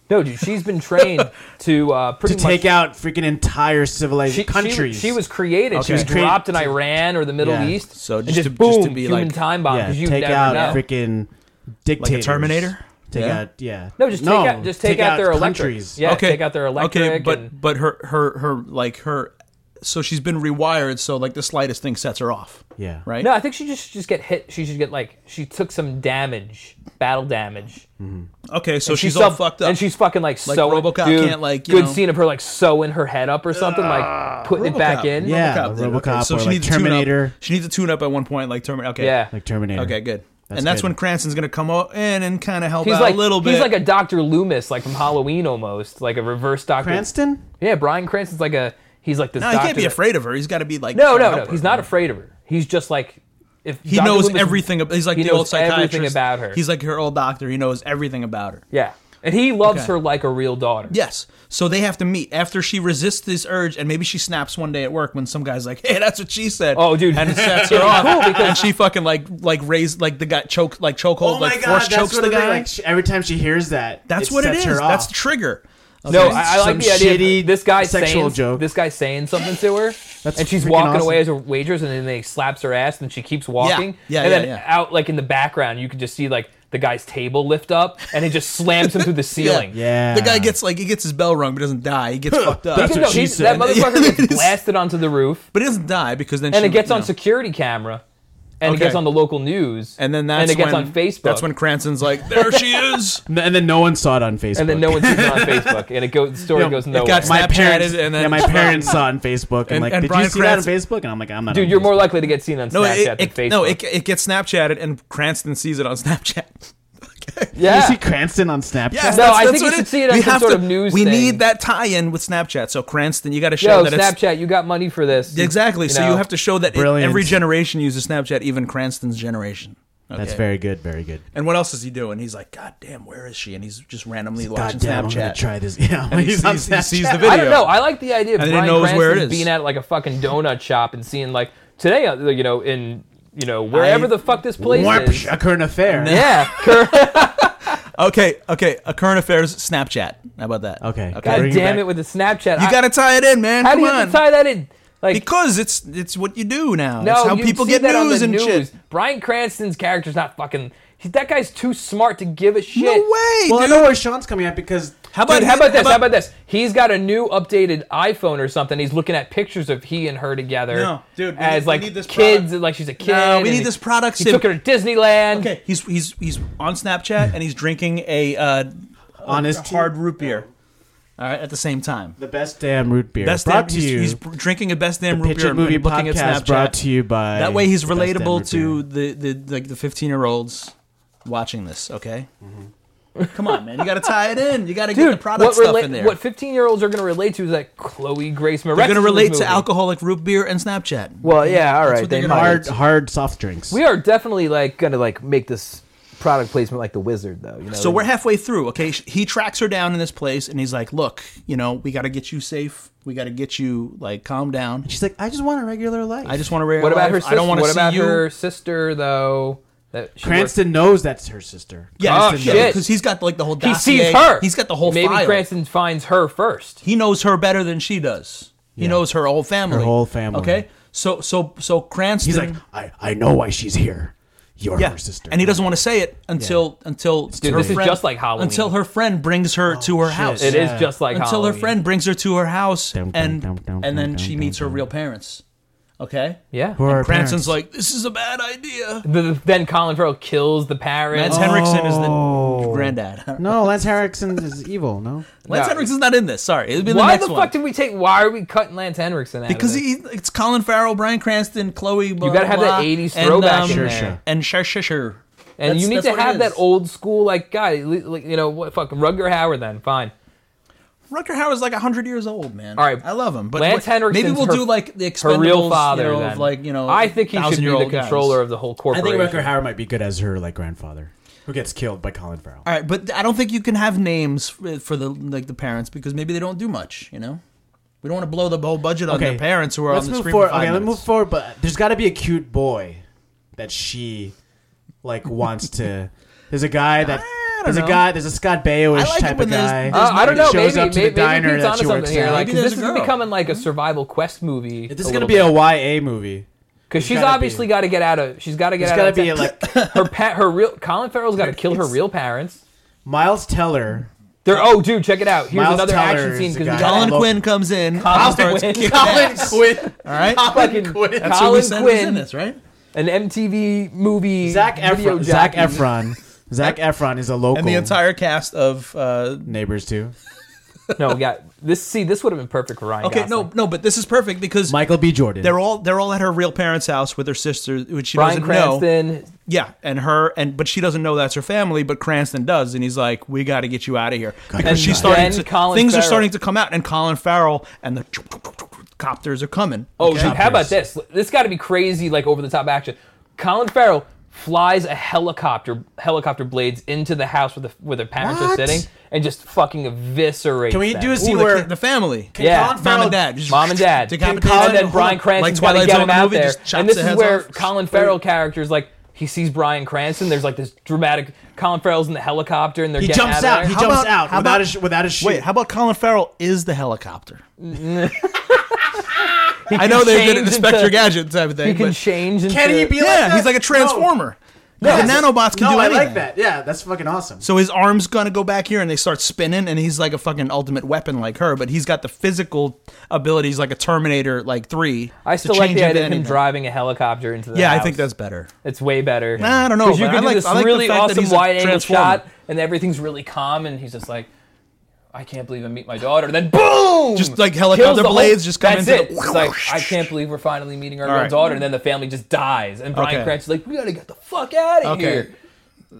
Speaker 2: no, dude, she's been trained to uh,
Speaker 1: To
Speaker 2: pretty much
Speaker 1: take out freaking entire civilized
Speaker 2: she,
Speaker 1: countries.
Speaker 2: She, she was created. She
Speaker 3: Okay.
Speaker 2: was
Speaker 3: She was created
Speaker 2: dropped in Iran or the Middle
Speaker 1: Yeah.
Speaker 2: East.
Speaker 3: So
Speaker 2: and
Speaker 3: just
Speaker 2: just
Speaker 3: to-
Speaker 2: boom,
Speaker 3: just to be
Speaker 2: human
Speaker 3: like-
Speaker 2: time bomb.
Speaker 1: yeah.
Speaker 2: because you
Speaker 1: Take
Speaker 2: never
Speaker 1: out
Speaker 2: know.
Speaker 1: freaking dictators.
Speaker 3: Terminator?
Speaker 1: Take
Speaker 3: Yeah.
Speaker 1: out. Yeah.
Speaker 2: No, just take out just take, out, their electric.
Speaker 1: countries.
Speaker 2: Yeah, take out their electric.
Speaker 3: Okay, but
Speaker 2: and,
Speaker 3: but her her her like her, so she's been rewired. So like the slightest thing sets her off.
Speaker 1: Yeah.
Speaker 3: Right.
Speaker 2: no, I think she just should just get hit. She should get like she took some damage, battle damage.
Speaker 3: Okay. So
Speaker 2: And
Speaker 3: she's
Speaker 2: sub-
Speaker 3: all fucked up.
Speaker 2: and she's fucking like,
Speaker 3: Like
Speaker 2: sewing.
Speaker 3: RoboCop
Speaker 2: dude,
Speaker 3: can't, like, you
Speaker 2: good
Speaker 3: know- Ah,
Speaker 2: scene of her like sewing her head up or something, like putting it back
Speaker 3: RoboCop.
Speaker 2: in.
Speaker 1: Yeah.
Speaker 3: did,
Speaker 1: RoboCop
Speaker 3: So
Speaker 1: or,
Speaker 3: she
Speaker 1: like,
Speaker 3: needs a tune-up.
Speaker 1: Terminator.
Speaker 3: She needs a tune up at one point, like Terminator. Okay.
Speaker 2: yeah.
Speaker 1: Like Terminator.
Speaker 3: Okay, good.
Speaker 1: That's
Speaker 3: and that's
Speaker 1: good.
Speaker 3: when Cranston's gonna come o- in and kind of help
Speaker 2: He's
Speaker 3: out
Speaker 2: like
Speaker 3: a little bit.
Speaker 2: He's like a Doctor Loomis, like from Halloween, almost like a reverse Doctor.
Speaker 1: Cranston.
Speaker 2: Yeah, Brian Cranston's like a he's like this.
Speaker 3: no, he
Speaker 2: doctor
Speaker 3: can't be
Speaker 2: that-
Speaker 3: afraid of her. He's got to be like.
Speaker 2: No,
Speaker 3: trying to
Speaker 2: no, no.
Speaker 3: help her.
Speaker 2: He's not afraid of her. He's just like if
Speaker 3: He
Speaker 2: Dr.
Speaker 3: knows
Speaker 2: Loomis-
Speaker 3: everything. ab- He's like
Speaker 2: he
Speaker 3: the
Speaker 2: knows
Speaker 3: old psychiatrist.
Speaker 2: everything about her.
Speaker 3: He's like her old doctor. He knows everything about her.
Speaker 2: yeah, and he loves
Speaker 3: Okay.
Speaker 2: her like a real daughter.
Speaker 3: Yes. So they have to meet after she resists this urge, and maybe she snaps one day at work when some guy's like, "Hey, that's what she said."
Speaker 2: Oh, dude.
Speaker 3: and it sets her off. and she fucking like like raised like the guy choke like chokehold
Speaker 1: Oh my
Speaker 3: like
Speaker 1: god,
Speaker 3: force
Speaker 1: that's
Speaker 3: chokes
Speaker 1: what
Speaker 3: the
Speaker 1: it is.
Speaker 3: guy.
Speaker 1: Like, sh- every time she hears that,
Speaker 3: that's what it
Speaker 1: sets
Speaker 3: is.
Speaker 1: her
Speaker 3: That's
Speaker 1: off.
Speaker 3: the trigger.
Speaker 2: No,
Speaker 3: Okay.
Speaker 2: I, I like
Speaker 1: Some
Speaker 2: the idea.
Speaker 1: shitty
Speaker 2: of This guy
Speaker 1: sexual
Speaker 2: saying
Speaker 1: joke.
Speaker 2: This guy saying something to her,
Speaker 1: That's
Speaker 2: and she's
Speaker 1: freaking
Speaker 2: walking
Speaker 1: awesome.
Speaker 2: away as a waitress, and then they slaps her ass, and she keeps walking.
Speaker 3: Yeah,
Speaker 2: and
Speaker 3: yeah,
Speaker 2: then
Speaker 3: yeah.
Speaker 2: out like in the background, you can just see like the guy's table lift up, and it just slams him through the ceiling.
Speaker 1: Yeah.
Speaker 3: The guy gets like he gets his bell rung, but doesn't die. He gets fucked up.
Speaker 2: He
Speaker 1: That's
Speaker 2: can-
Speaker 1: what
Speaker 2: no,
Speaker 1: she
Speaker 2: he's- that
Speaker 1: said.
Speaker 2: motherfucker gets blasted onto the roof,
Speaker 3: But he doesn't die because then
Speaker 2: and
Speaker 3: she,
Speaker 2: it gets
Speaker 3: you
Speaker 2: on
Speaker 3: know.
Speaker 2: security camera, and
Speaker 3: Okay.
Speaker 2: it gets on the local news,
Speaker 3: and then that's
Speaker 2: and it gets
Speaker 3: when,
Speaker 2: on Facebook.
Speaker 3: That's when Cranston's like, "There she is."
Speaker 1: and then no one saw it on Facebook.
Speaker 2: and then no one sees it on Facebook, and it goes. The story goes nowhere.
Speaker 3: got
Speaker 1: my
Speaker 3: Snapchatted
Speaker 1: parents
Speaker 3: and then-
Speaker 1: yeah, my parents saw it on Facebook and,
Speaker 3: And-
Speaker 1: like,
Speaker 3: and
Speaker 1: did
Speaker 3: Bryan
Speaker 1: you see that on
Speaker 3: Cranston-
Speaker 1: Facebook? And I'm like, I'm not.
Speaker 2: Dude,
Speaker 1: on
Speaker 2: you're more
Speaker 1: Facebook.
Speaker 2: likely to get seen on
Speaker 3: No,
Speaker 2: Snapchat
Speaker 3: it,
Speaker 2: than Facebook.
Speaker 3: it, no, it, it gets Snapchatted, and Cranston sees it on Snapchat. okay.
Speaker 1: Did
Speaker 2: yeah.
Speaker 1: you see Cranston on Snapchat?
Speaker 3: Yes,
Speaker 2: No,
Speaker 3: that's-
Speaker 2: I
Speaker 3: that's
Speaker 2: think you
Speaker 3: what
Speaker 2: should
Speaker 3: it-
Speaker 2: see it on
Speaker 3: we
Speaker 2: some
Speaker 3: have
Speaker 2: sort
Speaker 3: to-
Speaker 2: of news
Speaker 3: We
Speaker 2: thing.
Speaker 3: need that tie-in with Snapchat. So Cranston, you got to show
Speaker 2: Yo,
Speaker 3: that it's
Speaker 2: Snapchat, you got money for this.
Speaker 3: exactly. so
Speaker 2: know.
Speaker 3: you have to show that it-
Speaker 1: Brilliant.
Speaker 3: every generation uses Snapchat, even Cranston's generation. Okay.
Speaker 1: That's very good. Very good.
Speaker 3: And what else is he doing? He's like, "God damn, where is she?" And he's just randomly
Speaker 1: God
Speaker 3: watching
Speaker 1: damn, I'm gonna
Speaker 3: Snapchat.
Speaker 1: try this. Yeah,
Speaker 3: And he
Speaker 1: he's on
Speaker 3: sees- he
Speaker 1: Snapchat.
Speaker 3: sees the video.
Speaker 2: I don't know. I like the idea of
Speaker 3: And
Speaker 2: Brian
Speaker 3: then it knows
Speaker 2: Cranston
Speaker 3: where it is.
Speaker 2: being at like a fucking donut shop and seeing like today, uh, you know, in you know wherever
Speaker 3: I-
Speaker 2: the fuck this place
Speaker 1: Warp,
Speaker 2: is.
Speaker 1: a current affair.
Speaker 2: Yeah, cur-
Speaker 3: Okay, okay. A current affairs Snapchat. How about that?
Speaker 1: Okay.
Speaker 3: Okay.
Speaker 2: God
Speaker 1: Bring it
Speaker 2: damn
Speaker 1: back.
Speaker 2: it with the Snapchat.
Speaker 3: You
Speaker 2: I-
Speaker 3: got to tie it in, man.
Speaker 2: how
Speaker 3: Come
Speaker 2: do you
Speaker 3: on.
Speaker 2: have to tie that in? Like
Speaker 3: Because it's it's what you do now.
Speaker 2: no,
Speaker 3: it's how
Speaker 2: you
Speaker 3: people
Speaker 2: see
Speaker 3: get
Speaker 2: that
Speaker 3: news
Speaker 2: on
Speaker 3: and
Speaker 2: the news.
Speaker 3: shit.
Speaker 2: Brian Cranston's character's not fucking. He, that guy's too smart to give a shit.
Speaker 3: No way,
Speaker 1: Well, I
Speaker 3: dude.
Speaker 1: know where Sean's coming at because
Speaker 3: How about
Speaker 2: Dude, how about this?
Speaker 3: How
Speaker 2: How about this? He's got a new updated iPhone or something. He's looking at pictures of he and her together.
Speaker 3: No, dude, we
Speaker 2: as
Speaker 3: need- we
Speaker 2: like
Speaker 3: need this
Speaker 2: kids,
Speaker 3: product.
Speaker 2: like she's a kid.
Speaker 3: No, we
Speaker 2: and
Speaker 3: need
Speaker 2: he-
Speaker 3: this product,
Speaker 2: He
Speaker 3: Sid.
Speaker 2: took her to Disneyland.
Speaker 3: Okay, he's he's he's on Snapchat and he's drinking a uh,
Speaker 1: honest
Speaker 3: hard root beer. All right, at the same time.
Speaker 1: the best damn root beer.
Speaker 3: Best
Speaker 1: brought
Speaker 3: damn,
Speaker 1: to
Speaker 3: he's,
Speaker 1: you.
Speaker 3: he's br- drinking a best damn root
Speaker 1: Pitch
Speaker 3: beer
Speaker 1: It movie
Speaker 3: and looking at
Speaker 1: podcast
Speaker 3: Snapchat.
Speaker 1: brought to you by.
Speaker 3: that way, he's
Speaker 1: the Best Damn
Speaker 3: relatable
Speaker 1: Root Beer.
Speaker 3: to the the like the fifteen year olds watching this. Okay,
Speaker 1: Mm-hmm.
Speaker 4: Come on, man. You got to tie it in. You got to get the
Speaker 2: Dude,
Speaker 4: product
Speaker 2: what,
Speaker 4: stuff
Speaker 2: rela-
Speaker 4: in there.
Speaker 2: what 15 year olds are going to relate to is that Chloe Grace Moretz.
Speaker 3: They're going to relate
Speaker 2: movie.
Speaker 3: to alcoholic root beer and Snapchat.
Speaker 2: Well, yeah, all right.
Speaker 3: what
Speaker 2: They
Speaker 3: they're gonna
Speaker 2: might.
Speaker 1: Hard, hard soft drinks.
Speaker 2: We are definitely like going to like make this product placement like the wizard though, you know.
Speaker 3: So we're halfway through. Okay, Sh- he tracks her down in this place, and he's like, "Look, you know, we got to get you safe. We got to get you like calm down.
Speaker 1: She's like, I just want a regular life.
Speaker 3: I just want to. What
Speaker 2: What about her sister?
Speaker 3: I don't want to
Speaker 2: what
Speaker 3: see
Speaker 2: about
Speaker 3: you.
Speaker 2: her sister though? That she
Speaker 1: Cranston knows that's her sister.
Speaker 3: Yeah,
Speaker 2: Oh, shit.
Speaker 3: because he's got like the whole.
Speaker 2: worked- He
Speaker 3: dossier.
Speaker 2: sees her.
Speaker 3: He's got the whole
Speaker 2: Maybe
Speaker 3: file.
Speaker 2: Cranston finds her first.
Speaker 3: he knows her better than she does. He knows her whole family.
Speaker 1: Her whole family.
Speaker 3: Okay, so so so Cranston.
Speaker 1: He's like, I, I know why she's here. You're
Speaker 3: Mm. yeah,
Speaker 1: her sister.
Speaker 3: and he doesn't want to say it until until
Speaker 2: Dude, this is just like Halloween.
Speaker 3: Until her friend brings her to her
Speaker 1: Oh, shit.
Speaker 3: house.
Speaker 2: It is
Speaker 1: Yeah.
Speaker 2: just like
Speaker 3: until her
Speaker 2: Halloween.
Speaker 3: friend brings her to her house,
Speaker 1: Dum, dum,
Speaker 3: and
Speaker 1: dum, dum,
Speaker 3: and
Speaker 1: dum,
Speaker 3: then she
Speaker 1: dum,
Speaker 3: meets
Speaker 1: dum,
Speaker 3: her
Speaker 1: dum.
Speaker 3: real parents. Okay,
Speaker 2: Yeah.
Speaker 1: Who are her
Speaker 3: Cranston's
Speaker 1: parents.
Speaker 3: like, this is a bad idea.
Speaker 2: The- then Colin Farrell kills the
Speaker 3: Lance
Speaker 2: parents.
Speaker 3: Henriksen is the granddad.
Speaker 1: Oh. No, Lance Harrison is evil. No,
Speaker 3: Lance
Speaker 2: No.
Speaker 3: Henriksen's not in this. Sorry, it'll be the
Speaker 2: Oh. why
Speaker 3: next
Speaker 2: the fuck
Speaker 3: one.
Speaker 2: did we take? Why are we cutting Lance Henriksen? Out
Speaker 3: because
Speaker 2: of this?
Speaker 3: he, it's Colin Farrell, Brian Cranston, Chloe. You
Speaker 2: gotta have that 80s throwback in
Speaker 1: Sure,
Speaker 2: there.
Speaker 1: sure.
Speaker 3: um, And sure, sure, sure.
Speaker 2: and
Speaker 4: That's-
Speaker 2: you need
Speaker 4: that's
Speaker 2: to
Speaker 4: what it
Speaker 2: have that
Speaker 4: is.
Speaker 2: old school like guy, li- like, you know what? Fuck Rugger Howard. Then fine.
Speaker 3: Rutger Hauer's like hundred years old, man.
Speaker 2: All right.
Speaker 3: I love him, but
Speaker 2: Lance
Speaker 3: we're- maybe
Speaker 2: Henriksen's
Speaker 3: we'll
Speaker 2: her-
Speaker 3: do like the Expendables,
Speaker 2: Her real father.
Speaker 3: you know,
Speaker 2: then.
Speaker 3: of like you know.
Speaker 2: I think he should be the
Speaker 3: thousand-year-old guys.
Speaker 2: controller of the whole
Speaker 1: I
Speaker 2: corporation.
Speaker 1: think Rutger Hauer might be good as her like grandfather, who gets killed by Colin Farrell.
Speaker 3: All right, but I don't think you can have names for for the like the parents because maybe they don't do much. You know, we don't want to blow the whole budget on their parents who are
Speaker 1: let's
Speaker 3: on the
Speaker 1: move
Speaker 3: screen.
Speaker 1: forward.
Speaker 3: for five
Speaker 1: okay, let's
Speaker 3: minutes.
Speaker 1: move forward. But there's got to be a cute boy that she like wants to. There's a guy that
Speaker 3: I don't
Speaker 1: there's
Speaker 3: know.
Speaker 1: a guy there's a Scott Baio-ish
Speaker 3: I like it
Speaker 1: type
Speaker 3: when
Speaker 1: of
Speaker 3: there's-
Speaker 1: guy.
Speaker 3: there's
Speaker 2: Uh, I don't know.
Speaker 1: Shows
Speaker 2: Maybe
Speaker 1: up to the
Speaker 2: maybe,
Speaker 1: diner
Speaker 2: maybe Pete's
Speaker 1: that
Speaker 2: onto
Speaker 1: she works
Speaker 2: something here.
Speaker 1: at.
Speaker 2: Like
Speaker 3: Maybe
Speaker 2: this
Speaker 3: there's
Speaker 2: is
Speaker 3: a girl.
Speaker 2: becoming like a survival quest movie.
Speaker 1: This is gonna be a YA movie.
Speaker 2: because she's
Speaker 1: gotta be-
Speaker 2: obviously got to get out of. She's got to get
Speaker 1: There's got
Speaker 2: out.
Speaker 1: to
Speaker 2: of
Speaker 1: be
Speaker 2: town.
Speaker 1: like
Speaker 2: her pa- her real Colin Farrell's got to kill her real parents.
Speaker 1: Miles Teller.
Speaker 2: They're oh dude, check it out. Here's
Speaker 1: Miles
Speaker 2: another
Speaker 1: Teller
Speaker 2: action
Speaker 1: is
Speaker 2: scene
Speaker 1: the
Speaker 2: because we
Speaker 1: guy.
Speaker 2: got
Speaker 3: Colin
Speaker 1: Look.
Speaker 3: Quinn comes in.
Speaker 2: Colin Quinn.
Speaker 3: starts kicking
Speaker 1: Colin
Speaker 3: ass.
Speaker 1: Quinn.
Speaker 3: All right,
Speaker 2: fucking
Speaker 1: Quinn.
Speaker 3: That's who we
Speaker 2: Colin
Speaker 3: said was in
Speaker 2: Quinn,
Speaker 3: this, right?
Speaker 2: an MTV movie.
Speaker 1: Zach
Speaker 2: video
Speaker 1: Efron. Zach
Speaker 2: jockey.
Speaker 1: Efron. Zach Efron is a local.
Speaker 3: And the entire cast of uh,
Speaker 1: neighbors too.
Speaker 2: No, yeah. This see, this would have been perfect for Ryan.
Speaker 3: okay, no,
Speaker 2: Gosling.
Speaker 3: no, but this is perfect because
Speaker 1: Michael B. Jordan.
Speaker 3: they're all they're all at her real parents' house with her sister, which she
Speaker 2: Brian
Speaker 3: doesn't know.
Speaker 2: Cranston.
Speaker 3: Yeah, and her and but she doesn't know that's her family, but Cranston does, and he's like, "We got to get you out of here
Speaker 1: And
Speaker 3: because she's
Speaker 2: then
Speaker 3: starting to
Speaker 2: Colin
Speaker 3: things are
Speaker 2: Farrell.
Speaker 3: starting to come out, and Colin Farrell and the copters are coming.
Speaker 2: Oh,
Speaker 3: okay?
Speaker 2: dude, how about this? This got to be crazy, like over the top action. Colin Farrell flies a helicopter, helicopter blades into the house where the where their parents are
Speaker 1: What?
Speaker 2: sitting, and just fuking eviscerates.
Speaker 1: Can we
Speaker 2: them.
Speaker 1: do a
Speaker 3: Ooh,
Speaker 1: scene
Speaker 3: the,
Speaker 1: where
Speaker 3: kid- the family,
Speaker 2: Yeah.
Speaker 1: Colin
Speaker 3: mom
Speaker 1: Farrell
Speaker 3: and dad, just
Speaker 2: Mom and dad.
Speaker 3: decapitates
Speaker 1: Colin-
Speaker 3: them.
Speaker 2: and then Brian Cranston
Speaker 3: like
Speaker 2: got to
Speaker 3: Twilight
Speaker 2: get
Speaker 3: Zone
Speaker 2: him
Speaker 3: the
Speaker 2: out
Speaker 3: movie,
Speaker 2: there.
Speaker 3: just chops
Speaker 2: And this
Speaker 3: the
Speaker 2: is
Speaker 3: heads
Speaker 2: where
Speaker 3: off.
Speaker 2: Colin Farrell character is like, he sees Brian Cranston. There's like this dramatic. Colin Farrell's in the helicopter, and they're
Speaker 1: he
Speaker 2: getting
Speaker 1: jumps
Speaker 2: out.
Speaker 1: out.
Speaker 2: Of
Speaker 1: He
Speaker 2: there.
Speaker 3: How
Speaker 1: jumps
Speaker 3: about-
Speaker 1: out
Speaker 3: how
Speaker 1: without
Speaker 3: about-
Speaker 1: a sh- without a shoot.
Speaker 3: Wait, how about Colin Farrell is the helicopter? I know they did an
Speaker 2: change
Speaker 3: Inspector
Speaker 2: into-
Speaker 3: Gadget type of thing.
Speaker 2: he can
Speaker 3: but-
Speaker 2: change. Into,
Speaker 1: Can he be? like
Speaker 3: yeah,
Speaker 1: that?
Speaker 3: he's like a transformer.
Speaker 1: No.
Speaker 3: The
Speaker 1: Yes.
Speaker 3: nanobots can
Speaker 1: no,
Speaker 3: do
Speaker 1: I
Speaker 3: anything.
Speaker 1: like that. Yeah, that's fucking awesome.
Speaker 3: So his arm's gonna go back here, and they start spinning, and he's like a fucking ultimate weapon, like her. But he's got the physical abilities, like a Terminator, like three.
Speaker 2: I
Speaker 3: to
Speaker 2: still like
Speaker 3: change
Speaker 2: the
Speaker 3: into
Speaker 2: idea of him
Speaker 3: anything.
Speaker 2: driving a helicopter into the
Speaker 3: Yeah,
Speaker 2: house.
Speaker 3: I think that's better.
Speaker 2: It's way better.
Speaker 3: Nah, I don't know,
Speaker 2: 'Cause You
Speaker 3: man.
Speaker 2: can
Speaker 3: I
Speaker 2: do
Speaker 3: like-
Speaker 2: this
Speaker 3: I like the
Speaker 2: really
Speaker 3: fact that
Speaker 2: awesome
Speaker 3: he's a
Speaker 2: wide angle
Speaker 3: transformer.
Speaker 2: shot, and everything's really calm, and he's just like, I can't believe I meet my daughter. And then boom!
Speaker 3: Just like
Speaker 2: Kills
Speaker 3: helicopter
Speaker 2: the whole-
Speaker 3: blades just come
Speaker 2: that's
Speaker 3: into
Speaker 2: it.
Speaker 3: the-
Speaker 2: It's like, I can't believe we're finally meeting our
Speaker 3: All
Speaker 2: real
Speaker 3: right.
Speaker 2: daughter, and then the family just dies. And Brian
Speaker 3: Okay.
Speaker 2: Cranston's like, we gotta get the fuck out of
Speaker 3: Okay.
Speaker 2: here.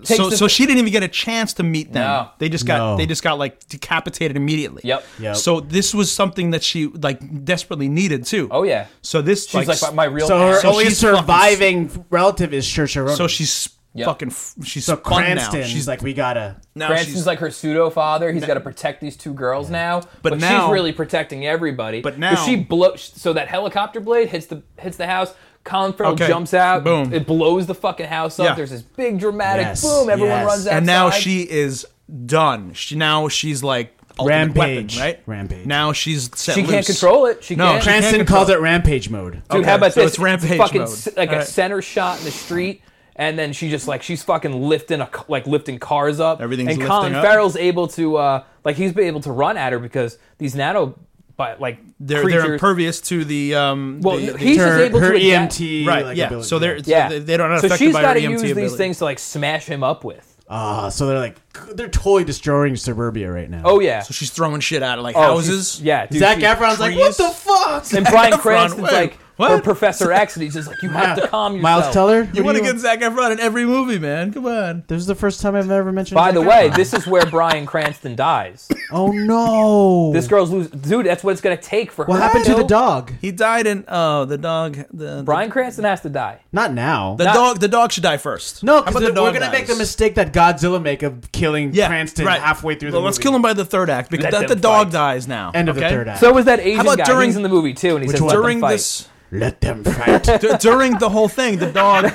Speaker 2: Takes
Speaker 3: So,
Speaker 2: the-
Speaker 3: so she didn't even get a chance to meet them.
Speaker 2: No.
Speaker 3: They just got
Speaker 1: No.
Speaker 3: they just got like decapitated immediately.
Speaker 2: Yep.
Speaker 1: Yep.
Speaker 3: So this was something that she like desperately needed too.
Speaker 2: Oh, yeah.
Speaker 3: So this
Speaker 2: She's like, my, my real
Speaker 1: So her
Speaker 2: parents.
Speaker 3: So
Speaker 1: only
Speaker 3: she's fucking-
Speaker 1: surviving relative is Shursharona.
Speaker 3: so she's
Speaker 2: Yep.
Speaker 3: fucking f- she's
Speaker 1: so
Speaker 3: spun
Speaker 1: Cranston.
Speaker 3: now.
Speaker 1: She's like, we gotta.
Speaker 3: now
Speaker 2: Cranston's
Speaker 3: she's-
Speaker 2: like her pseudo father. He's got to protect these two girls now, but,
Speaker 3: now-
Speaker 2: she's really protecting everybody.
Speaker 3: But
Speaker 2: 'Cause
Speaker 3: now-
Speaker 2: she blows. So that helicopter blade hits the hits the house. Colin Farrell
Speaker 3: Okay,
Speaker 2: jumps out.
Speaker 3: boom.
Speaker 2: It blows the fucking house up.
Speaker 3: Yeah.
Speaker 2: There's this big dramatic
Speaker 1: Yes,
Speaker 2: boom. Everyone
Speaker 1: yes.
Speaker 2: runs outside.
Speaker 3: and now she is done. She now she's like ultimate
Speaker 1: Rampage.
Speaker 3: weapon, right?
Speaker 1: Rampage.
Speaker 3: Now she's set
Speaker 2: she can't
Speaker 3: loose.
Speaker 2: control it. She
Speaker 3: No,
Speaker 2: can't.
Speaker 3: Cran-
Speaker 1: Cranston
Speaker 3: can't
Speaker 1: calls
Speaker 3: control-
Speaker 1: it rampage mode.
Speaker 2: Dude, how about
Speaker 3: so
Speaker 2: this?
Speaker 3: it's rampage
Speaker 2: fucking
Speaker 3: mode.
Speaker 2: s- like a
Speaker 3: Alright.
Speaker 2: center shot in the street, and then she just like she's fucking lifting a c like lifting cars up.
Speaker 3: Everything's
Speaker 2: and
Speaker 3: lifting
Speaker 2: Colin
Speaker 3: up.
Speaker 2: Farrell's able to uh like he's been able to run at her because these nano. But like
Speaker 3: They're
Speaker 2: creatures,
Speaker 3: they're impervious to the um
Speaker 2: Well,
Speaker 3: the-
Speaker 2: no, he's
Speaker 1: Her,
Speaker 2: just able
Speaker 1: her
Speaker 2: to adapt.
Speaker 1: EMT.
Speaker 3: right
Speaker 1: like,
Speaker 3: yeah.
Speaker 1: ability.
Speaker 3: E So they're
Speaker 2: Yeah,
Speaker 3: so they- they don't
Speaker 2: So
Speaker 3: affected
Speaker 2: she's
Speaker 3: by
Speaker 2: got to
Speaker 3: her EMT
Speaker 2: use these
Speaker 3: ability.
Speaker 2: things to like smash him up with.
Speaker 1: Ah, so they're like, they're totally destroying suburbia right now.
Speaker 2: Oh yeah,
Speaker 3: So she's throwing shit out of like
Speaker 2: Oh, she's-
Speaker 3: houses.
Speaker 2: yeah, dude,
Speaker 1: Zac
Speaker 2: she's-
Speaker 1: Efron's like, what
Speaker 3: trees.
Speaker 1: the fuck?
Speaker 2: And Brian
Speaker 3: Efron,
Speaker 2: Cranston's
Speaker 3: wait.
Speaker 2: like, or
Speaker 3: What?
Speaker 2: Professor X, and he's just like, you have to calm yourself.
Speaker 1: Miles Teller. What do
Speaker 3: you want to get Zac Efron in every movie, man? Come on.
Speaker 1: This is the first time I've ever mentioned.
Speaker 2: By the
Speaker 1: Zac
Speaker 2: way,
Speaker 1: Efron.
Speaker 2: this is where Brian Cranston dies.
Speaker 1: Oh no!
Speaker 2: This girl's lose, dude. That's what it's gonna take for
Speaker 1: What
Speaker 2: her.
Speaker 1: happened to the
Speaker 2: kill-
Speaker 1: dog?
Speaker 3: He died in oh the dog the
Speaker 2: Brian Cranston has to die.
Speaker 1: Not now.
Speaker 3: the, the dog the dog should die first.
Speaker 1: no,
Speaker 3: How
Speaker 1: because
Speaker 3: about
Speaker 1: we're
Speaker 3: the dog
Speaker 1: gonna make the
Speaker 3: dies?
Speaker 1: mistake that Godzilla make of killing
Speaker 3: Yeah,
Speaker 1: Cranston
Speaker 3: right.
Speaker 1: halfway through
Speaker 3: Well,
Speaker 1: the
Speaker 3: let's
Speaker 1: movie.
Speaker 3: kill him by the third act because
Speaker 2: Let
Speaker 3: that the
Speaker 2: them
Speaker 3: dog
Speaker 2: fight.
Speaker 3: dies now.
Speaker 1: End of the
Speaker 3: okay?
Speaker 1: third act.
Speaker 2: So was that Asian
Speaker 3: about
Speaker 2: guy?
Speaker 3: during-
Speaker 2: he's in the movie too, and he says,
Speaker 1: one?
Speaker 2: "Let them
Speaker 3: During
Speaker 2: fight."
Speaker 3: this
Speaker 1: let them fight.
Speaker 3: dur- during the whole thing, the dog.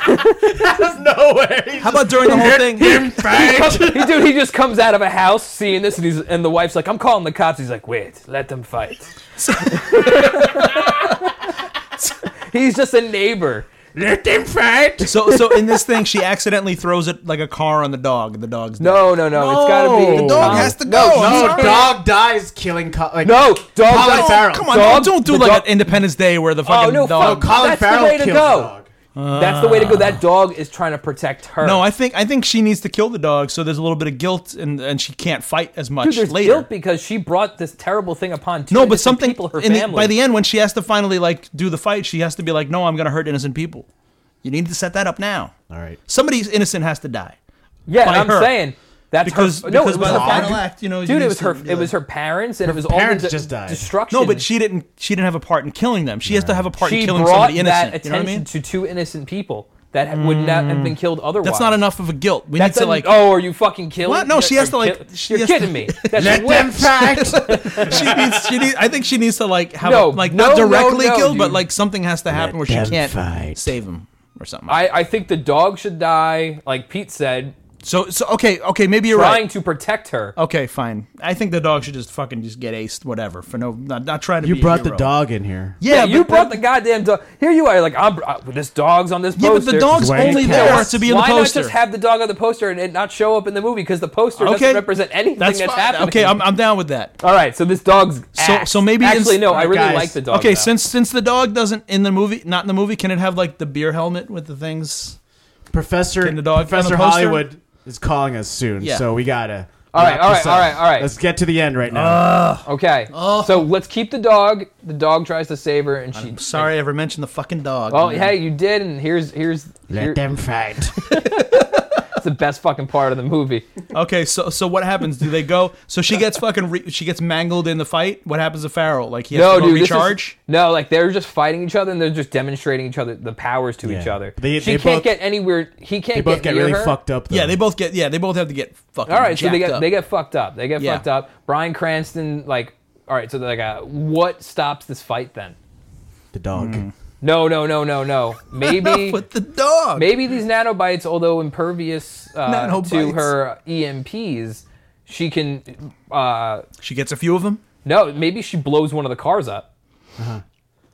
Speaker 1: no way.
Speaker 3: How about during the whole thing?
Speaker 1: fight.
Speaker 2: He- dude, he just comes out of a house seeing this, and he's and the wife's like, "I'm calling the cops." He's like, "Wait, let them fight." he's just a neighbor.
Speaker 1: let them fight.
Speaker 3: So so in this thing, she accidentally throws it like a car on the dog, and the dog's dead.
Speaker 2: No, no, no. It's gotta
Speaker 1: No.
Speaker 2: be
Speaker 1: The
Speaker 3: dog
Speaker 2: Um,
Speaker 3: has to go. I'm
Speaker 1: No,
Speaker 3: sorry.
Speaker 1: Oh, dog dies killing. Co- like,
Speaker 2: No, dog.
Speaker 1: Colin
Speaker 2: dies.
Speaker 1: Oh, Farrell.
Speaker 3: Come on,
Speaker 2: Dog-
Speaker 3: don't do
Speaker 2: the
Speaker 3: like
Speaker 2: dog-
Speaker 3: an Independence Day where the
Speaker 2: Oh
Speaker 3: fucking
Speaker 2: no,
Speaker 3: dog.
Speaker 2: fuck.
Speaker 1: Colin
Speaker 2: That's
Speaker 1: Farrell
Speaker 2: the way to
Speaker 1: kills
Speaker 2: go.
Speaker 1: the dog.
Speaker 2: That's the way to go. That dog is trying to protect her.
Speaker 3: No, I think I think she needs to kill the dog, so there's a little bit of guilt, and and she can't fight as much
Speaker 2: Dude, there's
Speaker 3: later.
Speaker 2: guilt because she brought this terrible thing upon two
Speaker 3: no, but
Speaker 2: innocent
Speaker 3: something
Speaker 2: people, her
Speaker 3: in the-
Speaker 2: family.
Speaker 3: by the end when she has to finally like do the fight, she has to be like, no, I'm gonna hurt innocent people. You need to set that up now.
Speaker 1: All right.
Speaker 3: Somebody's innocent has to die
Speaker 2: yeah,
Speaker 3: by
Speaker 2: I'm
Speaker 3: her.
Speaker 2: saying that's
Speaker 3: because
Speaker 2: her. No,
Speaker 3: because
Speaker 2: it was her
Speaker 3: by the
Speaker 1: dog.
Speaker 3: final
Speaker 2: family.
Speaker 3: act, you know, you
Speaker 2: Dude,
Speaker 3: need
Speaker 2: it was
Speaker 3: to
Speaker 2: her.
Speaker 3: be
Speaker 2: It
Speaker 3: like-
Speaker 2: was her parents, and it was all
Speaker 1: parents
Speaker 2: the de-
Speaker 1: just died.
Speaker 2: destruction.
Speaker 3: No, but she didn't. She didn't have a part in killing them. She has to have a part
Speaker 2: she
Speaker 3: in killing
Speaker 2: brought
Speaker 3: somebody innocent.
Speaker 2: that attention
Speaker 3: you know what I mean? Mm.
Speaker 2: to two innocent people that ha- would not have been killed otherwise.
Speaker 3: That's not enough of a guilt. We
Speaker 2: That's
Speaker 3: need to
Speaker 2: a-
Speaker 3: like.
Speaker 2: oh, are you fucking killing?
Speaker 3: What? No, she has to,
Speaker 2: Are you
Speaker 3: like-
Speaker 2: kill-
Speaker 3: she
Speaker 2: You're
Speaker 3: has to-
Speaker 2: kidding me. That's
Speaker 1: Let them
Speaker 2: whipped.
Speaker 1: fight.
Speaker 3: she needs. She needs. I think she needs to like have
Speaker 2: No,
Speaker 3: a, like
Speaker 2: no,
Speaker 3: not
Speaker 2: no,
Speaker 3: directly
Speaker 2: no,
Speaker 3: killed, but
Speaker 2: dude.
Speaker 3: like something has to happen where she
Speaker 1: them
Speaker 3: can't
Speaker 1: fight.
Speaker 3: save him or something.
Speaker 2: I, I think the dog should die, like Pete said,
Speaker 3: so so okay okay maybe you're
Speaker 2: trying
Speaker 3: right.
Speaker 2: to protect her.
Speaker 3: Okay, fine. I think the dog should just fucking just get aced, whatever. For no, not, not trying to.
Speaker 1: You
Speaker 3: be a
Speaker 1: brought the
Speaker 3: hero.
Speaker 1: dog in here.
Speaker 3: Yeah,
Speaker 2: you
Speaker 3: but
Speaker 2: brought the goddamn dog. Here you are, like I'm. Uh, this dog's on this
Speaker 3: Yeah, but
Speaker 2: poster.
Speaker 3: the dog's
Speaker 1: Why
Speaker 3: only
Speaker 1: you
Speaker 3: there
Speaker 1: can't-
Speaker 3: to be in the
Speaker 2: Why
Speaker 3: poster.
Speaker 2: not just have the dog on the poster and it not show up in the movie because the poster
Speaker 3: okay,
Speaker 2: doesn't represent anything that's,
Speaker 3: fine.
Speaker 2: happening?
Speaker 3: Okay, I'm, I'm down with that.
Speaker 2: All right, so this dog's ass.
Speaker 3: so maybe
Speaker 2: actually
Speaker 3: ins-
Speaker 2: no, I really
Speaker 1: Guys,
Speaker 2: like the dog. though.
Speaker 3: okay, since since the dog doesn't in the movie, not in the movie, can it have like the beer helmet with the things?
Speaker 1: Professor
Speaker 3: Getting the dog
Speaker 1: Professor
Speaker 3: on the poster?
Speaker 1: Hollywood is calling us soon,
Speaker 3: Yeah.
Speaker 1: so we gotta.
Speaker 2: All right,
Speaker 1: wrap
Speaker 2: all
Speaker 1: this
Speaker 2: right,
Speaker 1: up.
Speaker 2: all right, all right.
Speaker 1: Let's get to the end right now.
Speaker 3: Uh,
Speaker 2: okay,
Speaker 3: Oh.
Speaker 2: so let's keep the dog. The dog tries to save her, and she.
Speaker 3: Sorry, I ever mentioned the fucking dog.
Speaker 2: Oh,
Speaker 3: man.
Speaker 2: hey, you did, and here's here's here-
Speaker 1: Let them fight.
Speaker 2: that's the best fucking part of the movie.
Speaker 3: Okay, so so what happens? Do they go? So she gets fucking re- she gets mangled in the fight. What happens to Farrell? Like he has
Speaker 2: No,
Speaker 3: to go
Speaker 2: dude, this is-
Speaker 3: recharge.
Speaker 2: no, like they're just fighting each other, and they're just demonstrating each other the powers to
Speaker 1: Yeah.
Speaker 2: each other.
Speaker 1: They-
Speaker 2: she
Speaker 1: they
Speaker 2: can't
Speaker 1: both-
Speaker 2: get anywhere. He can't
Speaker 1: They both
Speaker 2: get,
Speaker 1: get
Speaker 2: near
Speaker 1: really
Speaker 2: her.
Speaker 1: fucked up. Though.
Speaker 3: yeah, they both get yeah they both have to get fucking.
Speaker 2: All right, so they
Speaker 3: jacked
Speaker 2: get
Speaker 3: up.
Speaker 2: they get fucked up. They get
Speaker 3: Yeah.
Speaker 2: fucked up. Brian Cranston, like, all right, so they're like, uh, what stops this fight then?
Speaker 1: the dog.
Speaker 3: Mm-hmm.
Speaker 2: No, no, no, no, no. Maybe
Speaker 3: with the dog.
Speaker 2: maybe these nanobites, although impervious uh, to
Speaker 3: Nanobites.
Speaker 2: her EMPs, she can. Uh,
Speaker 3: She gets a few of them.
Speaker 2: no, maybe she blows one of the cars up,
Speaker 3: Uh-huh.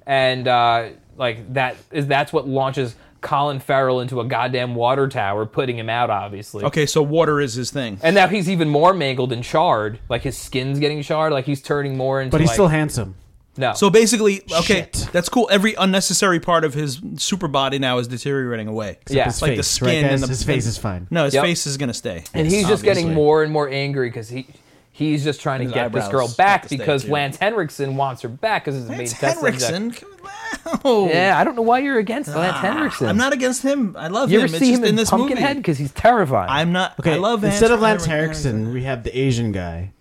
Speaker 2: and uh, like that is that's what launches Colin Farrell into a goddamn water tower, putting him out, obviously.
Speaker 3: Okay, so water is his thing.
Speaker 2: And now he's even more mangled and charred. Like his skin's getting charred. Like he's turning more into.
Speaker 1: But he's
Speaker 2: like,
Speaker 1: still handsome.
Speaker 2: no.
Speaker 3: So basically, okay,
Speaker 1: Shit.
Speaker 3: that's cool. Every unnecessary part of his super body now is deteriorating away.
Speaker 2: yeah,
Speaker 1: His
Speaker 3: like
Speaker 1: face,
Speaker 3: the skin
Speaker 1: right, guys?
Speaker 3: and the
Speaker 1: his face is fine.
Speaker 3: No, his
Speaker 2: Yep.
Speaker 3: face is gonna stay.
Speaker 2: and he's just getting
Speaker 3: obviously.
Speaker 2: more and more angry because he he's just trying to
Speaker 3: his
Speaker 2: get this
Speaker 3: eyebrows
Speaker 2: girl back
Speaker 3: have to stay,
Speaker 2: because
Speaker 3: too.
Speaker 2: Lance Henriksen wants her back because his main
Speaker 3: Lance
Speaker 2: test subject.
Speaker 3: Henriksen. Wow.
Speaker 2: Yeah, I don't know why you're against Lance Henriksen.
Speaker 3: I'm not against him. I love
Speaker 2: You
Speaker 3: him.
Speaker 2: ever
Speaker 3: It's
Speaker 2: see
Speaker 3: just
Speaker 2: him in,
Speaker 3: in this
Speaker 2: Pumpkinhead
Speaker 3: movie.
Speaker 2: because he's terrifying.
Speaker 3: I'm not. I love
Speaker 1: Instead of Lance
Speaker 3: Hans-
Speaker 1: Henriksen, we have the Asian guy,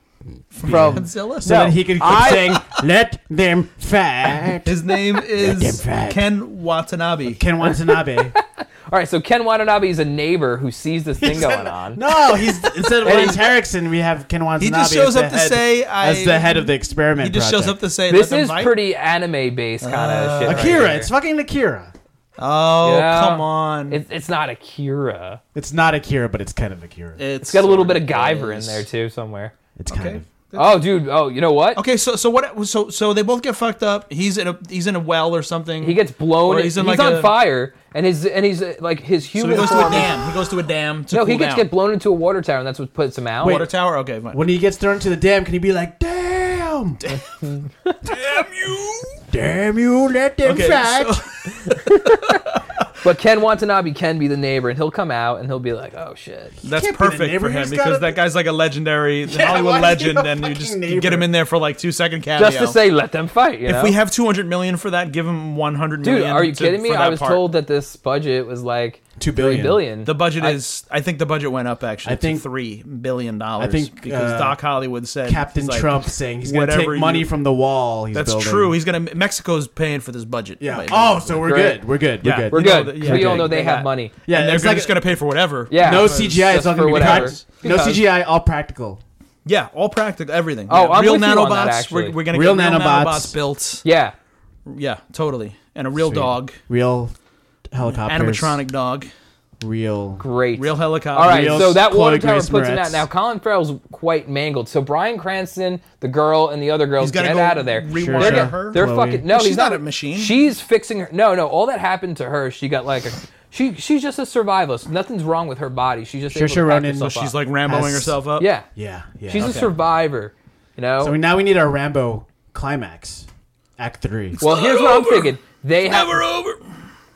Speaker 2: from
Speaker 3: Godzilla.
Speaker 1: so that he can keep
Speaker 2: I-
Speaker 1: saying "Let them fight."
Speaker 3: His name is
Speaker 1: Goddamn right.
Speaker 3: Ken Watanabe.
Speaker 1: Ken Watanabe.
Speaker 2: all right. So Ken Watanabe is a neighbor who sees this thing going on.
Speaker 1: No, he's instead of Lance Henriksen, we have Ken Watanabe.
Speaker 3: just
Speaker 1: as
Speaker 3: shows
Speaker 1: the
Speaker 3: up to
Speaker 1: head-
Speaker 3: say, I-
Speaker 1: as the head of the experiment.
Speaker 3: He just shows up
Speaker 1: project.
Speaker 3: to say,
Speaker 2: This
Speaker 3: "Let them
Speaker 2: is
Speaker 3: fight."
Speaker 2: pretty anime based kind of
Speaker 3: Uh,
Speaker 2: shit. right
Speaker 1: Akira.
Speaker 2: here.
Speaker 1: it's fucking Akira.
Speaker 3: Oh
Speaker 2: Yeah.
Speaker 3: come on!
Speaker 2: It- it's not Akira.
Speaker 1: It's not Akira, but it's kind of Akira.
Speaker 2: It's got a little bit of Guyver in there too somewhere.
Speaker 1: It's kind
Speaker 3: Okay.
Speaker 1: of.
Speaker 2: Oh, dude. Oh, you know what?
Speaker 3: Okay, so so what? So so they both get fucked up. He's in a he's in a well or something.
Speaker 2: He gets blown.
Speaker 3: Or
Speaker 2: He's,
Speaker 3: he's in like
Speaker 2: on
Speaker 3: a-
Speaker 2: fire, and his and he's uh, like his
Speaker 3: So he
Speaker 2: human
Speaker 3: goes to a
Speaker 2: form.
Speaker 3: dam. He goes to a dam to
Speaker 2: no,
Speaker 3: cool
Speaker 2: he gets
Speaker 3: down.
Speaker 2: get blown into a water tower, and that's what puts him out.
Speaker 3: water tower. Okay, fine.
Speaker 1: When he gets thrown to the dam, can he be like, "Damn,
Speaker 3: Damn you!
Speaker 1: damn you, let them
Speaker 3: Okay,
Speaker 1: fight."
Speaker 3: so,
Speaker 2: But Ken Watanabe can be the neighbor, and he'll come out and he'll be like, "Oh shit."
Speaker 3: That's
Speaker 1: can't be the
Speaker 3: perfect
Speaker 1: neighbor,
Speaker 3: for him
Speaker 1: he's
Speaker 3: because
Speaker 1: gotta
Speaker 3: that
Speaker 1: be-
Speaker 3: guy's like a legendary
Speaker 1: why
Speaker 3: Hollywood
Speaker 1: is he
Speaker 3: legend,
Speaker 1: a
Speaker 3: and you just
Speaker 1: fucking
Speaker 3: you get him
Speaker 1: neighbor?
Speaker 3: in there for like two second cameo.
Speaker 2: Just to say, let them fight. You
Speaker 3: if
Speaker 2: know?
Speaker 3: we have 200 million for that, give him 100 million.
Speaker 2: dude, are you
Speaker 3: to-
Speaker 2: kidding me?
Speaker 3: for
Speaker 2: I
Speaker 3: that
Speaker 2: was
Speaker 3: part.
Speaker 2: told that this budget was like
Speaker 1: Two
Speaker 2: three
Speaker 1: billion.
Speaker 2: billion.
Speaker 3: the budget
Speaker 2: I-
Speaker 3: is. I think the budget went up actually.
Speaker 1: I think-
Speaker 3: to three billion dollars.
Speaker 1: I think,
Speaker 3: because
Speaker 1: uh,
Speaker 3: Doc Hollywood said
Speaker 1: Captain
Speaker 3: he's like,
Speaker 1: Trump saying he's going to
Speaker 3: whatever
Speaker 1: take money
Speaker 3: you-
Speaker 1: from the wall. He's
Speaker 3: That's
Speaker 1: building.
Speaker 3: true. He's gonna Mexico's paying for this budget.
Speaker 1: yeah.
Speaker 3: Like,
Speaker 1: Oh, so we're
Speaker 2: Great.
Speaker 1: good. We're good. We're
Speaker 3: Yeah.
Speaker 1: good.
Speaker 2: We're
Speaker 3: you know
Speaker 2: good.
Speaker 3: that-
Speaker 2: 'cause
Speaker 3: yeah,
Speaker 2: we all
Speaker 3: yeah,
Speaker 2: know they
Speaker 3: they
Speaker 2: have
Speaker 3: got-
Speaker 2: money.
Speaker 1: Yeah,
Speaker 3: and they're
Speaker 1: it's
Speaker 3: gonna-
Speaker 1: like
Speaker 3: just gonna pay for whatever.
Speaker 2: Yeah.
Speaker 1: no
Speaker 2: Because-
Speaker 1: CGI. It's
Speaker 2: just
Speaker 1: not
Speaker 2: for
Speaker 1: going to be
Speaker 2: whatever.
Speaker 1: cut. No
Speaker 2: Because-
Speaker 1: CGI. All practical.
Speaker 3: yeah, all practical, everything.
Speaker 2: Oh,
Speaker 3: yeah.
Speaker 2: I'm
Speaker 3: real
Speaker 2: with you on
Speaker 3: nanobots.
Speaker 2: that, actually.
Speaker 3: we're, we're gonna
Speaker 1: Real
Speaker 3: get real
Speaker 1: nanobots.
Speaker 3: nanobots built.
Speaker 2: Yeah.
Speaker 3: Yeah, totally. And a real
Speaker 1: Sweet.
Speaker 3: dog,
Speaker 1: Real helicopters.
Speaker 3: animatronic dog,
Speaker 1: Real.
Speaker 2: Great.
Speaker 3: real helicopter.
Speaker 2: All right,
Speaker 1: Real
Speaker 2: so that
Speaker 1: Chloe
Speaker 2: water tower
Speaker 1: Grace
Speaker 2: puts him
Speaker 1: Moretz.
Speaker 2: out. Now Colin Farrell's quite mangled. So Brian Cranston, the girl, and the other girls
Speaker 3: He's gotta
Speaker 2: get
Speaker 3: go
Speaker 2: out of there.
Speaker 3: rewire
Speaker 2: they're get-
Speaker 3: her?
Speaker 2: They're
Speaker 1: Chloe.
Speaker 2: fucking no.
Speaker 3: She's
Speaker 2: he's not,
Speaker 3: not a machine.
Speaker 2: She's fixing her. No, no. All that happened to her. She got like a. She she's just a survivalist. Nothing's wrong with her body. She's just able
Speaker 1: Saoirse
Speaker 2: to pack
Speaker 1: Ronan,
Speaker 2: herself
Speaker 3: She's
Speaker 2: up.
Speaker 3: like uh, Ramboing
Speaker 1: As-
Speaker 3: herself up.
Speaker 2: yeah,
Speaker 1: Yeah. Yeah.
Speaker 2: she's a
Speaker 1: Okay.
Speaker 2: survivor. You know.
Speaker 1: So now we need our Rambo climax, Act Three.
Speaker 2: well, here's what I'm thinking. They have
Speaker 3: Never over.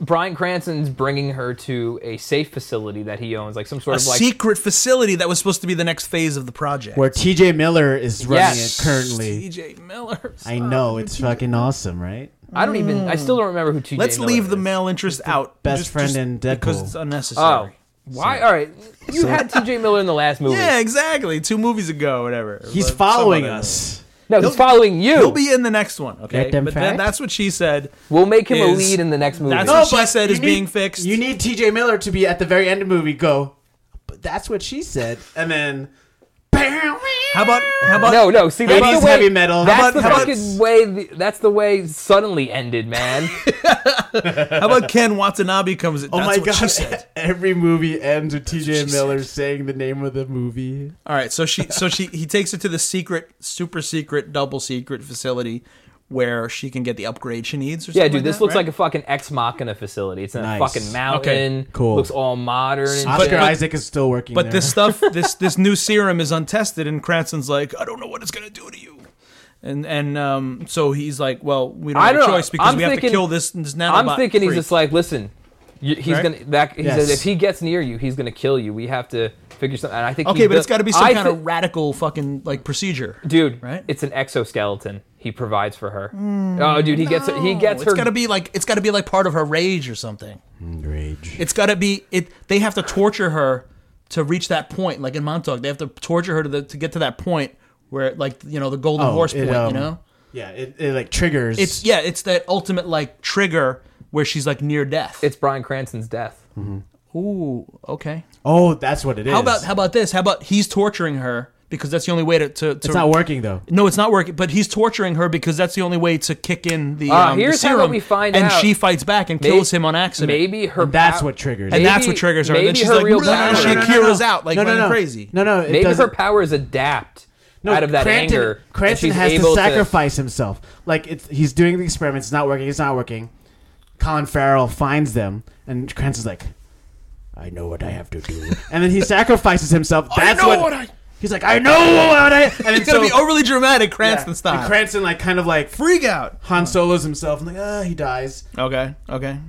Speaker 2: Brian Cranston's bringing her to a safe facility that he owns, like some sort
Speaker 3: A
Speaker 2: of like
Speaker 3: secret facility that was supposed to be the next phase of the project.
Speaker 1: where T.J. Miller is running
Speaker 2: Yes.
Speaker 1: it currently.
Speaker 3: TJ Miller.
Speaker 1: I know it's fucking awesome, right?
Speaker 2: I don't even I still don't remember who TJ
Speaker 3: Let's
Speaker 2: Miller
Speaker 3: leave the
Speaker 2: is.
Speaker 3: male interest out.
Speaker 1: best
Speaker 3: just-
Speaker 1: friend
Speaker 3: just
Speaker 1: in
Speaker 3: because
Speaker 1: Deadpool.
Speaker 3: it's
Speaker 2: Oh,
Speaker 3: unnecessary.
Speaker 2: why? All right, you had T.J. Miller in the last movie.
Speaker 3: Yeah, exactly. Two movies ago, whatever.
Speaker 1: He's
Speaker 3: But
Speaker 1: following
Speaker 3: some other-
Speaker 1: us.
Speaker 2: no, he's following
Speaker 3: He'll
Speaker 2: you.
Speaker 3: be in the next one, okay?
Speaker 1: Let them
Speaker 3: But that,
Speaker 1: fact.
Speaker 3: that's what she said.
Speaker 2: we'll make him a
Speaker 3: is-
Speaker 2: lead in the next movie.
Speaker 3: That's
Speaker 1: No,
Speaker 3: what she
Speaker 1: but
Speaker 3: said
Speaker 1: you
Speaker 3: is
Speaker 1: need-
Speaker 3: being fixed.
Speaker 1: You need T.J. Miller to be at the very end of the movie. Go, but that's what she said, and then.
Speaker 3: How about how about
Speaker 2: no, no. See, that's
Speaker 1: 80s
Speaker 2: the way,
Speaker 1: heavy metal.
Speaker 2: That's
Speaker 1: How about-
Speaker 2: the
Speaker 1: how about-
Speaker 2: fucking way. The, that's the way suddenly ended, man.
Speaker 3: how about Ken Watanabe comes? In?
Speaker 1: Oh
Speaker 3: That's
Speaker 1: my
Speaker 3: what
Speaker 1: god!
Speaker 3: she said.
Speaker 1: Every movie ends with T.J.
Speaker 3: she
Speaker 1: Miller saying the name of the movie.
Speaker 3: All right, so she so she he takes her to the secret, super secret, double secret facility where she can get the upgrade she needs. Or
Speaker 2: yeah,
Speaker 3: something
Speaker 2: dude,
Speaker 3: like
Speaker 2: this
Speaker 3: that,
Speaker 2: looks
Speaker 3: right?
Speaker 2: like a fucking ex machina facility. It's in
Speaker 1: Nice.
Speaker 2: a fucking mountain.
Speaker 3: Okay,
Speaker 1: cool.
Speaker 2: Looks all modern. And
Speaker 1: Oscar
Speaker 2: shit.
Speaker 1: Isaac is still working.
Speaker 3: But
Speaker 1: there.
Speaker 3: this stuff, this this new serum is untested, and Cranston's like, I don't know what it's gonna do to you, and and um, so he's like, well, we don't
Speaker 2: I
Speaker 3: have a
Speaker 2: don't know.
Speaker 3: choice because
Speaker 2: I'm
Speaker 3: we have
Speaker 2: thinking-
Speaker 3: to kill this this nanobot.
Speaker 2: I'm thinking he's
Speaker 3: freak.
Speaker 2: just like, listen, you, he's
Speaker 3: Right?
Speaker 2: gonna. That, he
Speaker 1: Yes.
Speaker 2: says if he gets near you, he's gonna kill you. We have to figure something. And I think
Speaker 3: okay,
Speaker 2: he
Speaker 3: but it's
Speaker 2: built-
Speaker 3: got to be some
Speaker 2: I
Speaker 3: kind
Speaker 2: thi-
Speaker 3: of radical fucking like procedure,
Speaker 2: dude.
Speaker 3: Right? Hmm,
Speaker 2: It's an exoskeleton he provides for her. oh, dude, he gets he gets
Speaker 3: It's
Speaker 2: her.
Speaker 3: got to be like it's got to be like part of her rage or something.
Speaker 1: rage.
Speaker 3: It's got to be it. They have to torture her to reach that point, like in Montauk. They have to torture her to the, to get to that point where, like, you know, the golden
Speaker 1: Oh,
Speaker 3: horse
Speaker 1: it,
Speaker 3: point.
Speaker 1: um,
Speaker 3: you know,
Speaker 1: Yeah, it, it like triggers.
Speaker 3: it's yeah, it's that ultimate like trigger where she's like near death.
Speaker 2: it's Brian Cranston's death.
Speaker 3: Ooh, okay.
Speaker 1: oh, that's what it is.
Speaker 3: How about how about this? How about he's torturing her because that's the only way to to. to
Speaker 1: It's not working though.
Speaker 3: no, it's not working. But he's torturing her because that's the only way to kick in the,
Speaker 2: Ah,
Speaker 3: um, the
Speaker 2: here's how
Speaker 3: serum.
Speaker 2: we find
Speaker 3: and
Speaker 2: out.
Speaker 3: she fights back and
Speaker 2: May-
Speaker 3: kills him on accident.
Speaker 2: Maybe her.
Speaker 1: And that's
Speaker 2: pow-
Speaker 1: what triggers.
Speaker 3: and
Speaker 1: it.
Speaker 3: that's what
Speaker 2: maybe-
Speaker 3: triggers her. And then
Speaker 2: maybe
Speaker 3: she's
Speaker 2: her
Speaker 3: like,
Speaker 2: real
Speaker 3: "Blah," and
Speaker 2: power-
Speaker 3: she
Speaker 2: No, no, no,
Speaker 3: Akira's out like
Speaker 1: no, no,
Speaker 3: running
Speaker 1: no.
Speaker 3: crazy.
Speaker 1: No, no, it
Speaker 2: Maybe her
Speaker 1: doesn't.
Speaker 2: powers adapt
Speaker 1: No,
Speaker 2: out of that
Speaker 1: Cranston,
Speaker 2: anger. and
Speaker 1: Cranston
Speaker 2: she's
Speaker 1: has
Speaker 2: able
Speaker 1: to sacrifice himself. Like it's, he's doing the experiments. It's not working. It's not working. Colin Farrell finds them, and Cranston's like, "I know what I have to do," and then he sacrifices himself. That's
Speaker 3: know
Speaker 1: what,
Speaker 3: what I-
Speaker 1: He's like, "I know what I." And then
Speaker 3: It's gonna
Speaker 1: so
Speaker 3: be overly dramatic, Cranston
Speaker 1: and
Speaker 3: style.
Speaker 1: Cranston like kind of like
Speaker 3: Freak out.
Speaker 1: Han Solo's himself, and like, ah, he dies.
Speaker 3: Okay, okay.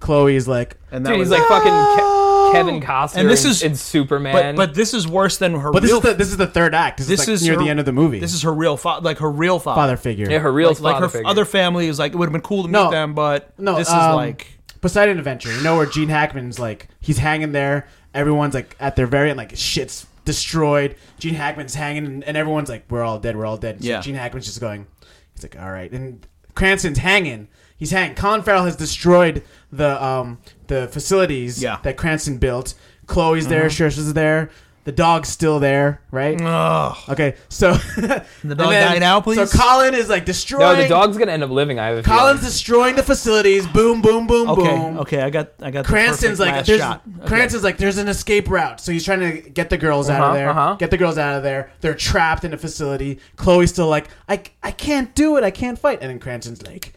Speaker 1: Chloe is like,
Speaker 3: And that
Speaker 2: Dude,
Speaker 3: was
Speaker 2: he's like
Speaker 3: it.
Speaker 2: fucking
Speaker 1: No!
Speaker 2: Ke- Kevin Costner
Speaker 3: And
Speaker 2: and
Speaker 3: this
Speaker 2: this
Speaker 3: is-
Speaker 2: in Superman.
Speaker 3: but but this is worse than her.
Speaker 1: "But this
Speaker 3: real,
Speaker 1: is the this is the third act. This,
Speaker 3: this
Speaker 1: is, like, near
Speaker 3: her-
Speaker 1: the end of the movie.
Speaker 3: This is her real father, like her real father.
Speaker 1: father figure.
Speaker 2: yeah, her real
Speaker 3: like, like
Speaker 2: father
Speaker 3: her
Speaker 2: figure.
Speaker 3: other family is like it would have been cool to meet
Speaker 1: No.
Speaker 3: them, but
Speaker 1: No,
Speaker 3: this is
Speaker 1: um,
Speaker 3: like
Speaker 1: Poseidon Adventure. You know where Gene Hackman's like he's hanging there. Everyone's like at their very end, like shit's destroyed. Gene Hackman's hanging, and, and everyone's like, "We're all dead. We're all dead." So
Speaker 3: Yeah.
Speaker 1: Gene Hackman's just going. He's like, "All right," and Cranston's hanging. He's hanging. Colin Farrell has destroyed the um the facilities
Speaker 3: Yeah. Mm-hmm.
Speaker 1: that Cranston built. Chloe's there. Saoirse's there. The dog's still there, right?
Speaker 3: ugh.
Speaker 1: Okay, so
Speaker 3: Mm. The dog died out, please?
Speaker 1: So Colin is like destroying.
Speaker 2: no, the dog's gonna end up living. I have a feeling.
Speaker 1: Colin's destroying the facilities. Boom, boom, boom,
Speaker 3: Okay,
Speaker 1: boom.
Speaker 3: okay, I got I got. the
Speaker 1: Cranston's
Speaker 3: perfect
Speaker 1: like
Speaker 3: last
Speaker 1: there's
Speaker 3: shot. Okay.
Speaker 1: Cranston's like there's an escape route, so he's trying to get the girls out of
Speaker 2: Uh-huh,
Speaker 1: there.
Speaker 2: uh-huh.
Speaker 1: Get the girls out of there. They're trapped in a facility. Chloe's still like I I can't do it. I can't fight. And then Cranston's like,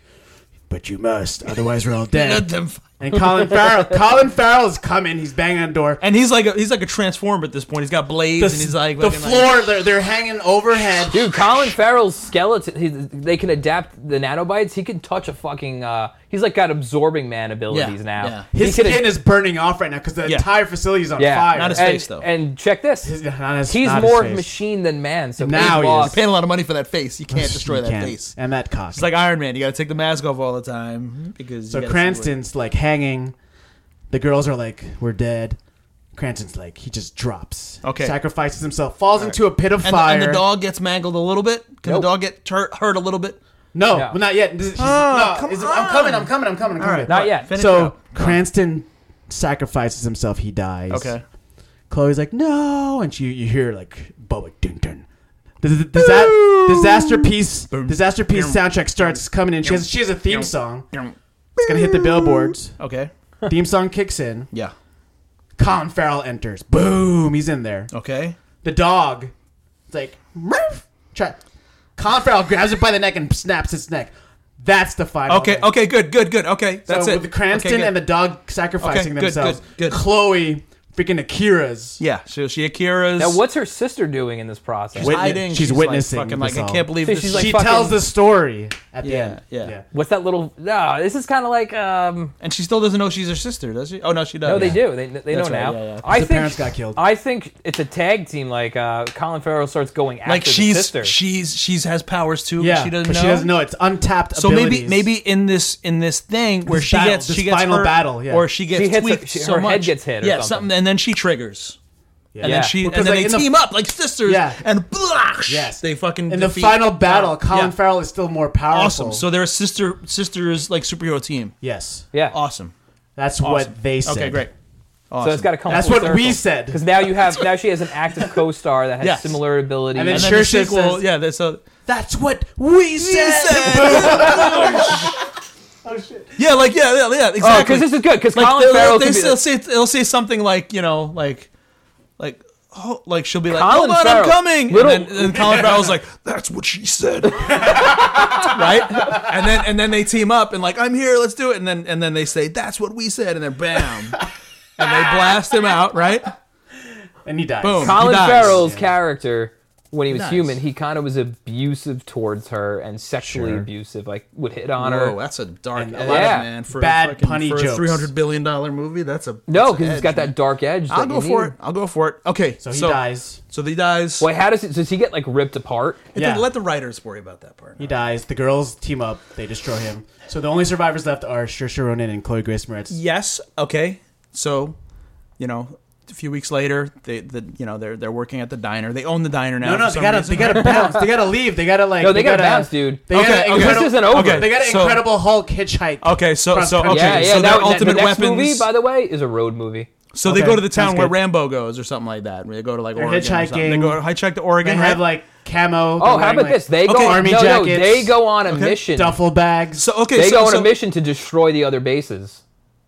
Speaker 1: but you must, otherwise we're all
Speaker 3: Let
Speaker 1: dead.
Speaker 3: them fight.
Speaker 1: And Colin Farrell, Colin Farrell's coming. He's banging on the door.
Speaker 3: And he's like a, he's like a transformer at this point. He's got blades
Speaker 1: The,
Speaker 3: and he's like
Speaker 1: the
Speaker 3: looking like-
Speaker 1: floor, they're, they're hanging overhead.
Speaker 2: Dude, Colin Farrell's skeleton, he, they can adapt the nanobites. He can touch a fucking. Uh, he's like got absorbing man abilities now.
Speaker 4: yeah.
Speaker 2: He
Speaker 1: His
Speaker 2: can-
Speaker 1: skin is burning off right now because the
Speaker 3: Yeah.
Speaker 1: entire facility is on
Speaker 2: yeah.
Speaker 1: fire.
Speaker 3: Not his
Speaker 2: and,
Speaker 3: face, though.
Speaker 2: And check this.
Speaker 1: His- not his-
Speaker 2: he's
Speaker 1: not his
Speaker 2: more
Speaker 1: face.
Speaker 2: machine than man. So
Speaker 1: Now
Speaker 2: he's
Speaker 1: he is.
Speaker 2: lost.
Speaker 3: Paying a lot of money for that face. You can't
Speaker 1: You
Speaker 3: destroy that
Speaker 1: can't.
Speaker 3: face.
Speaker 1: and that cock.
Speaker 3: It's like Iron Man. You got to take the mask off all the time because.
Speaker 1: so
Speaker 3: you gotta see
Speaker 1: Cranston's like hanging. The girls are like, "We're dead." Cranston's like, he just drops.
Speaker 3: Okay.
Speaker 1: sacrifices himself, falls into a pit of
Speaker 3: where- and, the-
Speaker 1: fire.
Speaker 3: and the dog gets mangled a little bit. Can
Speaker 2: Nope.
Speaker 3: the dog get tur- hurt a little bit?
Speaker 1: No,
Speaker 2: No.
Speaker 1: well, not yet. This is- she's-
Speaker 3: Oh,
Speaker 1: no,
Speaker 3: come
Speaker 1: is it- I'm coming. I'm coming. I'm coming. I'm coming.
Speaker 3: right.
Speaker 2: Not yet.
Speaker 3: Finish it
Speaker 1: so
Speaker 3: up.
Speaker 1: Cranston sacrifices himself. He dies.
Speaker 3: Okay.
Speaker 1: Chloe's like, no, and you you hear like Boba dun dun. Does, does that disaster piece disaster piece soundtrack starts coming in? She has she has a theme song. It's gonna hit the billboards.
Speaker 3: Okay.
Speaker 1: Theme song kicks in.
Speaker 3: Yeah.
Speaker 1: Colin Farrell enters. Boom, he's in there.
Speaker 3: Okay.
Speaker 1: The dog, it's like, "Meow." try. Colin Farrell grabs it by the neck and snaps its neck. That's the final.
Speaker 3: Okay.
Speaker 1: one.
Speaker 3: Okay. Good. Good. Good. Okay. That's
Speaker 1: Um, so
Speaker 3: it.
Speaker 1: with Cranston
Speaker 3: okay, good.
Speaker 1: and the dog sacrificing
Speaker 3: Okay, good,
Speaker 1: themselves,
Speaker 3: good, good.
Speaker 1: Chloe freaking Akira's.
Speaker 3: yeah. So she Akira's.
Speaker 2: Now, what's her sister doing in this process?
Speaker 1: Wait,
Speaker 3: hiding?
Speaker 1: She's
Speaker 3: like,
Speaker 1: witnessing
Speaker 3: fucking
Speaker 1: this
Speaker 3: like I
Speaker 1: all.
Speaker 3: can't believe
Speaker 2: So
Speaker 3: this.
Speaker 2: she's
Speaker 3: is-
Speaker 2: like
Speaker 1: she
Speaker 2: fucking-
Speaker 1: tells the story at the
Speaker 3: Yeah,
Speaker 1: end.
Speaker 3: yeah.
Speaker 2: What's that little? No, this is kind of like. Um,
Speaker 3: and she still doesn't know she's her sister, does she? Oh no, she does.
Speaker 2: no, they do. They, they know
Speaker 3: That's right,
Speaker 2: now.
Speaker 3: yeah, yeah.
Speaker 2: I
Speaker 1: the
Speaker 2: think
Speaker 1: parents got killed.
Speaker 2: I think it's a tag team. Like uh, Colin Farrell starts going after
Speaker 3: Like
Speaker 2: the
Speaker 3: she's
Speaker 2: sister.
Speaker 3: she's she's has powers too.
Speaker 1: Yeah,
Speaker 3: but she doesn't
Speaker 1: but
Speaker 3: know.
Speaker 1: she doesn't know it's untapped.
Speaker 3: So maybe
Speaker 1: abilities.
Speaker 3: maybe in this in this thing where
Speaker 1: This
Speaker 3: she
Speaker 1: battle,
Speaker 3: gets
Speaker 1: this
Speaker 3: she gets
Speaker 1: final
Speaker 3: hurt,
Speaker 1: battle, yeah.
Speaker 3: or she gets
Speaker 2: She hits her-
Speaker 3: tweaked
Speaker 2: she-
Speaker 3: so
Speaker 2: her
Speaker 3: much.
Speaker 2: head gets hit or
Speaker 3: yeah,
Speaker 2: something.
Speaker 3: and then she triggers. And
Speaker 2: Yeah.
Speaker 3: then she
Speaker 1: Because,
Speaker 3: and then
Speaker 1: like, in
Speaker 3: they
Speaker 1: the-
Speaker 3: team up like sisters.
Speaker 1: Yeah.
Speaker 3: and blah,
Speaker 1: Yes.
Speaker 3: they fucking
Speaker 1: in the
Speaker 3: defeat-
Speaker 1: final battle,
Speaker 3: Yeah.
Speaker 1: Colin
Speaker 3: Yeah.
Speaker 1: Farrell is still more powerful.
Speaker 3: Awesome. So they're a sister sisters like superhero team.
Speaker 1: yes,
Speaker 2: yeah.
Speaker 3: Awesome.
Speaker 1: that's
Speaker 3: Awesome.
Speaker 1: what they said.
Speaker 3: Okay, great.
Speaker 2: So it's got to come.
Speaker 1: That's what we said.
Speaker 2: Because now you have now she has an active co-star that has
Speaker 3: Yes.
Speaker 2: similar abilities.
Speaker 1: And then
Speaker 3: And
Speaker 1: she-
Speaker 3: then
Speaker 1: Sure
Speaker 3: the
Speaker 1: says-
Speaker 3: sequel, yeah. That's a,
Speaker 1: That's what we said.
Speaker 3: yeah, like yeah, yeah, yeah, exactly.
Speaker 2: oh, because this is good. Because
Speaker 3: like
Speaker 2: Colin
Speaker 3: they'll,
Speaker 2: Farrell
Speaker 3: they
Speaker 2: can be
Speaker 3: still
Speaker 2: the,
Speaker 3: say they'll say something like you know like like oh, like she'll be like
Speaker 2: Colin
Speaker 3: Colin hold on,
Speaker 2: Farrell.
Speaker 3: I'm coming
Speaker 2: Little-
Speaker 3: and then and Colin Farrell's like that's what she said right and then and then they team up and like I'm here let's do it and then and then they say that's what we said and then bam and they blast him out right
Speaker 1: and he dies.
Speaker 3: Boom.
Speaker 2: Colin
Speaker 3: He dies.
Speaker 2: Farrell's character when he was
Speaker 4: Nice.
Speaker 2: human, he kind of was abusive towards her and sexually
Speaker 1: Sure.
Speaker 2: abusive. Like would hit on
Speaker 3: oh
Speaker 2: her.
Speaker 3: that's a dark
Speaker 1: And-
Speaker 3: edge,
Speaker 2: Yeah.
Speaker 3: man for
Speaker 1: Bad
Speaker 3: a fucking,
Speaker 1: punny
Speaker 3: for
Speaker 1: jokes.
Speaker 3: a 300 billion dollar movie that's a
Speaker 2: No,
Speaker 3: that's an
Speaker 2: because it's
Speaker 3: edge,
Speaker 2: got
Speaker 3: man.
Speaker 2: that dark edge.
Speaker 3: I'll
Speaker 2: that
Speaker 3: go
Speaker 2: you
Speaker 3: for
Speaker 2: need.
Speaker 3: it I'll go for it okay
Speaker 1: So he dies.
Speaker 3: so he dies
Speaker 2: Wait, how does it? Does he get like ripped apart?
Speaker 1: Yeah.
Speaker 3: let the writers worry about that part
Speaker 1: He dies. The girls team up. They destroy him. So the only survivors left are Saoirse Ronan and Chloe Grace Moretz.
Speaker 3: yes okay so you know a few weeks later they the you know they're they're working at the diner they own the diner
Speaker 1: No,
Speaker 3: now
Speaker 1: no,
Speaker 3: for
Speaker 1: they
Speaker 3: some
Speaker 1: gotta,
Speaker 3: reason,
Speaker 1: they gotta bounce. They gotta leave. They gotta like.
Speaker 2: No, they gotta bounce, dude.
Speaker 1: They gotta
Speaker 3: Okay, okay.
Speaker 1: incredible-
Speaker 2: This isn't over.
Speaker 3: Okay,
Speaker 1: They got an
Speaker 3: so-
Speaker 1: incredible Hulk hitchhike.
Speaker 3: Okay, so
Speaker 1: Cross
Speaker 3: so
Speaker 1: country.
Speaker 3: okay,
Speaker 2: Yeah, yeah. that,
Speaker 3: so their
Speaker 2: that-
Speaker 3: ultimate
Speaker 2: the next
Speaker 3: weapons.
Speaker 2: movie, by the way, is a road movie.
Speaker 3: so they
Speaker 1: Okay,
Speaker 3: go to the
Speaker 1: sounds
Speaker 3: town where
Speaker 1: good.
Speaker 3: Rambo goes or something like that. They go to like
Speaker 1: They're
Speaker 3: Oregon. Or something. They
Speaker 1: hitchhiking.
Speaker 3: go hitchhike to Oregon.
Speaker 1: They
Speaker 3: right?
Speaker 1: have like camo.
Speaker 2: Oh, how about this? They
Speaker 3: okay,
Speaker 2: go
Speaker 1: army
Speaker 2: no, no,
Speaker 1: jackets.
Speaker 2: they go on a mission.
Speaker 1: duffel bags.
Speaker 3: so okay,
Speaker 2: They
Speaker 3: so,
Speaker 2: go on
Speaker 3: so,
Speaker 2: a mission to destroy the other bases.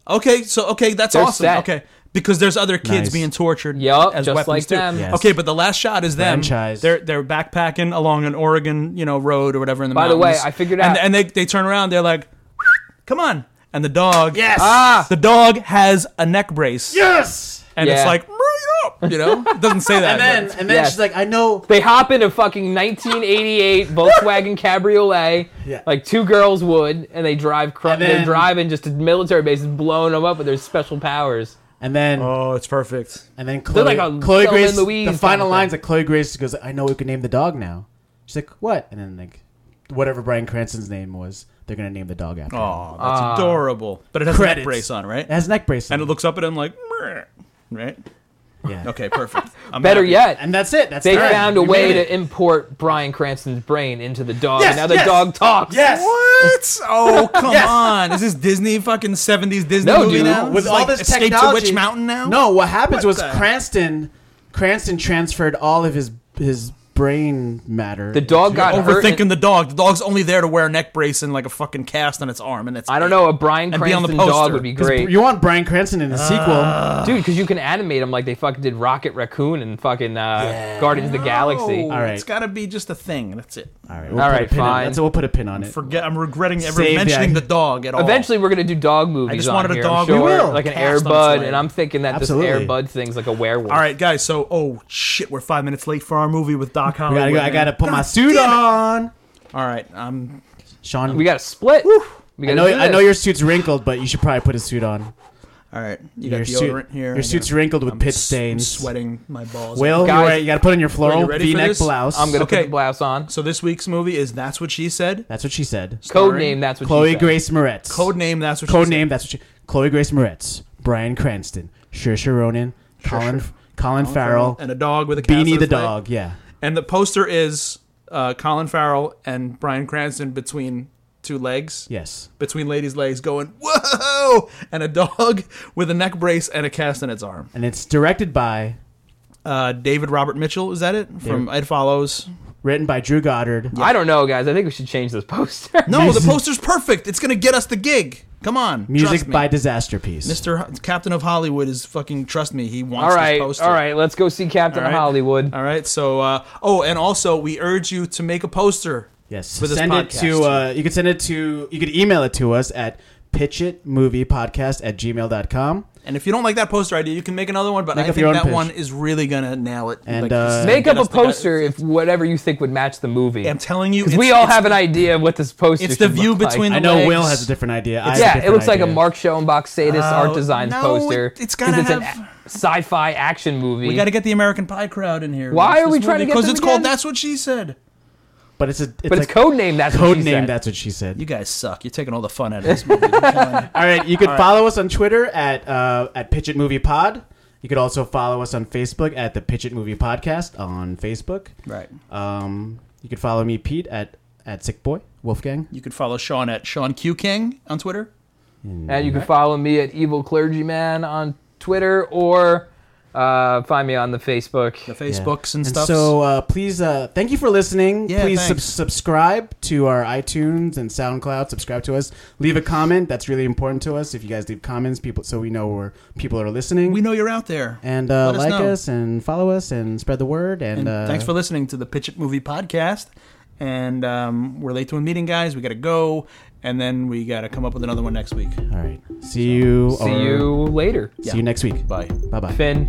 Speaker 3: Okay, so okay, that's
Speaker 2: They're
Speaker 3: awesome.
Speaker 2: set.
Speaker 3: Okay, because there's other kids
Speaker 1: Nice.
Speaker 3: being tortured.
Speaker 2: Yup,
Speaker 3: as
Speaker 2: just
Speaker 3: weapons
Speaker 2: like
Speaker 3: too.
Speaker 2: them. Yes.
Speaker 3: Okay, but the last shot is them.
Speaker 1: Franchise.
Speaker 3: They're they're backpacking along an Oregon you know road or whatever in the
Speaker 2: By the way,
Speaker 3: mountains.
Speaker 2: I figured
Speaker 3: And-
Speaker 2: out-
Speaker 3: And, they they turn around. They're like, come on. And the dog.
Speaker 1: Yes.
Speaker 2: Ah,
Speaker 3: The dog has a neck brace.
Speaker 1: yes.
Speaker 3: And it's
Speaker 2: Yeah.
Speaker 3: like, you know, it doesn't say that.
Speaker 1: And then
Speaker 3: but-
Speaker 1: and then
Speaker 2: Yes.
Speaker 1: she's like, I know.
Speaker 2: They hop in a fucking 1988 Volkswagen Cabriolet,
Speaker 1: Yeah.
Speaker 2: like two girls would, and they drive. Cr-
Speaker 1: And
Speaker 2: they're
Speaker 1: then-
Speaker 2: driving just to military bases, blowing them up with their special powers.
Speaker 1: And then
Speaker 3: oh, it's perfect.
Speaker 1: and then Chloe,
Speaker 2: like a
Speaker 1: Chloe
Speaker 2: Thelma
Speaker 1: Grace.
Speaker 2: and Louise
Speaker 1: The
Speaker 2: kind
Speaker 1: final
Speaker 2: of
Speaker 1: lines
Speaker 2: thing.
Speaker 1: that Chloe Grace goes, I know we could name the dog now. She's like, what? And then like, whatever Brian Cranston's name was, they're gonna name the dog after. him.
Speaker 3: Oh, that's
Speaker 2: Ah.
Speaker 3: adorable. But it has a
Speaker 1: Credits.
Speaker 3: neck brace on, right?
Speaker 1: It has a neck brace.
Speaker 3: And
Speaker 1: And,
Speaker 3: it looks up at him like, "Meow," right?
Speaker 1: yeah.
Speaker 3: Okay, perfect. I'm
Speaker 2: Better
Speaker 3: happy.
Speaker 2: yet,
Speaker 1: And that's it. That's
Speaker 2: they
Speaker 1: done.
Speaker 2: found a
Speaker 1: We
Speaker 2: way
Speaker 1: made it.
Speaker 2: to import Brian Cranston's brain into the dog,
Speaker 1: Yes,
Speaker 2: and now the
Speaker 1: yes,
Speaker 2: dog talks.
Speaker 1: Yes.
Speaker 3: What? Oh, come on. Is this Disney fucking 70s Disney
Speaker 2: No,
Speaker 3: movie
Speaker 2: dude.
Speaker 3: now?
Speaker 1: with
Speaker 3: It's
Speaker 1: all
Speaker 3: like
Speaker 1: this
Speaker 3: Escape
Speaker 1: technology,
Speaker 3: to Witch Mountain now?
Speaker 1: No, what happens was
Speaker 3: the-
Speaker 1: Cranston, Cranston transferred all of his his brain matter.
Speaker 2: The dog got hurt. in-
Speaker 3: Overthinking the dog. The dog's only there to wear a neck brace and like a fucking cast on its arm, and that's
Speaker 2: I don't
Speaker 3: it.
Speaker 2: know. A Brian
Speaker 3: And be on the
Speaker 2: Cranston dog
Speaker 3: poster.
Speaker 2: would be
Speaker 1: 'Cause
Speaker 2: great,
Speaker 1: You want Brian Cranston in a sequel?
Speaker 2: dude, because you can animate them like they fucking did Rocket Raccoon and fucking uh, Guardians of the Galaxy.
Speaker 3: No,
Speaker 1: All right.
Speaker 3: Oh, it's got to be just a thing. That's it.
Speaker 1: All right, we'll
Speaker 2: All
Speaker 1: put a
Speaker 2: right,
Speaker 1: pin on-
Speaker 2: fine.
Speaker 1: That's we'll put a pin on it.
Speaker 3: Forget. I'm regretting ever
Speaker 1: Save the
Speaker 3: mentioning
Speaker 1: idea.
Speaker 3: the dog at all.
Speaker 2: Eventually, we're gonna do dog movies.
Speaker 3: just
Speaker 2: on
Speaker 3: wanted a
Speaker 2: here,
Speaker 3: dog-
Speaker 2: I'm sure,
Speaker 1: We will.
Speaker 2: like an
Speaker 3: Cast on
Speaker 2: Airbud,
Speaker 3: Slade.
Speaker 2: and I'm thinking that
Speaker 1: Absolutely.
Speaker 2: this Airbud thing's like a werewolf.
Speaker 3: All right, guys. So, oh shit, we're five minutes late for our movie with Doc
Speaker 1: I
Speaker 3: Hollywood.
Speaker 1: gotta, go, I gotta put my
Speaker 3: God
Speaker 1: suit
Speaker 3: damn it.
Speaker 1: on.
Speaker 3: All right, I'm.
Speaker 1: Sean,
Speaker 2: we got to split. We
Speaker 1: I
Speaker 2: gotta
Speaker 1: know,
Speaker 2: do
Speaker 1: I
Speaker 2: this.
Speaker 1: know your suit's wrinkled, but you should probably put a suit on.
Speaker 3: All right, you
Speaker 1: Your
Speaker 3: got
Speaker 1: suit-
Speaker 3: deodorant here.
Speaker 1: your
Speaker 3: I got-
Speaker 1: suit's wrinkled with
Speaker 3: I'm
Speaker 1: pit
Speaker 3: s-
Speaker 1: stains.
Speaker 3: I'm sweating my balls.
Speaker 1: Will,
Speaker 2: Guys-
Speaker 1: you're right, you gotta put on your
Speaker 3: Are
Speaker 1: floral
Speaker 3: you ready for
Speaker 1: V-neck
Speaker 3: this?
Speaker 1: blouse.
Speaker 2: I'm gonna
Speaker 3: Okay.
Speaker 2: put the blouse on.
Speaker 3: So this week's movie is "That's What She Said."
Speaker 1: That's what she said.
Speaker 2: Code
Speaker 3: Starring
Speaker 2: name. That's what.
Speaker 1: Chloe
Speaker 2: she said.
Speaker 1: Grace Moretz.
Speaker 3: Code name. That's what.
Speaker 1: Code
Speaker 3: she
Speaker 1: name. That's what she. Chloe Grace Moretz. Brian Cranston. Saoirse Ronan. Colin. Colin
Speaker 3: Said.
Speaker 1: Farrell.
Speaker 3: and a dog with a cast on
Speaker 1: Beanie the
Speaker 3: its leg.
Speaker 1: dog. Yeah.
Speaker 3: And the poster is uh, Colin Farrell and Brian Cranston between two legs,
Speaker 1: Yes.
Speaker 3: between ladies' legs, going whoa, and a dog with a neck brace and a cast on its arm.
Speaker 1: And it's directed by,
Speaker 3: Uh, David Robert Mitchell is that it from It Follows?
Speaker 1: written by Drew Goddard.
Speaker 2: I don't know, guys. I think we should change this poster.
Speaker 3: No, the poster's perfect. It's gonna get us the gig. Come on, trust
Speaker 1: Music
Speaker 3: me.
Speaker 1: by Disaster Piece.
Speaker 3: Mr. Ho- Captain of Hollywood is fucking. Trust me, he wants
Speaker 2: all right,
Speaker 3: this poster.
Speaker 2: all right. Let's go see Captain
Speaker 3: All right?
Speaker 2: Hollywood.
Speaker 3: All right, so uh, oh, and also we urge you to make a poster.
Speaker 1: Yes.
Speaker 3: for this
Speaker 1: send it
Speaker 3: podcast.
Speaker 1: to. Uh, you can send it to. You could email it to us at pitchitmoviepodcast at gmail.com.
Speaker 3: And if you don't like that poster idea, you can make another one. But
Speaker 1: Make
Speaker 3: I
Speaker 1: up
Speaker 3: think
Speaker 1: your own
Speaker 3: that
Speaker 1: pitch.
Speaker 3: one is really gonna nail it.
Speaker 1: And,
Speaker 3: Like, this is
Speaker 1: uh,
Speaker 3: gonna
Speaker 2: Make
Speaker 3: get
Speaker 2: up a
Speaker 3: us the guy-
Speaker 2: poster if whatever you think would match the movie.
Speaker 3: I'm telling you,
Speaker 2: because
Speaker 3: it's-
Speaker 2: we all
Speaker 3: it's-
Speaker 2: have an idea of what this poster.
Speaker 3: it's the
Speaker 2: should
Speaker 3: view
Speaker 2: look like.
Speaker 3: between
Speaker 1: I
Speaker 3: the
Speaker 1: know Will
Speaker 3: legs.
Speaker 1: has a different idea. I have a
Speaker 2: Yeah, it
Speaker 1: different
Speaker 2: looks like a
Speaker 1: idea.
Speaker 2: Mark Schoenbach sadist
Speaker 3: Oh,
Speaker 2: art designs
Speaker 3: no,
Speaker 2: poster.
Speaker 3: it- it's gotta
Speaker 2: 'cause an
Speaker 3: have-
Speaker 2: a- sci-fi action movie.
Speaker 3: We got to get the American Pie crowd in here.
Speaker 2: Why are we trying to get
Speaker 3: Because
Speaker 2: them
Speaker 3: it's
Speaker 2: again?
Speaker 3: called "That's What She Said."
Speaker 1: But it's a. It's
Speaker 2: but
Speaker 1: like
Speaker 2: it's code name. That's what
Speaker 1: code
Speaker 2: she
Speaker 1: name.
Speaker 2: said.
Speaker 1: That's what she said.
Speaker 3: You guys suck. You're taking all the fun out of this movie. I'm telling you.
Speaker 1: All right, you could follow us on Twitter at uh, at Pitch It Movie Pod. You could also follow us on Facebook at the Pitch It Movie Podcast on Facebook.
Speaker 3: right.
Speaker 1: Um, you could follow me, Pete, at at Sick Boy Wolfgang.
Speaker 3: You could follow Sean at Sean Q King on Twitter.
Speaker 2: And you can follow me at Evil Clergyman on Twitter or uh, find me on the Facebook.
Speaker 3: The Facebooks and
Speaker 1: Yeah.
Speaker 3: stuff.
Speaker 1: So uh, please, uh, thank you for listening.
Speaker 3: Yeah,
Speaker 1: please sub-
Speaker 3: thanks.
Speaker 1: subscribe to our iTunes and SoundCloud. Subscribe to us. Leave a comment. That's really important to us. If you guys leave comments, people, so we know where people are listening.
Speaker 3: we know you're out there.
Speaker 1: and uh,
Speaker 3: Let us
Speaker 1: like
Speaker 3: know.
Speaker 1: us and follow us and spread the word. And,
Speaker 3: And
Speaker 1: uh,
Speaker 3: thanks for listening to the Pitch It Movie podcast. And um, we're late to a meeting, guys. We got to go, and then we got to come up with another one next week.
Speaker 1: All right. See you.
Speaker 2: See
Speaker 1: or-
Speaker 2: you later,
Speaker 1: See you next week.
Speaker 3: Bye.
Speaker 1: Bye bye.
Speaker 2: Finn.